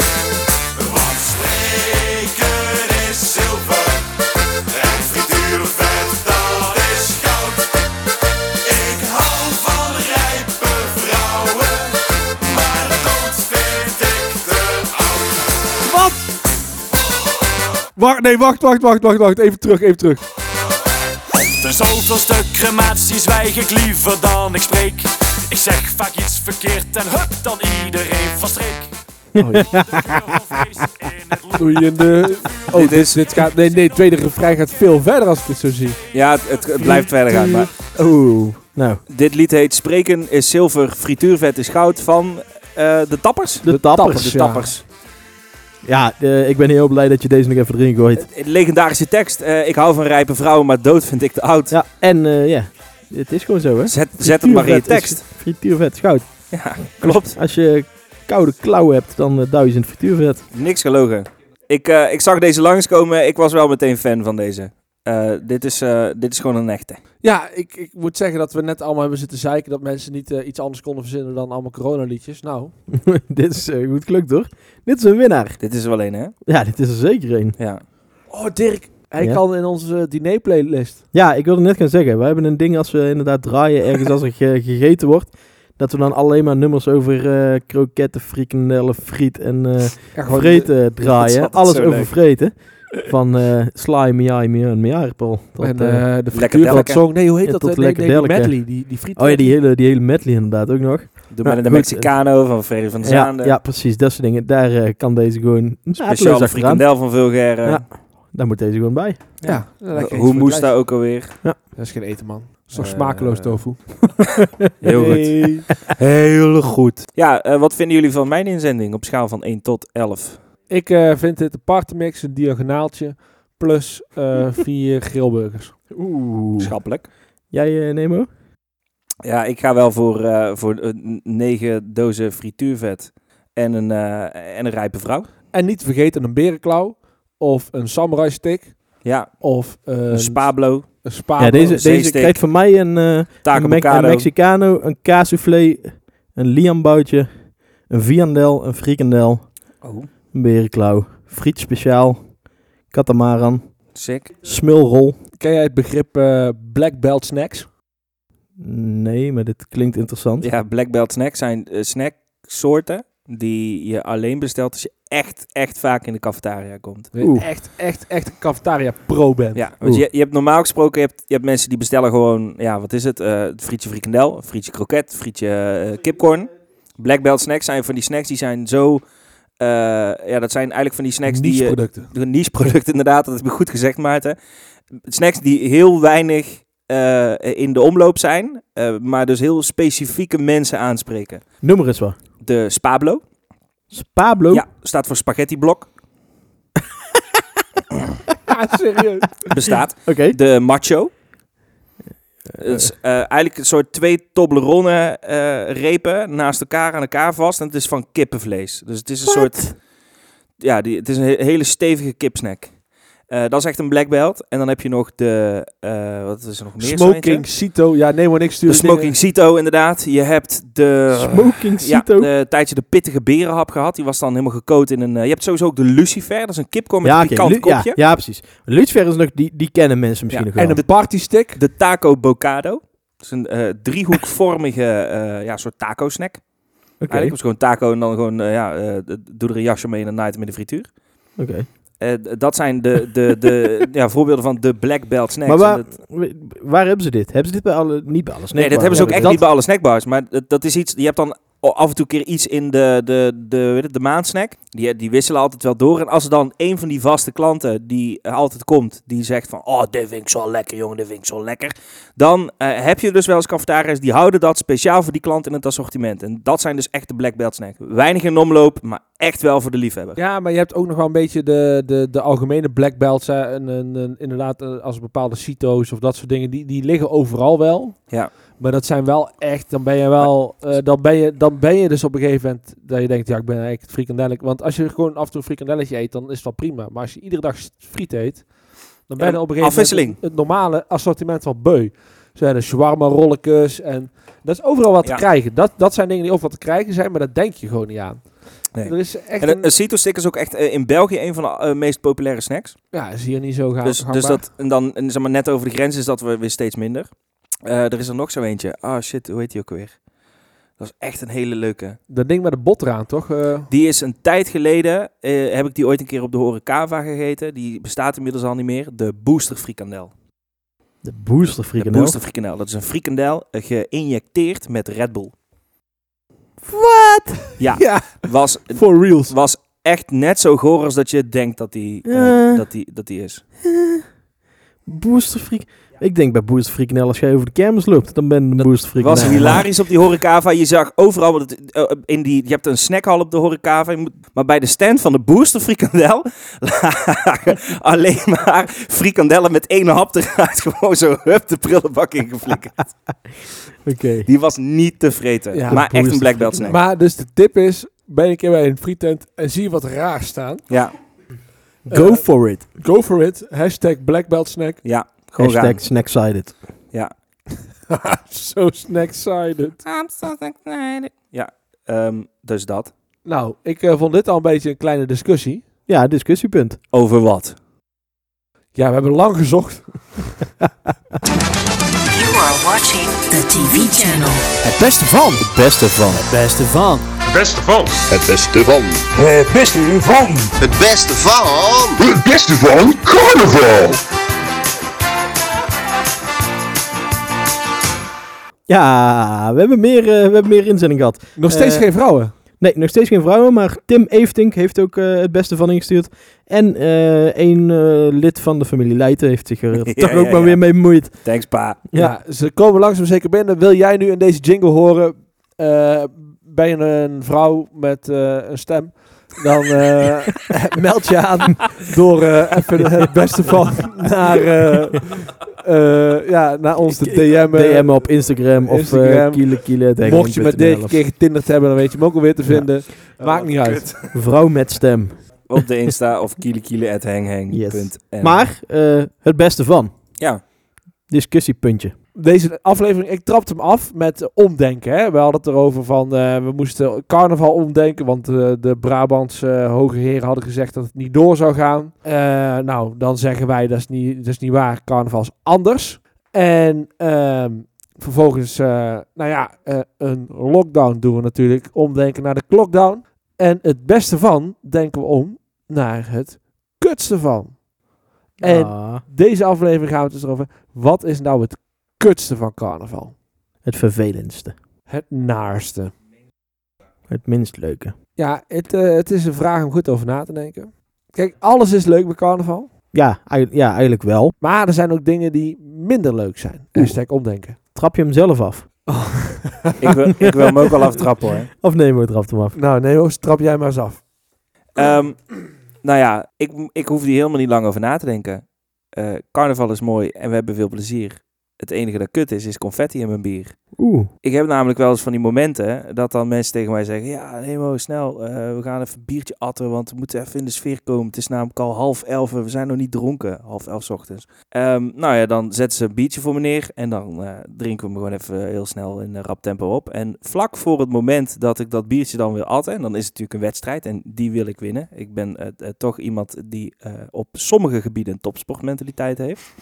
I: Want spreken is zilver. En frituurvet, dat is goud. Ik hou van rijpe vrouwen. Maar dood vind ik te oud.
B: Wacht, nee, wacht, wacht, wacht, wacht, wacht. Even terug, even terug.
I: De zoveelste crematie zwijg ik liever dan ik spreek. Ik zeg vaak iets verkeerd en hup, dan iedereen van streek.
E: Oh,
B: Vloeiende. Oh, dit, is, dit gaat. Nee, nee, tweede refrein gaat veel verder als ik het zo zie.
E: Ja, het, het, het blijft verder gaan. Maar
D: Oeh, nou,
E: dit lied heet Spreken is zilver, frituurvet is goud van eh, de tappers.
D: de, tappers.
E: de tappers.
D: Ja, eh, ik ben heel blij dat je deze nog even erin gooit.
E: Eh, Legendarische tekst. eh, ik hou van rijpe vrouwen, maar dood vind ik te oud.
D: Ja, en eh, ja, het is gewoon zo, hè?
E: Zet, zet het maar in je
D: Frituurvet is-
E: tekst.
D: Frituurvet is goud.
E: Ja, klopt.
D: Als je koude klauwen hebt, dan eh, duw je ze in het frituurvet.
E: Niks gelogen. Ik, eh, ik zag deze langskomen. Ik was wel meteen fan van deze. Eh, dit, is, eh, dit is gewoon een echte.
B: Ja, ik, ik moet zeggen dat we net allemaal hebben zitten zeiken dat mensen niet eh, iets anders konden verzinnen dan allemaal coronaliedjes. Nou,
D: dit is eh, goed gelukt, hoor. Dit is een winnaar.
E: Dit is er wel een, hè?
D: Ja, dit is er zeker een.
E: Ja.
B: oh Dirk, hij
D: Ja?
B: kan in onze eh, dinerplaylist.
D: Ja, ik wilde net gaan zeggen, we hebben een ding als we inderdaad draaien ergens als er ge- gegeten wordt, dat we dan alleen maar nummers over eh, kroketten, frikandellen, friet en eh,
B: Ja, gewoon
D: vreten
E: is
D: draaien.
E: altijd
D: Alles
E: zo
D: over
E: leuk.
D: vreten. Van eh sla, miai, miai, miai, Paul.
B: De,
D: Dat,
B: en,
D: eh,
B: eh,
E: lekker
B: de frituur van het
E: delken.
B: song. Nee, hoe heet
D: Ja,
B: dat?
D: tot
B: Eh, nee,
D: lekker
B: nee, die
D: delken.
B: medley, die, die friet.
D: oh ja, die hele, die hele medley inderdaad ook nog.
E: Doe
D: Nou,
E: maar de
D: goed.
E: Mexicano van Freddy van der
D: Ja,
E: Zaande.
D: ja, precies. Dat soort dingen. Daar eh, kan deze gewoon...
E: Speciale frikandel van Vulgaire.
D: Ja. Daar moet deze gewoon bij.
B: Ja, lekker
E: Hoe
B: iets voor
E: moest
B: het
E: dat ook alweer?
B: lijf. Dat is geen eten, man. Dat is toch
E: Eh,
B: smakeloos tofu.
E: Heel goed. Heel goed. Ja, eh, wat vinden jullie van mijn inzending op schaal van 1 tot 11?
B: Ik eh, vind dit een partemix, een diagonaaltje, plus eh, vier grillburgers.
D: Oeh.
E: Schappelijk.
D: Jij, eh Nemo?
E: Ja, ik ga wel voor, eh, voor eh, n- negen dozen frituurvet en een, eh, en een rijpe vrouw.
B: En niet te vergeten een berenklauw, of een samurai stick,
E: Ja,
B: of een,
E: een Spablo,
B: een spa.
D: Ja, deze, deze
E: zeesteek.
D: krijgt van mij een... eh,
E: taco
D: een, Mex- een
E: Bocado.
D: Mexicano, een kaassoufflé, een liamboutje, een viandel, een frikandel,
E: Oh,
D: een berenklauw, friet speciaal, katamaran,
E: sick.
D: smulrol.
B: Ken jij het begrip eh, black belt snacks?
D: Nee, maar dit klinkt interessant.
E: eh, Ja, Black Belt snacks zijn snack snacksoorten die je alleen bestelt als je echt, echt vaak in de cafetaria komt.
B: Oeh.
D: Echt, echt, echt een cafetaria pro bent.
E: Ja, want
D: Oeh.
E: je, je hebt normaal gesproken, je hebt, je hebt mensen die bestellen gewoon, ja, wat is het? Eh frietje frikandel, frietje kroket, frietje eh, kipcorn. Black Belt snacks zijn van die snacks, die zijn zo... eh, ja, dat zijn eigenlijk van die snacks die... je-
B: producten.
E: een niche-product inderdaad, dat heb je goed gezegd Maarten. Snacks die heel weinig eh, in de omloop zijn, eh, maar dus heel specifieke mensen aanspreken.
D: Noem maar eens wat.
E: De Spablo,
D: Pablo.
E: ja, staat voor spaghetti blok,
D: serieus.
E: bestaat.
D: Oké.
E: De Macho. Dat is eh, eigenlijk een soort twee Toblerone eh, repen naast elkaar aan elkaar vast. En het is van kippenvlees. Dus het is een soort... Ja, die, het is een he- hele stevige kipsnack. Eh, dat is echt een black belt. En dan heb je nog de... eh, wat is er nog meer? Sijntje?
B: Smoking Cito. Ja, nee, maar niks
E: De
B: sturen.
E: Smoking Cito, inderdaad. Je hebt de...
D: Smoking Cito.
E: Ja, een tijdje de pittige berenhap gehad. Die was dan helemaal gekookt in een... eh, je hebt sowieso ook de Lucifer. Dat is een kipcorn met
D: Ja,
E: een
D: oké,
E: pikant
D: Lu- ja,
E: kopje.
D: ja, precies. Lucifer is nog, die, die kennen mensen misschien
E: Ja,
D: nog wel.
B: En een party stick.
E: De taco bocado. Dat is een eh, driehoekvormige eh, ja, soort taco-snack.
D: Oké,
E: Eigenlijk is gewoon taco en dan gewoon, eh, ja, eh, d- doe er een jasje mee en dan naait hem in de frituur.
D: oké.
E: Eh, d- dat zijn de, de, de ja, voorbeelden van de black belt snacks.
D: Maar waar,
E: En dat-
D: waar hebben ze dit? Hebben ze dit bij alle... Niet bij alle
E: nee, dat
D: snackbars.
E: hebben ze ook echt
D: Dat-
E: niet bij alle snackbars. Maar dat, dat is iets, je hebt dan o- af en toe een keer iets in de, de, de, weet het, de maandsnack. Die, die wisselen altijd wel door. En als er dan een van die vaste klanten die eh, altijd komt, die zegt van, oh, dit vind ik zo lekker, jongen, dit vind ik zo lekker. Dan eh, heb je dus wel eens cafetaria's die houden dat speciaal voor die klant in het assortiment. En dat zijn dus echt de black belt snack. Weinig in omloop, maar echt wel voor de liefhebber.
B: Ja, maar je hebt ook nog wel een beetje de, de, de algemene black belts. hè, En, en, en inderdaad, eh, als bepaalde CITO's of dat soort dingen, die, die liggen overal wel.
E: Ja.
B: Maar dat zijn wel echt, dan ben je wel, eh, dan, ben je, dan ben je dus op een gegeven moment dat je denkt, ja, ik ben eigenlijk het frikandelletje. Want als je gewoon af en toe een frikandelletje eet, dan is dat prima. Maar als je iedere dag s- friet eet, dan ben je
E: Ja,
B: op een gegeven
E: afwisseling.
B: moment het, het normale assortiment wel beu. Zo zijn er shawarma rolletjes en dat is overal wat
E: Ja.
B: te krijgen. Dat, dat zijn dingen die overal te krijgen zijn, maar dat denk je gewoon niet aan.
E: Nee.
B: Er is echt
E: En
B: een-
E: een cito stick is ook echt eh, in België een van de eh, meest populaire snacks.
B: Ja, is hier niet zo gaan.
E: dus, dus dat, en dan en zeg maar, net over de grens is dat we weer steeds minder. Eh, er is er nog zo eentje. Ah shit, hoe heet die ook weer? Dat is echt een hele leuke.
B: dat ding met de bot eraan, toch? Eh,
E: Die is een tijd geleden, eh, heb ik die ooit een keer op de Horecava gegeten. Die bestaat inmiddels al niet meer. De Booster Frikandel.
D: De booster
E: De
D: frikandel.
E: Booster Frikandel. Dat is een frikandel eh, geïnjecteerd met Red Bull. Wat? Ja.
D: Ja.
E: Was,
D: For reals.
E: was echt net zo goor als dat je denkt dat die, eh,
D: Eh.
E: dat die, dat die is.
D: Booster frik... Ik denk bij booster frikandel, als jij over de kermis loopt, dan ben je een booster frikandel.
E: was hilarisch op die horecava. Je zag overal, want het, eh, in die, je hebt een snackhal op de horecava. je moet- Maar bij de stand van de Booster Frikandel lagen alleen maar frikandellen met één hap eruit. Gewoon zo hup de prullenbak ingeflikkerd.
D: Oké.
E: Die was niet te vreten.
B: Ja,
E: maar echt
D: Booster
E: een black belt snack.
B: Maar dus de tip is, ben een keer bij een frietent en zie wat raar staan.
E: Ja,
D: Go
B: Eh,
D: for it.
B: Go for it. Hashtag Black Belt Snack.
E: ja. Gewoon gaan.
D: Hashtag snacksided.
B: Zo snack-sided.
E: Ehm, dus dat.
B: Nou, ik eh, vond dit al een beetje een kleine discussie.
D: Ja, discussiepunt.
E: Over wat?
B: Ja, we hebben lang gezocht.
N: You are watching the TV channel.
D: Het beste van. Het beste van. Het beste van.
M: Beste van.
I: Het beste van. Het beste van.
M: Het beste van carnaval.
D: Ja, we hebben meer, eh, we hebben meer inzending gehad.
B: Nog steeds
D: Eh,
B: geen vrouwen.
D: Nee, nog steeds geen vrouwen, maar Tim Eeftink heeft ook eh, het beste van ingestuurd. En eh één eh, lid van de familie Leijten heeft zich er
E: Ja,
D: toch
E: ja,
D: ook maar
E: ja.
D: weer mee bemoeid.
E: Thanks, pa.
B: Ja. ze komen langzaam zeker binnen. Wil jij nu in deze jingle horen eh, bij een, een vrouw met eh, een stem? Dan eh, meld je aan door eh, even het beste van naar, eh, eh, ja, naar ons te DM'en.
D: DM op Instagram of eh
B: Instagram.
D: kiele kiele. tegen
B: Mocht je met
D: Henk.nl
B: deze keer getinderd hebben, dan weet je hem ook alweer te vinden. Maakt niet uit.
D: of Vrouw met stem.
E: Op de Insta of kielekiele.hengheng.
D: Yes. Maar eh, het beste van.
E: Ja.
D: Discussiepuntje.
B: Deze aflevering, ik trapte hem af met eh, omdenken. Hè? We hadden het erover van, eh, we moesten carnaval omdenken. Want eh, de Brabantse eh, hoge heren hadden gezegd dat het niet door zou gaan. Eh, nou, dan zeggen wij, dat is niet, dat is niet waar. Carnaval is anders. En ehm, vervolgens, eh, nou ja, eh, een lockdown doen we natuurlijk. Omdenken naar de clockdown. Eh, En het beste van denken we om naar het kutste van. En
D: Ah,
B: deze aflevering gaan we het dus over. Wat is nou het kutste van carnaval?
D: het vervelendste.
B: Het naarste.
D: Het minst leuke.
B: Ja, het, eh, het is een vraag om goed over na te denken. Kijk, alles is leuk bij carnaval.
D: Ja, eigenlijk, ja, eigenlijk wel.
B: Maar er zijn ook dingen die minder leuk zijn. Hashtag omdenken. Oh.
D: Trap je hem zelf af?
E: Ik wil, ik wil hem ook al aftrappen hoor.
D: Of nee, we trapt hem af.
B: Nou, nee, Neos, trap jij maar eens af.
E: Ehm, nou ja, ik, ik hoef hier helemaal niet lang over na te denken. Eh, carnaval is mooi en we hebben veel plezier. Het enige dat kut is, is confetti in mijn bier.
D: Oeh.
E: Ik heb namelijk wel eens van die momenten dat dan mensen tegen mij zeggen... Ja, nee, Mo, snel, eh, we gaan even een biertje atten, want we moeten even in de sfeer komen. Het is namelijk al half elf en we zijn nog niet dronken. Half elf 's ochtends. Ehm, nou ja, dan zetten ze een biertje voor me neer en dan eh, drinken we hem gewoon even heel snel in een rap tempo op. En vlak voor het moment dat ik dat biertje dan wil atten, en dan is het natuurlijk een wedstrijd en die wil ik winnen. Ik ben eh, eh, toch iemand die eh, op sommige gebieden een topsportmentaliteit heeft.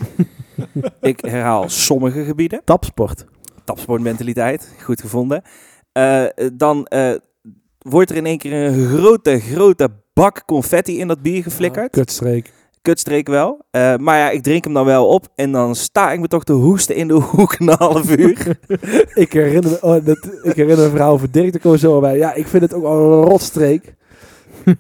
E: ik herhaal sommige gebieden
D: Tapsport.
E: tapsportmentaliteit, goed gevonden. Eh, dan eh, wordt er in één keer een grote, grote bak confetti in dat bier geflikkerd.
B: Kutstreek.
E: Kutstreek wel. Eh, maar ja, ik drink hem dan wel op en dan sta ik me toch te hoesten in de hoek een half uur.
B: ik, herinner me, oh, dat, ik herinner me een verhaal over Dirk, daar komen we zo bij. Ja, ik vind het ook al een rotstreek.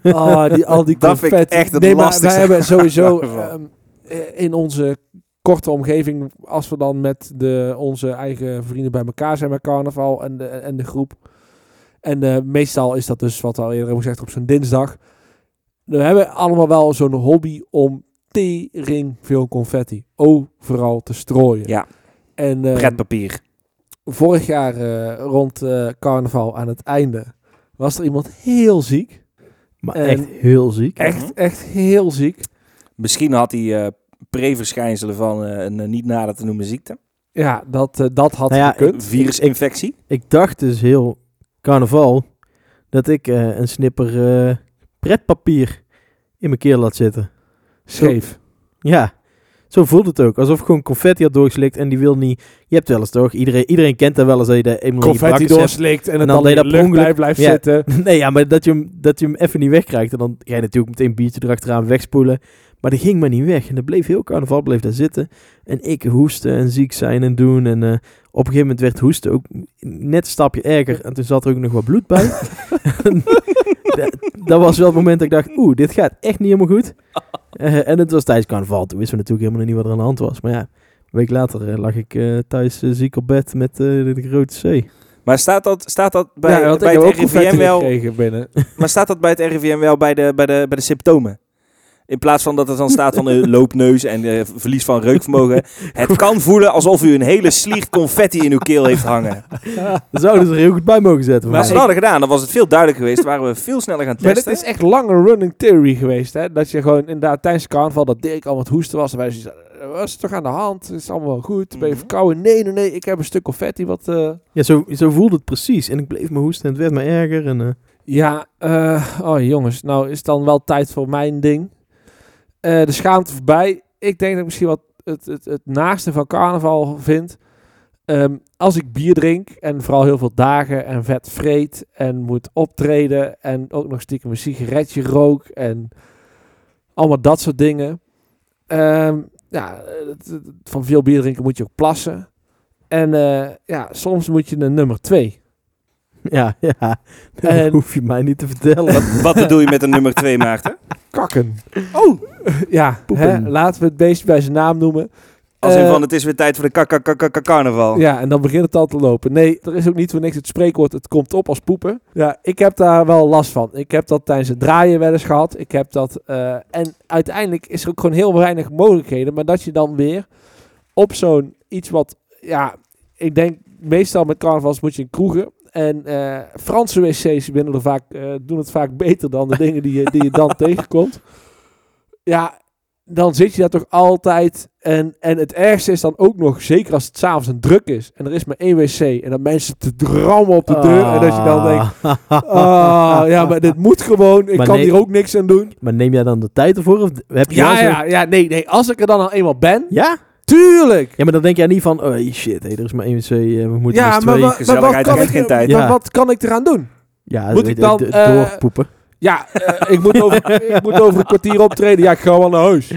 B: Oh, die, al die
E: Dat vind ik
B: confetti.
E: echt het
B: nee, maar wij
E: lastigste
B: hebben sowieso
E: carnaval.
B: ehm, eh, in onze korte omgeving, als we dan met de, onze eigen vrienden bij elkaar zijn met carnaval en de, en de groep. En eh, meestal is dat dus, wat al eerder hebben gezegd, op zo'n dinsdag. We hebben allemaal wel zo'n hobby om tering veel confetti overal te strooien.
E: Ja.
B: En, ehm,
E: Pretpapier.
B: vorig jaar eh, rond eh, carnaval aan het einde was er iemand heel ziek.
D: Maar
B: En-
D: echt heel ziek.
B: Echt, echt heel ziek.
E: Misschien had hij eh preverschijnselen van eh, een eh, niet nader te noemen ziekte.
B: Ja, dat, eh, dat had
D: Nou ja,
B: gekund.
E: Virusinfectie.
D: Ik dacht dus heel carnaval dat ik eh, een snipper eh, pretpapier in mijn keel laat zitten.
B: Scheef.
D: Ja, zo voelt het ook. Alsof ik gewoon confetti had doorgeslikt en die wil niet... Je hebt wel eens toch? Iedereen, iedereen kent dat wel eens dat je de eenmaal in je
B: Confetti
D: bakkes hebt.
B: doorslikt en,
D: En
B: het
D: dan
B: dan
D: deed
B: in de
D: dat per
B: lucht bij
D: ongeluk.
B: blijft
D: Ja.
B: zitten.
D: Nee, ja, maar dat je, hem, dat je hem even niet wegkrijgt. En dan ga je natuurlijk meteen een biertje erachteraan wegspoelen. Maar die ging maar niet weg. En dat bleef heel carnaval, bleef daar zitten. En ik hoesten en ziek zijn en doen. En eh, op een gegeven moment werd hoesten ook net een stapje erger. En toen zat er ook nog wat bloed bij. En dat, dat was wel het moment dat ik dacht, oeh, dit gaat echt niet helemaal goed. Eh, en het was tijdens carnaval. Toen wisten we natuurlijk helemaal nog niet wat er aan de hand was. Maar ja, een week later eh, lag ik eh, thuis eh, ziek op bed met eh, de grote C.
E: Maar staat dat, staat dat bij,
B: ja, want
E: bij
B: ik heb
E: het
B: ook confetti
E: RIVM wel...
B: gekregen binnen.
E: Maar staat dat bij het RIVM wel bij de, bij de, bij de symptomen? In plaats van dat het dan staat van een loopneus en eh, verlies van reukvermogen. Het kan voelen alsof u een hele sliert confetti in uw keel heeft hangen.
D: Dat zouden ze er heel goed bij mogen zetten.
E: Maar als
D: volgens
E: we
D: mij.
E: dat hadden gedaan, dan was het veel duidelijker geweest. waren we veel sneller gaan
B: Maar dit
E: testen.
B: is echt lang een running theory geweest. Hè? Dat je gewoon inderdaad tijdens carnaval, dat Dirk al wat hoesten was. En wij zeiden, was het toch aan de hand? Het is allemaal wel goed. Ben je
E: Mhm.
B: verkouden? Nee, nee, nee. Ik heb een stuk confetti wat... eh,
D: Ja, zo, zo voelde het precies. En ik bleef me hoesten en het werd me erger. En, eh,
B: Ja, eh, oh jongens, nou is dan wel tijd voor mijn ding. Eh, de schaamte voorbij. Ik denk dat ik misschien wat het, het, het naaste van carnaval vind. Ehm, als ik bier drink en vooral heel veel dagen en vet vreet en moet optreden en ook nog stiekem een sigaretje rook en allemaal dat soort dingen. Ehm, ja, het- het- van veel bier drinken moet je ook plassen. En eh, ja, soms moet je een nummer twee.
D: ja, ja. Dat
B: En-
D: hoef je mij niet te vertellen.
E: Wat, wat bedoel je met een nummer 2, Maarten?
B: kakken. Oh! ja, hè,
D: Poepen.
B: laten we het beest bij zijn naam noemen.
E: Als in
B: Eh,
E: van het is weer tijd voor de kakakakakakcarnaval.
B: Ja, en dan begint het al te lopen. Nee, er is ook niet voor niks het spreekwoord, het komt op als poepen. Ja, ik heb daar wel last van. Ik heb dat tijdens het draaien wel eens gehad. Ik heb dat, eh, en uiteindelijk is er ook gewoon heel weinig mogelijkheden. Maar dat je dan weer op zo'n iets wat, ja, ik denk meestal met carnavals moet je in kroegen. En eh, Franse wc's binnen er vaak, eh, doen het vaak beter dan de dingen die je, die je dan tegenkomt. Ja, dan zit je daar toch altijd. En, en het ergste is dan ook nog, zeker als het s'avonds een druk is. En er is maar één wc. En dat mensen te drammen op de deur. En dat je dan denkt, ah, ja, maar dit moet gewoon. Ik
D: Maar
B: kan
D: nee.
B: hier ook niks aan doen.
D: Maar neem jij dan de tijd ervoor? Of heb je wel
B: Ja,
D: zo-
B: ja, ja. Nee, nee. Als ik er dan al eenmaal ben,
D: ja?
B: tuurlijk.
D: Ja, maar dan denk jij niet van, oh shit, hé, er is maar één wc, eh, we moeten
B: Ja,
D: dus
B: maar,
D: twee.
B: wa- maar wat
E: Gezelligheid
B: kan
E: heeft
B: ik,
E: geen tijd.
B: maar
D: Ja.
B: wat kan ik eraan doen?
D: Ja,
B: Moet
D: weet-
B: ik dan,
D: d-
B: eh,
D: doorpoepen?
B: Ja, eh, ik, moet over, ik moet over een kwartier optreden. Ja, ik ga wel naar huis.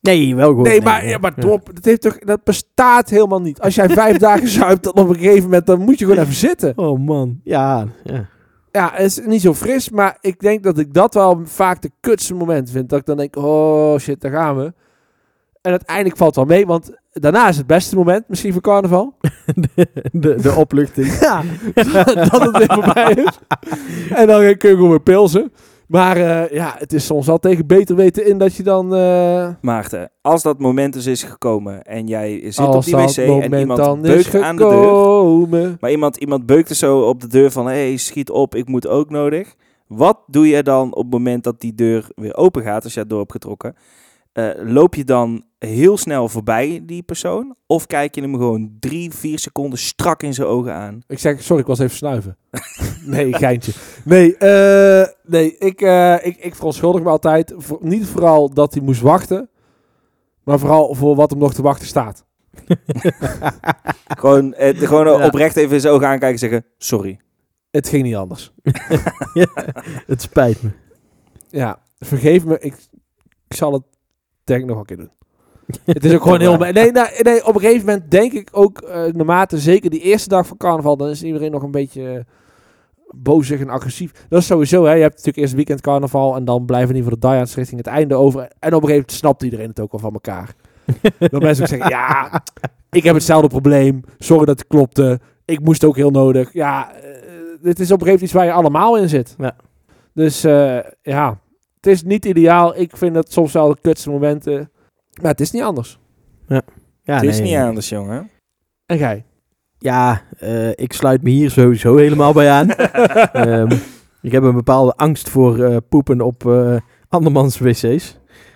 D: Nee, wel eh, goed.
B: Nee, maar, ja, maar Dop, dat, heeft toch, dat bestaat helemaal niet. Als jij vijf dagen zuipt, dan op een gegeven moment dan moet je gewoon even zitten.
D: Oh man, ja. ja.
B: Ja, het is niet zo fris, maar ik denk dat ik dat wel vaak de kutste moment vind. Dat ik dan denk, oh shit, daar gaan we. En uiteindelijk valt het wel mee, want daarna is het beste moment misschien voor carnaval.
D: De, de opluchting.
B: Ja, dat het weer voorbij is. En dan kun je gewoon weer pilsen. Maar eh, ja, het is soms wel tegen beter weten in dat je dan... eh,
E: Maarten, als dat moment dus is gekomen en jij zit op
B: als
E: die
B: dat
E: wc en
B: moment
E: iemand
B: dan is
E: beukt aan de deur.
B: gekomen.
E: Maar iemand, iemand beukt er zo op de deur van, hé, hey, schiet op, ik moet ook nodig. Wat doe je dan op het moment dat die deur weer open gaat, als je het door hebt getrokken? Eh, loop je dan heel snel voorbij die persoon? Of kijk je hem gewoon drie, vier seconden strak in zijn ogen aan?
B: Ik zeg, sorry, ik was even snuiven. nee, geintje. Nee, eh, nee ik, eh, ik, ik verontschuldig me altijd. Voor- niet vooral dat hij moest wachten, maar vooral voor wat hem nog te wachten staat.
E: Gewoon, eh, gewoon
D: Ja.
E: oprecht even in zijn ogen aankijken en zeggen, sorry.
B: Het ging niet anders.
D: Het spijt me.
B: Ja, vergeef me, ik, ik zal het denk ik nog wel een keer doen. Het is ook gewoon heel... Nee, nee, nee, op een gegeven moment denk ik ook, eh, naarmate zeker die eerste dag van carnaval, dan is iedereen nog een beetje eh, bozig en agressief. Dat is sowieso, hè. Je hebt natuurlijk eerst weekend carnaval en dan blijven die van de die-hards richting het einde over. En op een gegeven moment snapt iedereen het ook wel van elkaar. dat mensen ook zeggen, ja, ik heb hetzelfde probleem. Sorry dat het klopte. Ik moest ook heel nodig. Ja, eh, dit is op een gegeven moment iets waar je allemaal in zit.
D: Ja.
B: Dus eh, ja, het is niet ideaal. Ik vind dat soms wel de kutste momenten. Maar het is niet anders.
D: Ja,
E: het is
D: nee.
E: niet anders, jongen.
B: En jij?
D: Ja, eh, ik sluit me hier sowieso helemaal bij aan. Ehm, ik heb een bepaalde angst voor eh, poepen op eh, andermans wc's.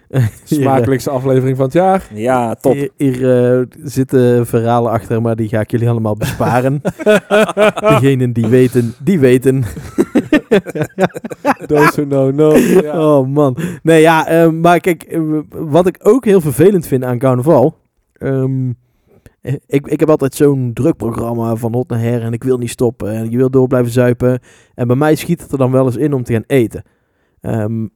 D: Smakelijk.
B: Smakelijkste aflevering van het jaar.
E: Ja, top.
D: Hier, hier, eh, zitten verhalen achter, maar die ga ik jullie allemaal besparen. Degenen die weten, die weten.
B: Those who know, no. Ja.
D: Oh man. Nee ja, eh, maar kijk, eh, wat ik ook heel vervelend vind aan carnaval. ehm, eh, ik, ik heb altijd zo'n druk programma van hot naar her en ik wil niet stoppen en je wil door blijven zuipen. En bij mij schiet het er dan wel eens in om te gaan eten.
B: Oh,
D: Ehm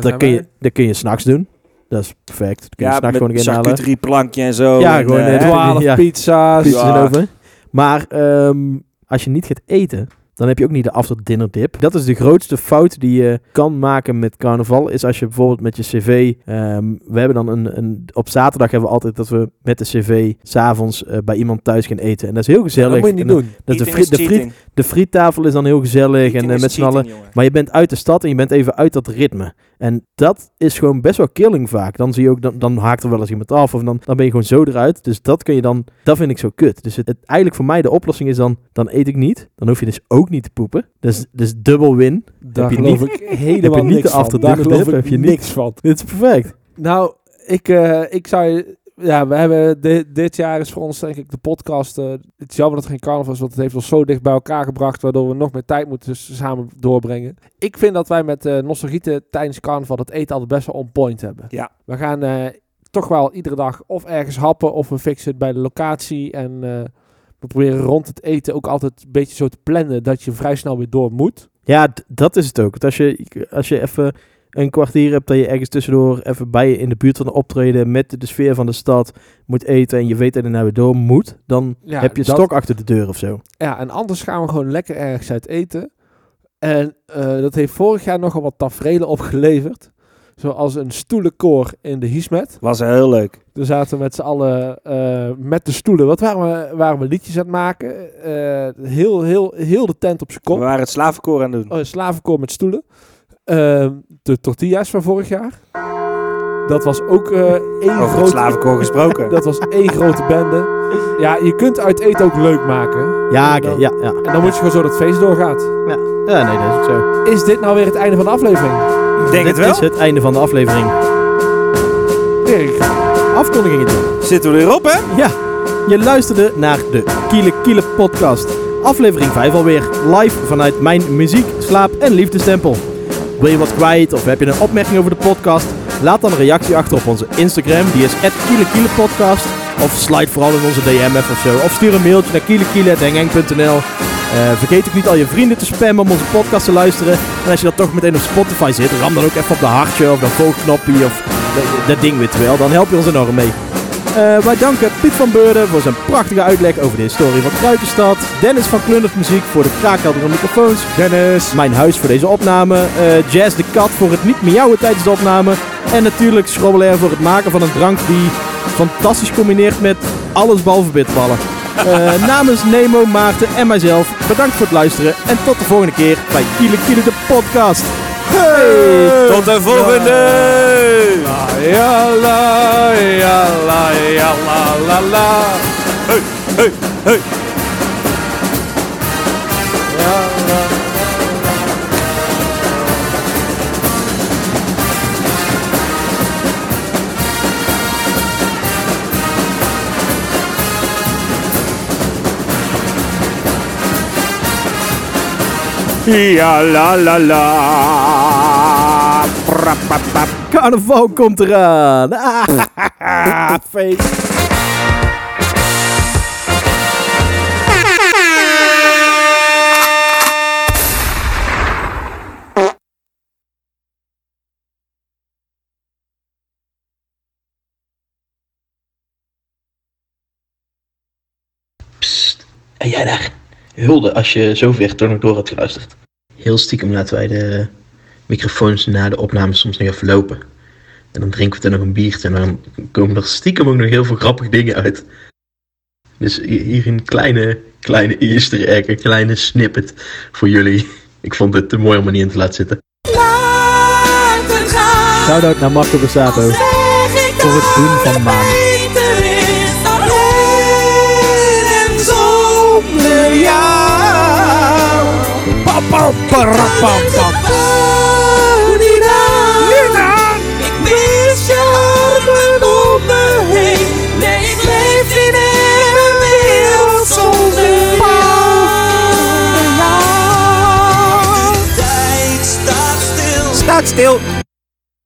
D: dat, kun je, dat kun je s'nachts doen. Dat is perfect. Dat kun je
E: Ja,
D: s'nachts gewoon
E: met
D: gaan halen.
E: charcuterie plankje en zo.
D: Ja,
E: en,
D: gewoon,
E: eh,
D: eh,
E: hè?
D: twaalf
B: 12
D: Ja.
B: pizza's.
D: Pizza's
E: Ja.
D: en oven. Maar ehm, als je niet gaat eten, dan heb je ook niet de after dinner dip. Dat is de grootste fout die je kan maken met carnaval. Is als je bijvoorbeeld met je cv... ehm, we hebben dan een, een... Op zaterdag hebben we altijd dat we met de cv... s'avonds eh bij iemand thuis gaan eten. En dat is heel gezellig.
B: Dat moet je niet
D: En
B: doen.
D: dat is de,
E: Eating
D: friet-
E: is
D: de, friet-
E: cheating.
D: de friettafel is dan heel gezellig. En
E: Eating
D: eh,
E: is
D: met z'n allen
E: cheating, jongen.
D: maar je bent uit de stad en je bent even uit dat ritme. En dat is gewoon best wel killing vaak. Dan zie je ook, dan, dan haakt er wel eens iemand af. Of dan, dan ben je gewoon zo eruit. Dus dat kun je dan, dat vind ik zo kut. Dus het, het- eigenlijk voor mij de oplossing is dan, dan eet ik niet. Dan hoef je dus ook niet te poepen. Dus, dus dubbel win.
B: Daar
D: je
B: geloof
D: niet-
B: ik helemaal
D: niet de
B: niks van.
D: after
B: Daar
D: dinner
B: geloof
D: dip,
B: ik
D: heb je niet.
B: niks van.
D: Dit is perfect.
B: Nou, ik, eh, ik zou je... Ja, we hebben di- dit jaar is voor ons denk ik de podcast. eh, het is jammer dat het geen carnaval is, want het heeft ons zo dicht bij elkaar gebracht, waardoor we nog meer tijd moeten s- samen doorbrengen. Ik vind dat wij met eh nostalgieten tijdens carnaval dat eten altijd best wel on point hebben.
E: Ja.
B: We gaan eh, toch wel iedere dag of ergens happen of we fixen het bij de locatie en eh, we proberen rond het eten ook altijd een beetje zo te plannen dat je vrij snel weer door moet.
D: Ja, d- dat is het ook. Want als je, als je even een kwartier hebt dat je ergens tussendoor even bij je in de buurt van de optreden met de sfeer van de stad moet eten en je weet dat je naar weer door moet, dan
B: Ja,
D: heb je
B: dat-
D: stok achter de deur of zo.
B: Ja, en anders gaan we gewoon lekker ergens uit eten. En eh, dat heeft vorig jaar nogal wat tafereelen opgeleverd. Zoals een stoelenkoor in de Hiesmet.
E: Was heel leuk.
B: Daar zaten we met z'n allen eh, met de stoelen. Wat waren we, waren we liedjes aan het maken? Eh, heel, heel, heel de tent op z'n
E: We
B: kop.
E: waren het slavenkoor aan het doen.
B: Oh, een slavenkoor met stoelen. Ehm, de tortillas van vorig jaar. Dat was ook eh één
E: Over het
B: grote...
E: slavenkoor gesproken.
B: Dat was één grote bende. Ja, je kunt uit eten ook leuk maken.
D: Ja,
B: En
D: oké,
B: dan-
D: ja, ja.
B: En dan moet je gewoon zo dat het feest doorgaat.
D: Ja, nee, dat is ook zo.
B: Is dit nou weer het einde van de aflevering?
E: Ik denk het
D: Dit
E: wel.
D: is het einde van de aflevering.
B: Erik,
D: Afkondigingen doen.
E: Zitten we erop, hè?
D: Ja, je luisterde naar de Kiele Kiele podcast. Aflevering 5 alweer, live vanuit mijn muziek, slaap en liefdestempel. Wil je wat kwijt of heb je een opmerking over de podcast? Laat dan een reactie achter op onze Instagram, die is @kielekielepodcast. Of slide vooral in onze DM even of zo. Of stuur een mailtje naar kielekiele.hengeng.nl Eh, vergeet ook niet al je vrienden te spammen om onze podcast te luisteren. En als je dat toch meteen op Spotify zit, ram dan ook even op de hartje of dat volgknopje of dat- dat ding weer wel. Dan help je ons enorm mee. Eh, wij danken Piet van Beurden voor zijn prachtige uitleg over de historie van Kruikenstad. Dennis van Klundert Muziek voor de kraakheldere microfoons. Dennis. Mijn huis voor deze opname. Eh, Jazz de Kat voor het niet miauwen tijdens de opname. En natuurlijk Schrobbelair voor het maken van een drank die fantastisch combineert met alles behalve bitballen. Eh, namens Nemo, Maarten en mijzelf bedankt voor het luisteren. En tot de volgende keer bij Kiele Kiele de podcast. Hey!
O: Tot de volgende!
D: Ja, la, ja, la, ja, la, la, la.
O: Hey, hey, hey.
D: Ja, la, la, la. Carnaval komt eraan. Ah, feest.
F: En jij daar. Hulde als je zover toch nog door had geluisterd. Heel stiekem laten wij de microfoons na de opname soms nog even lopen. En dan drinken we er nog een biertje en dan komen er stiekem ook nog heel veel grappige dingen uit. Dus hi- hier een kleine, kleine easter egg, een kleine snippet voor jullie. Ik vond het te mooi om er niet in te laten zitten.
D: Shout-out naar Marco Borsato. Voor het doen van maan.
I: Ik mis je armen om me heen. Nee, ik leef in een wereld zonder jou. De tijd staat stil.
O: Staat stil.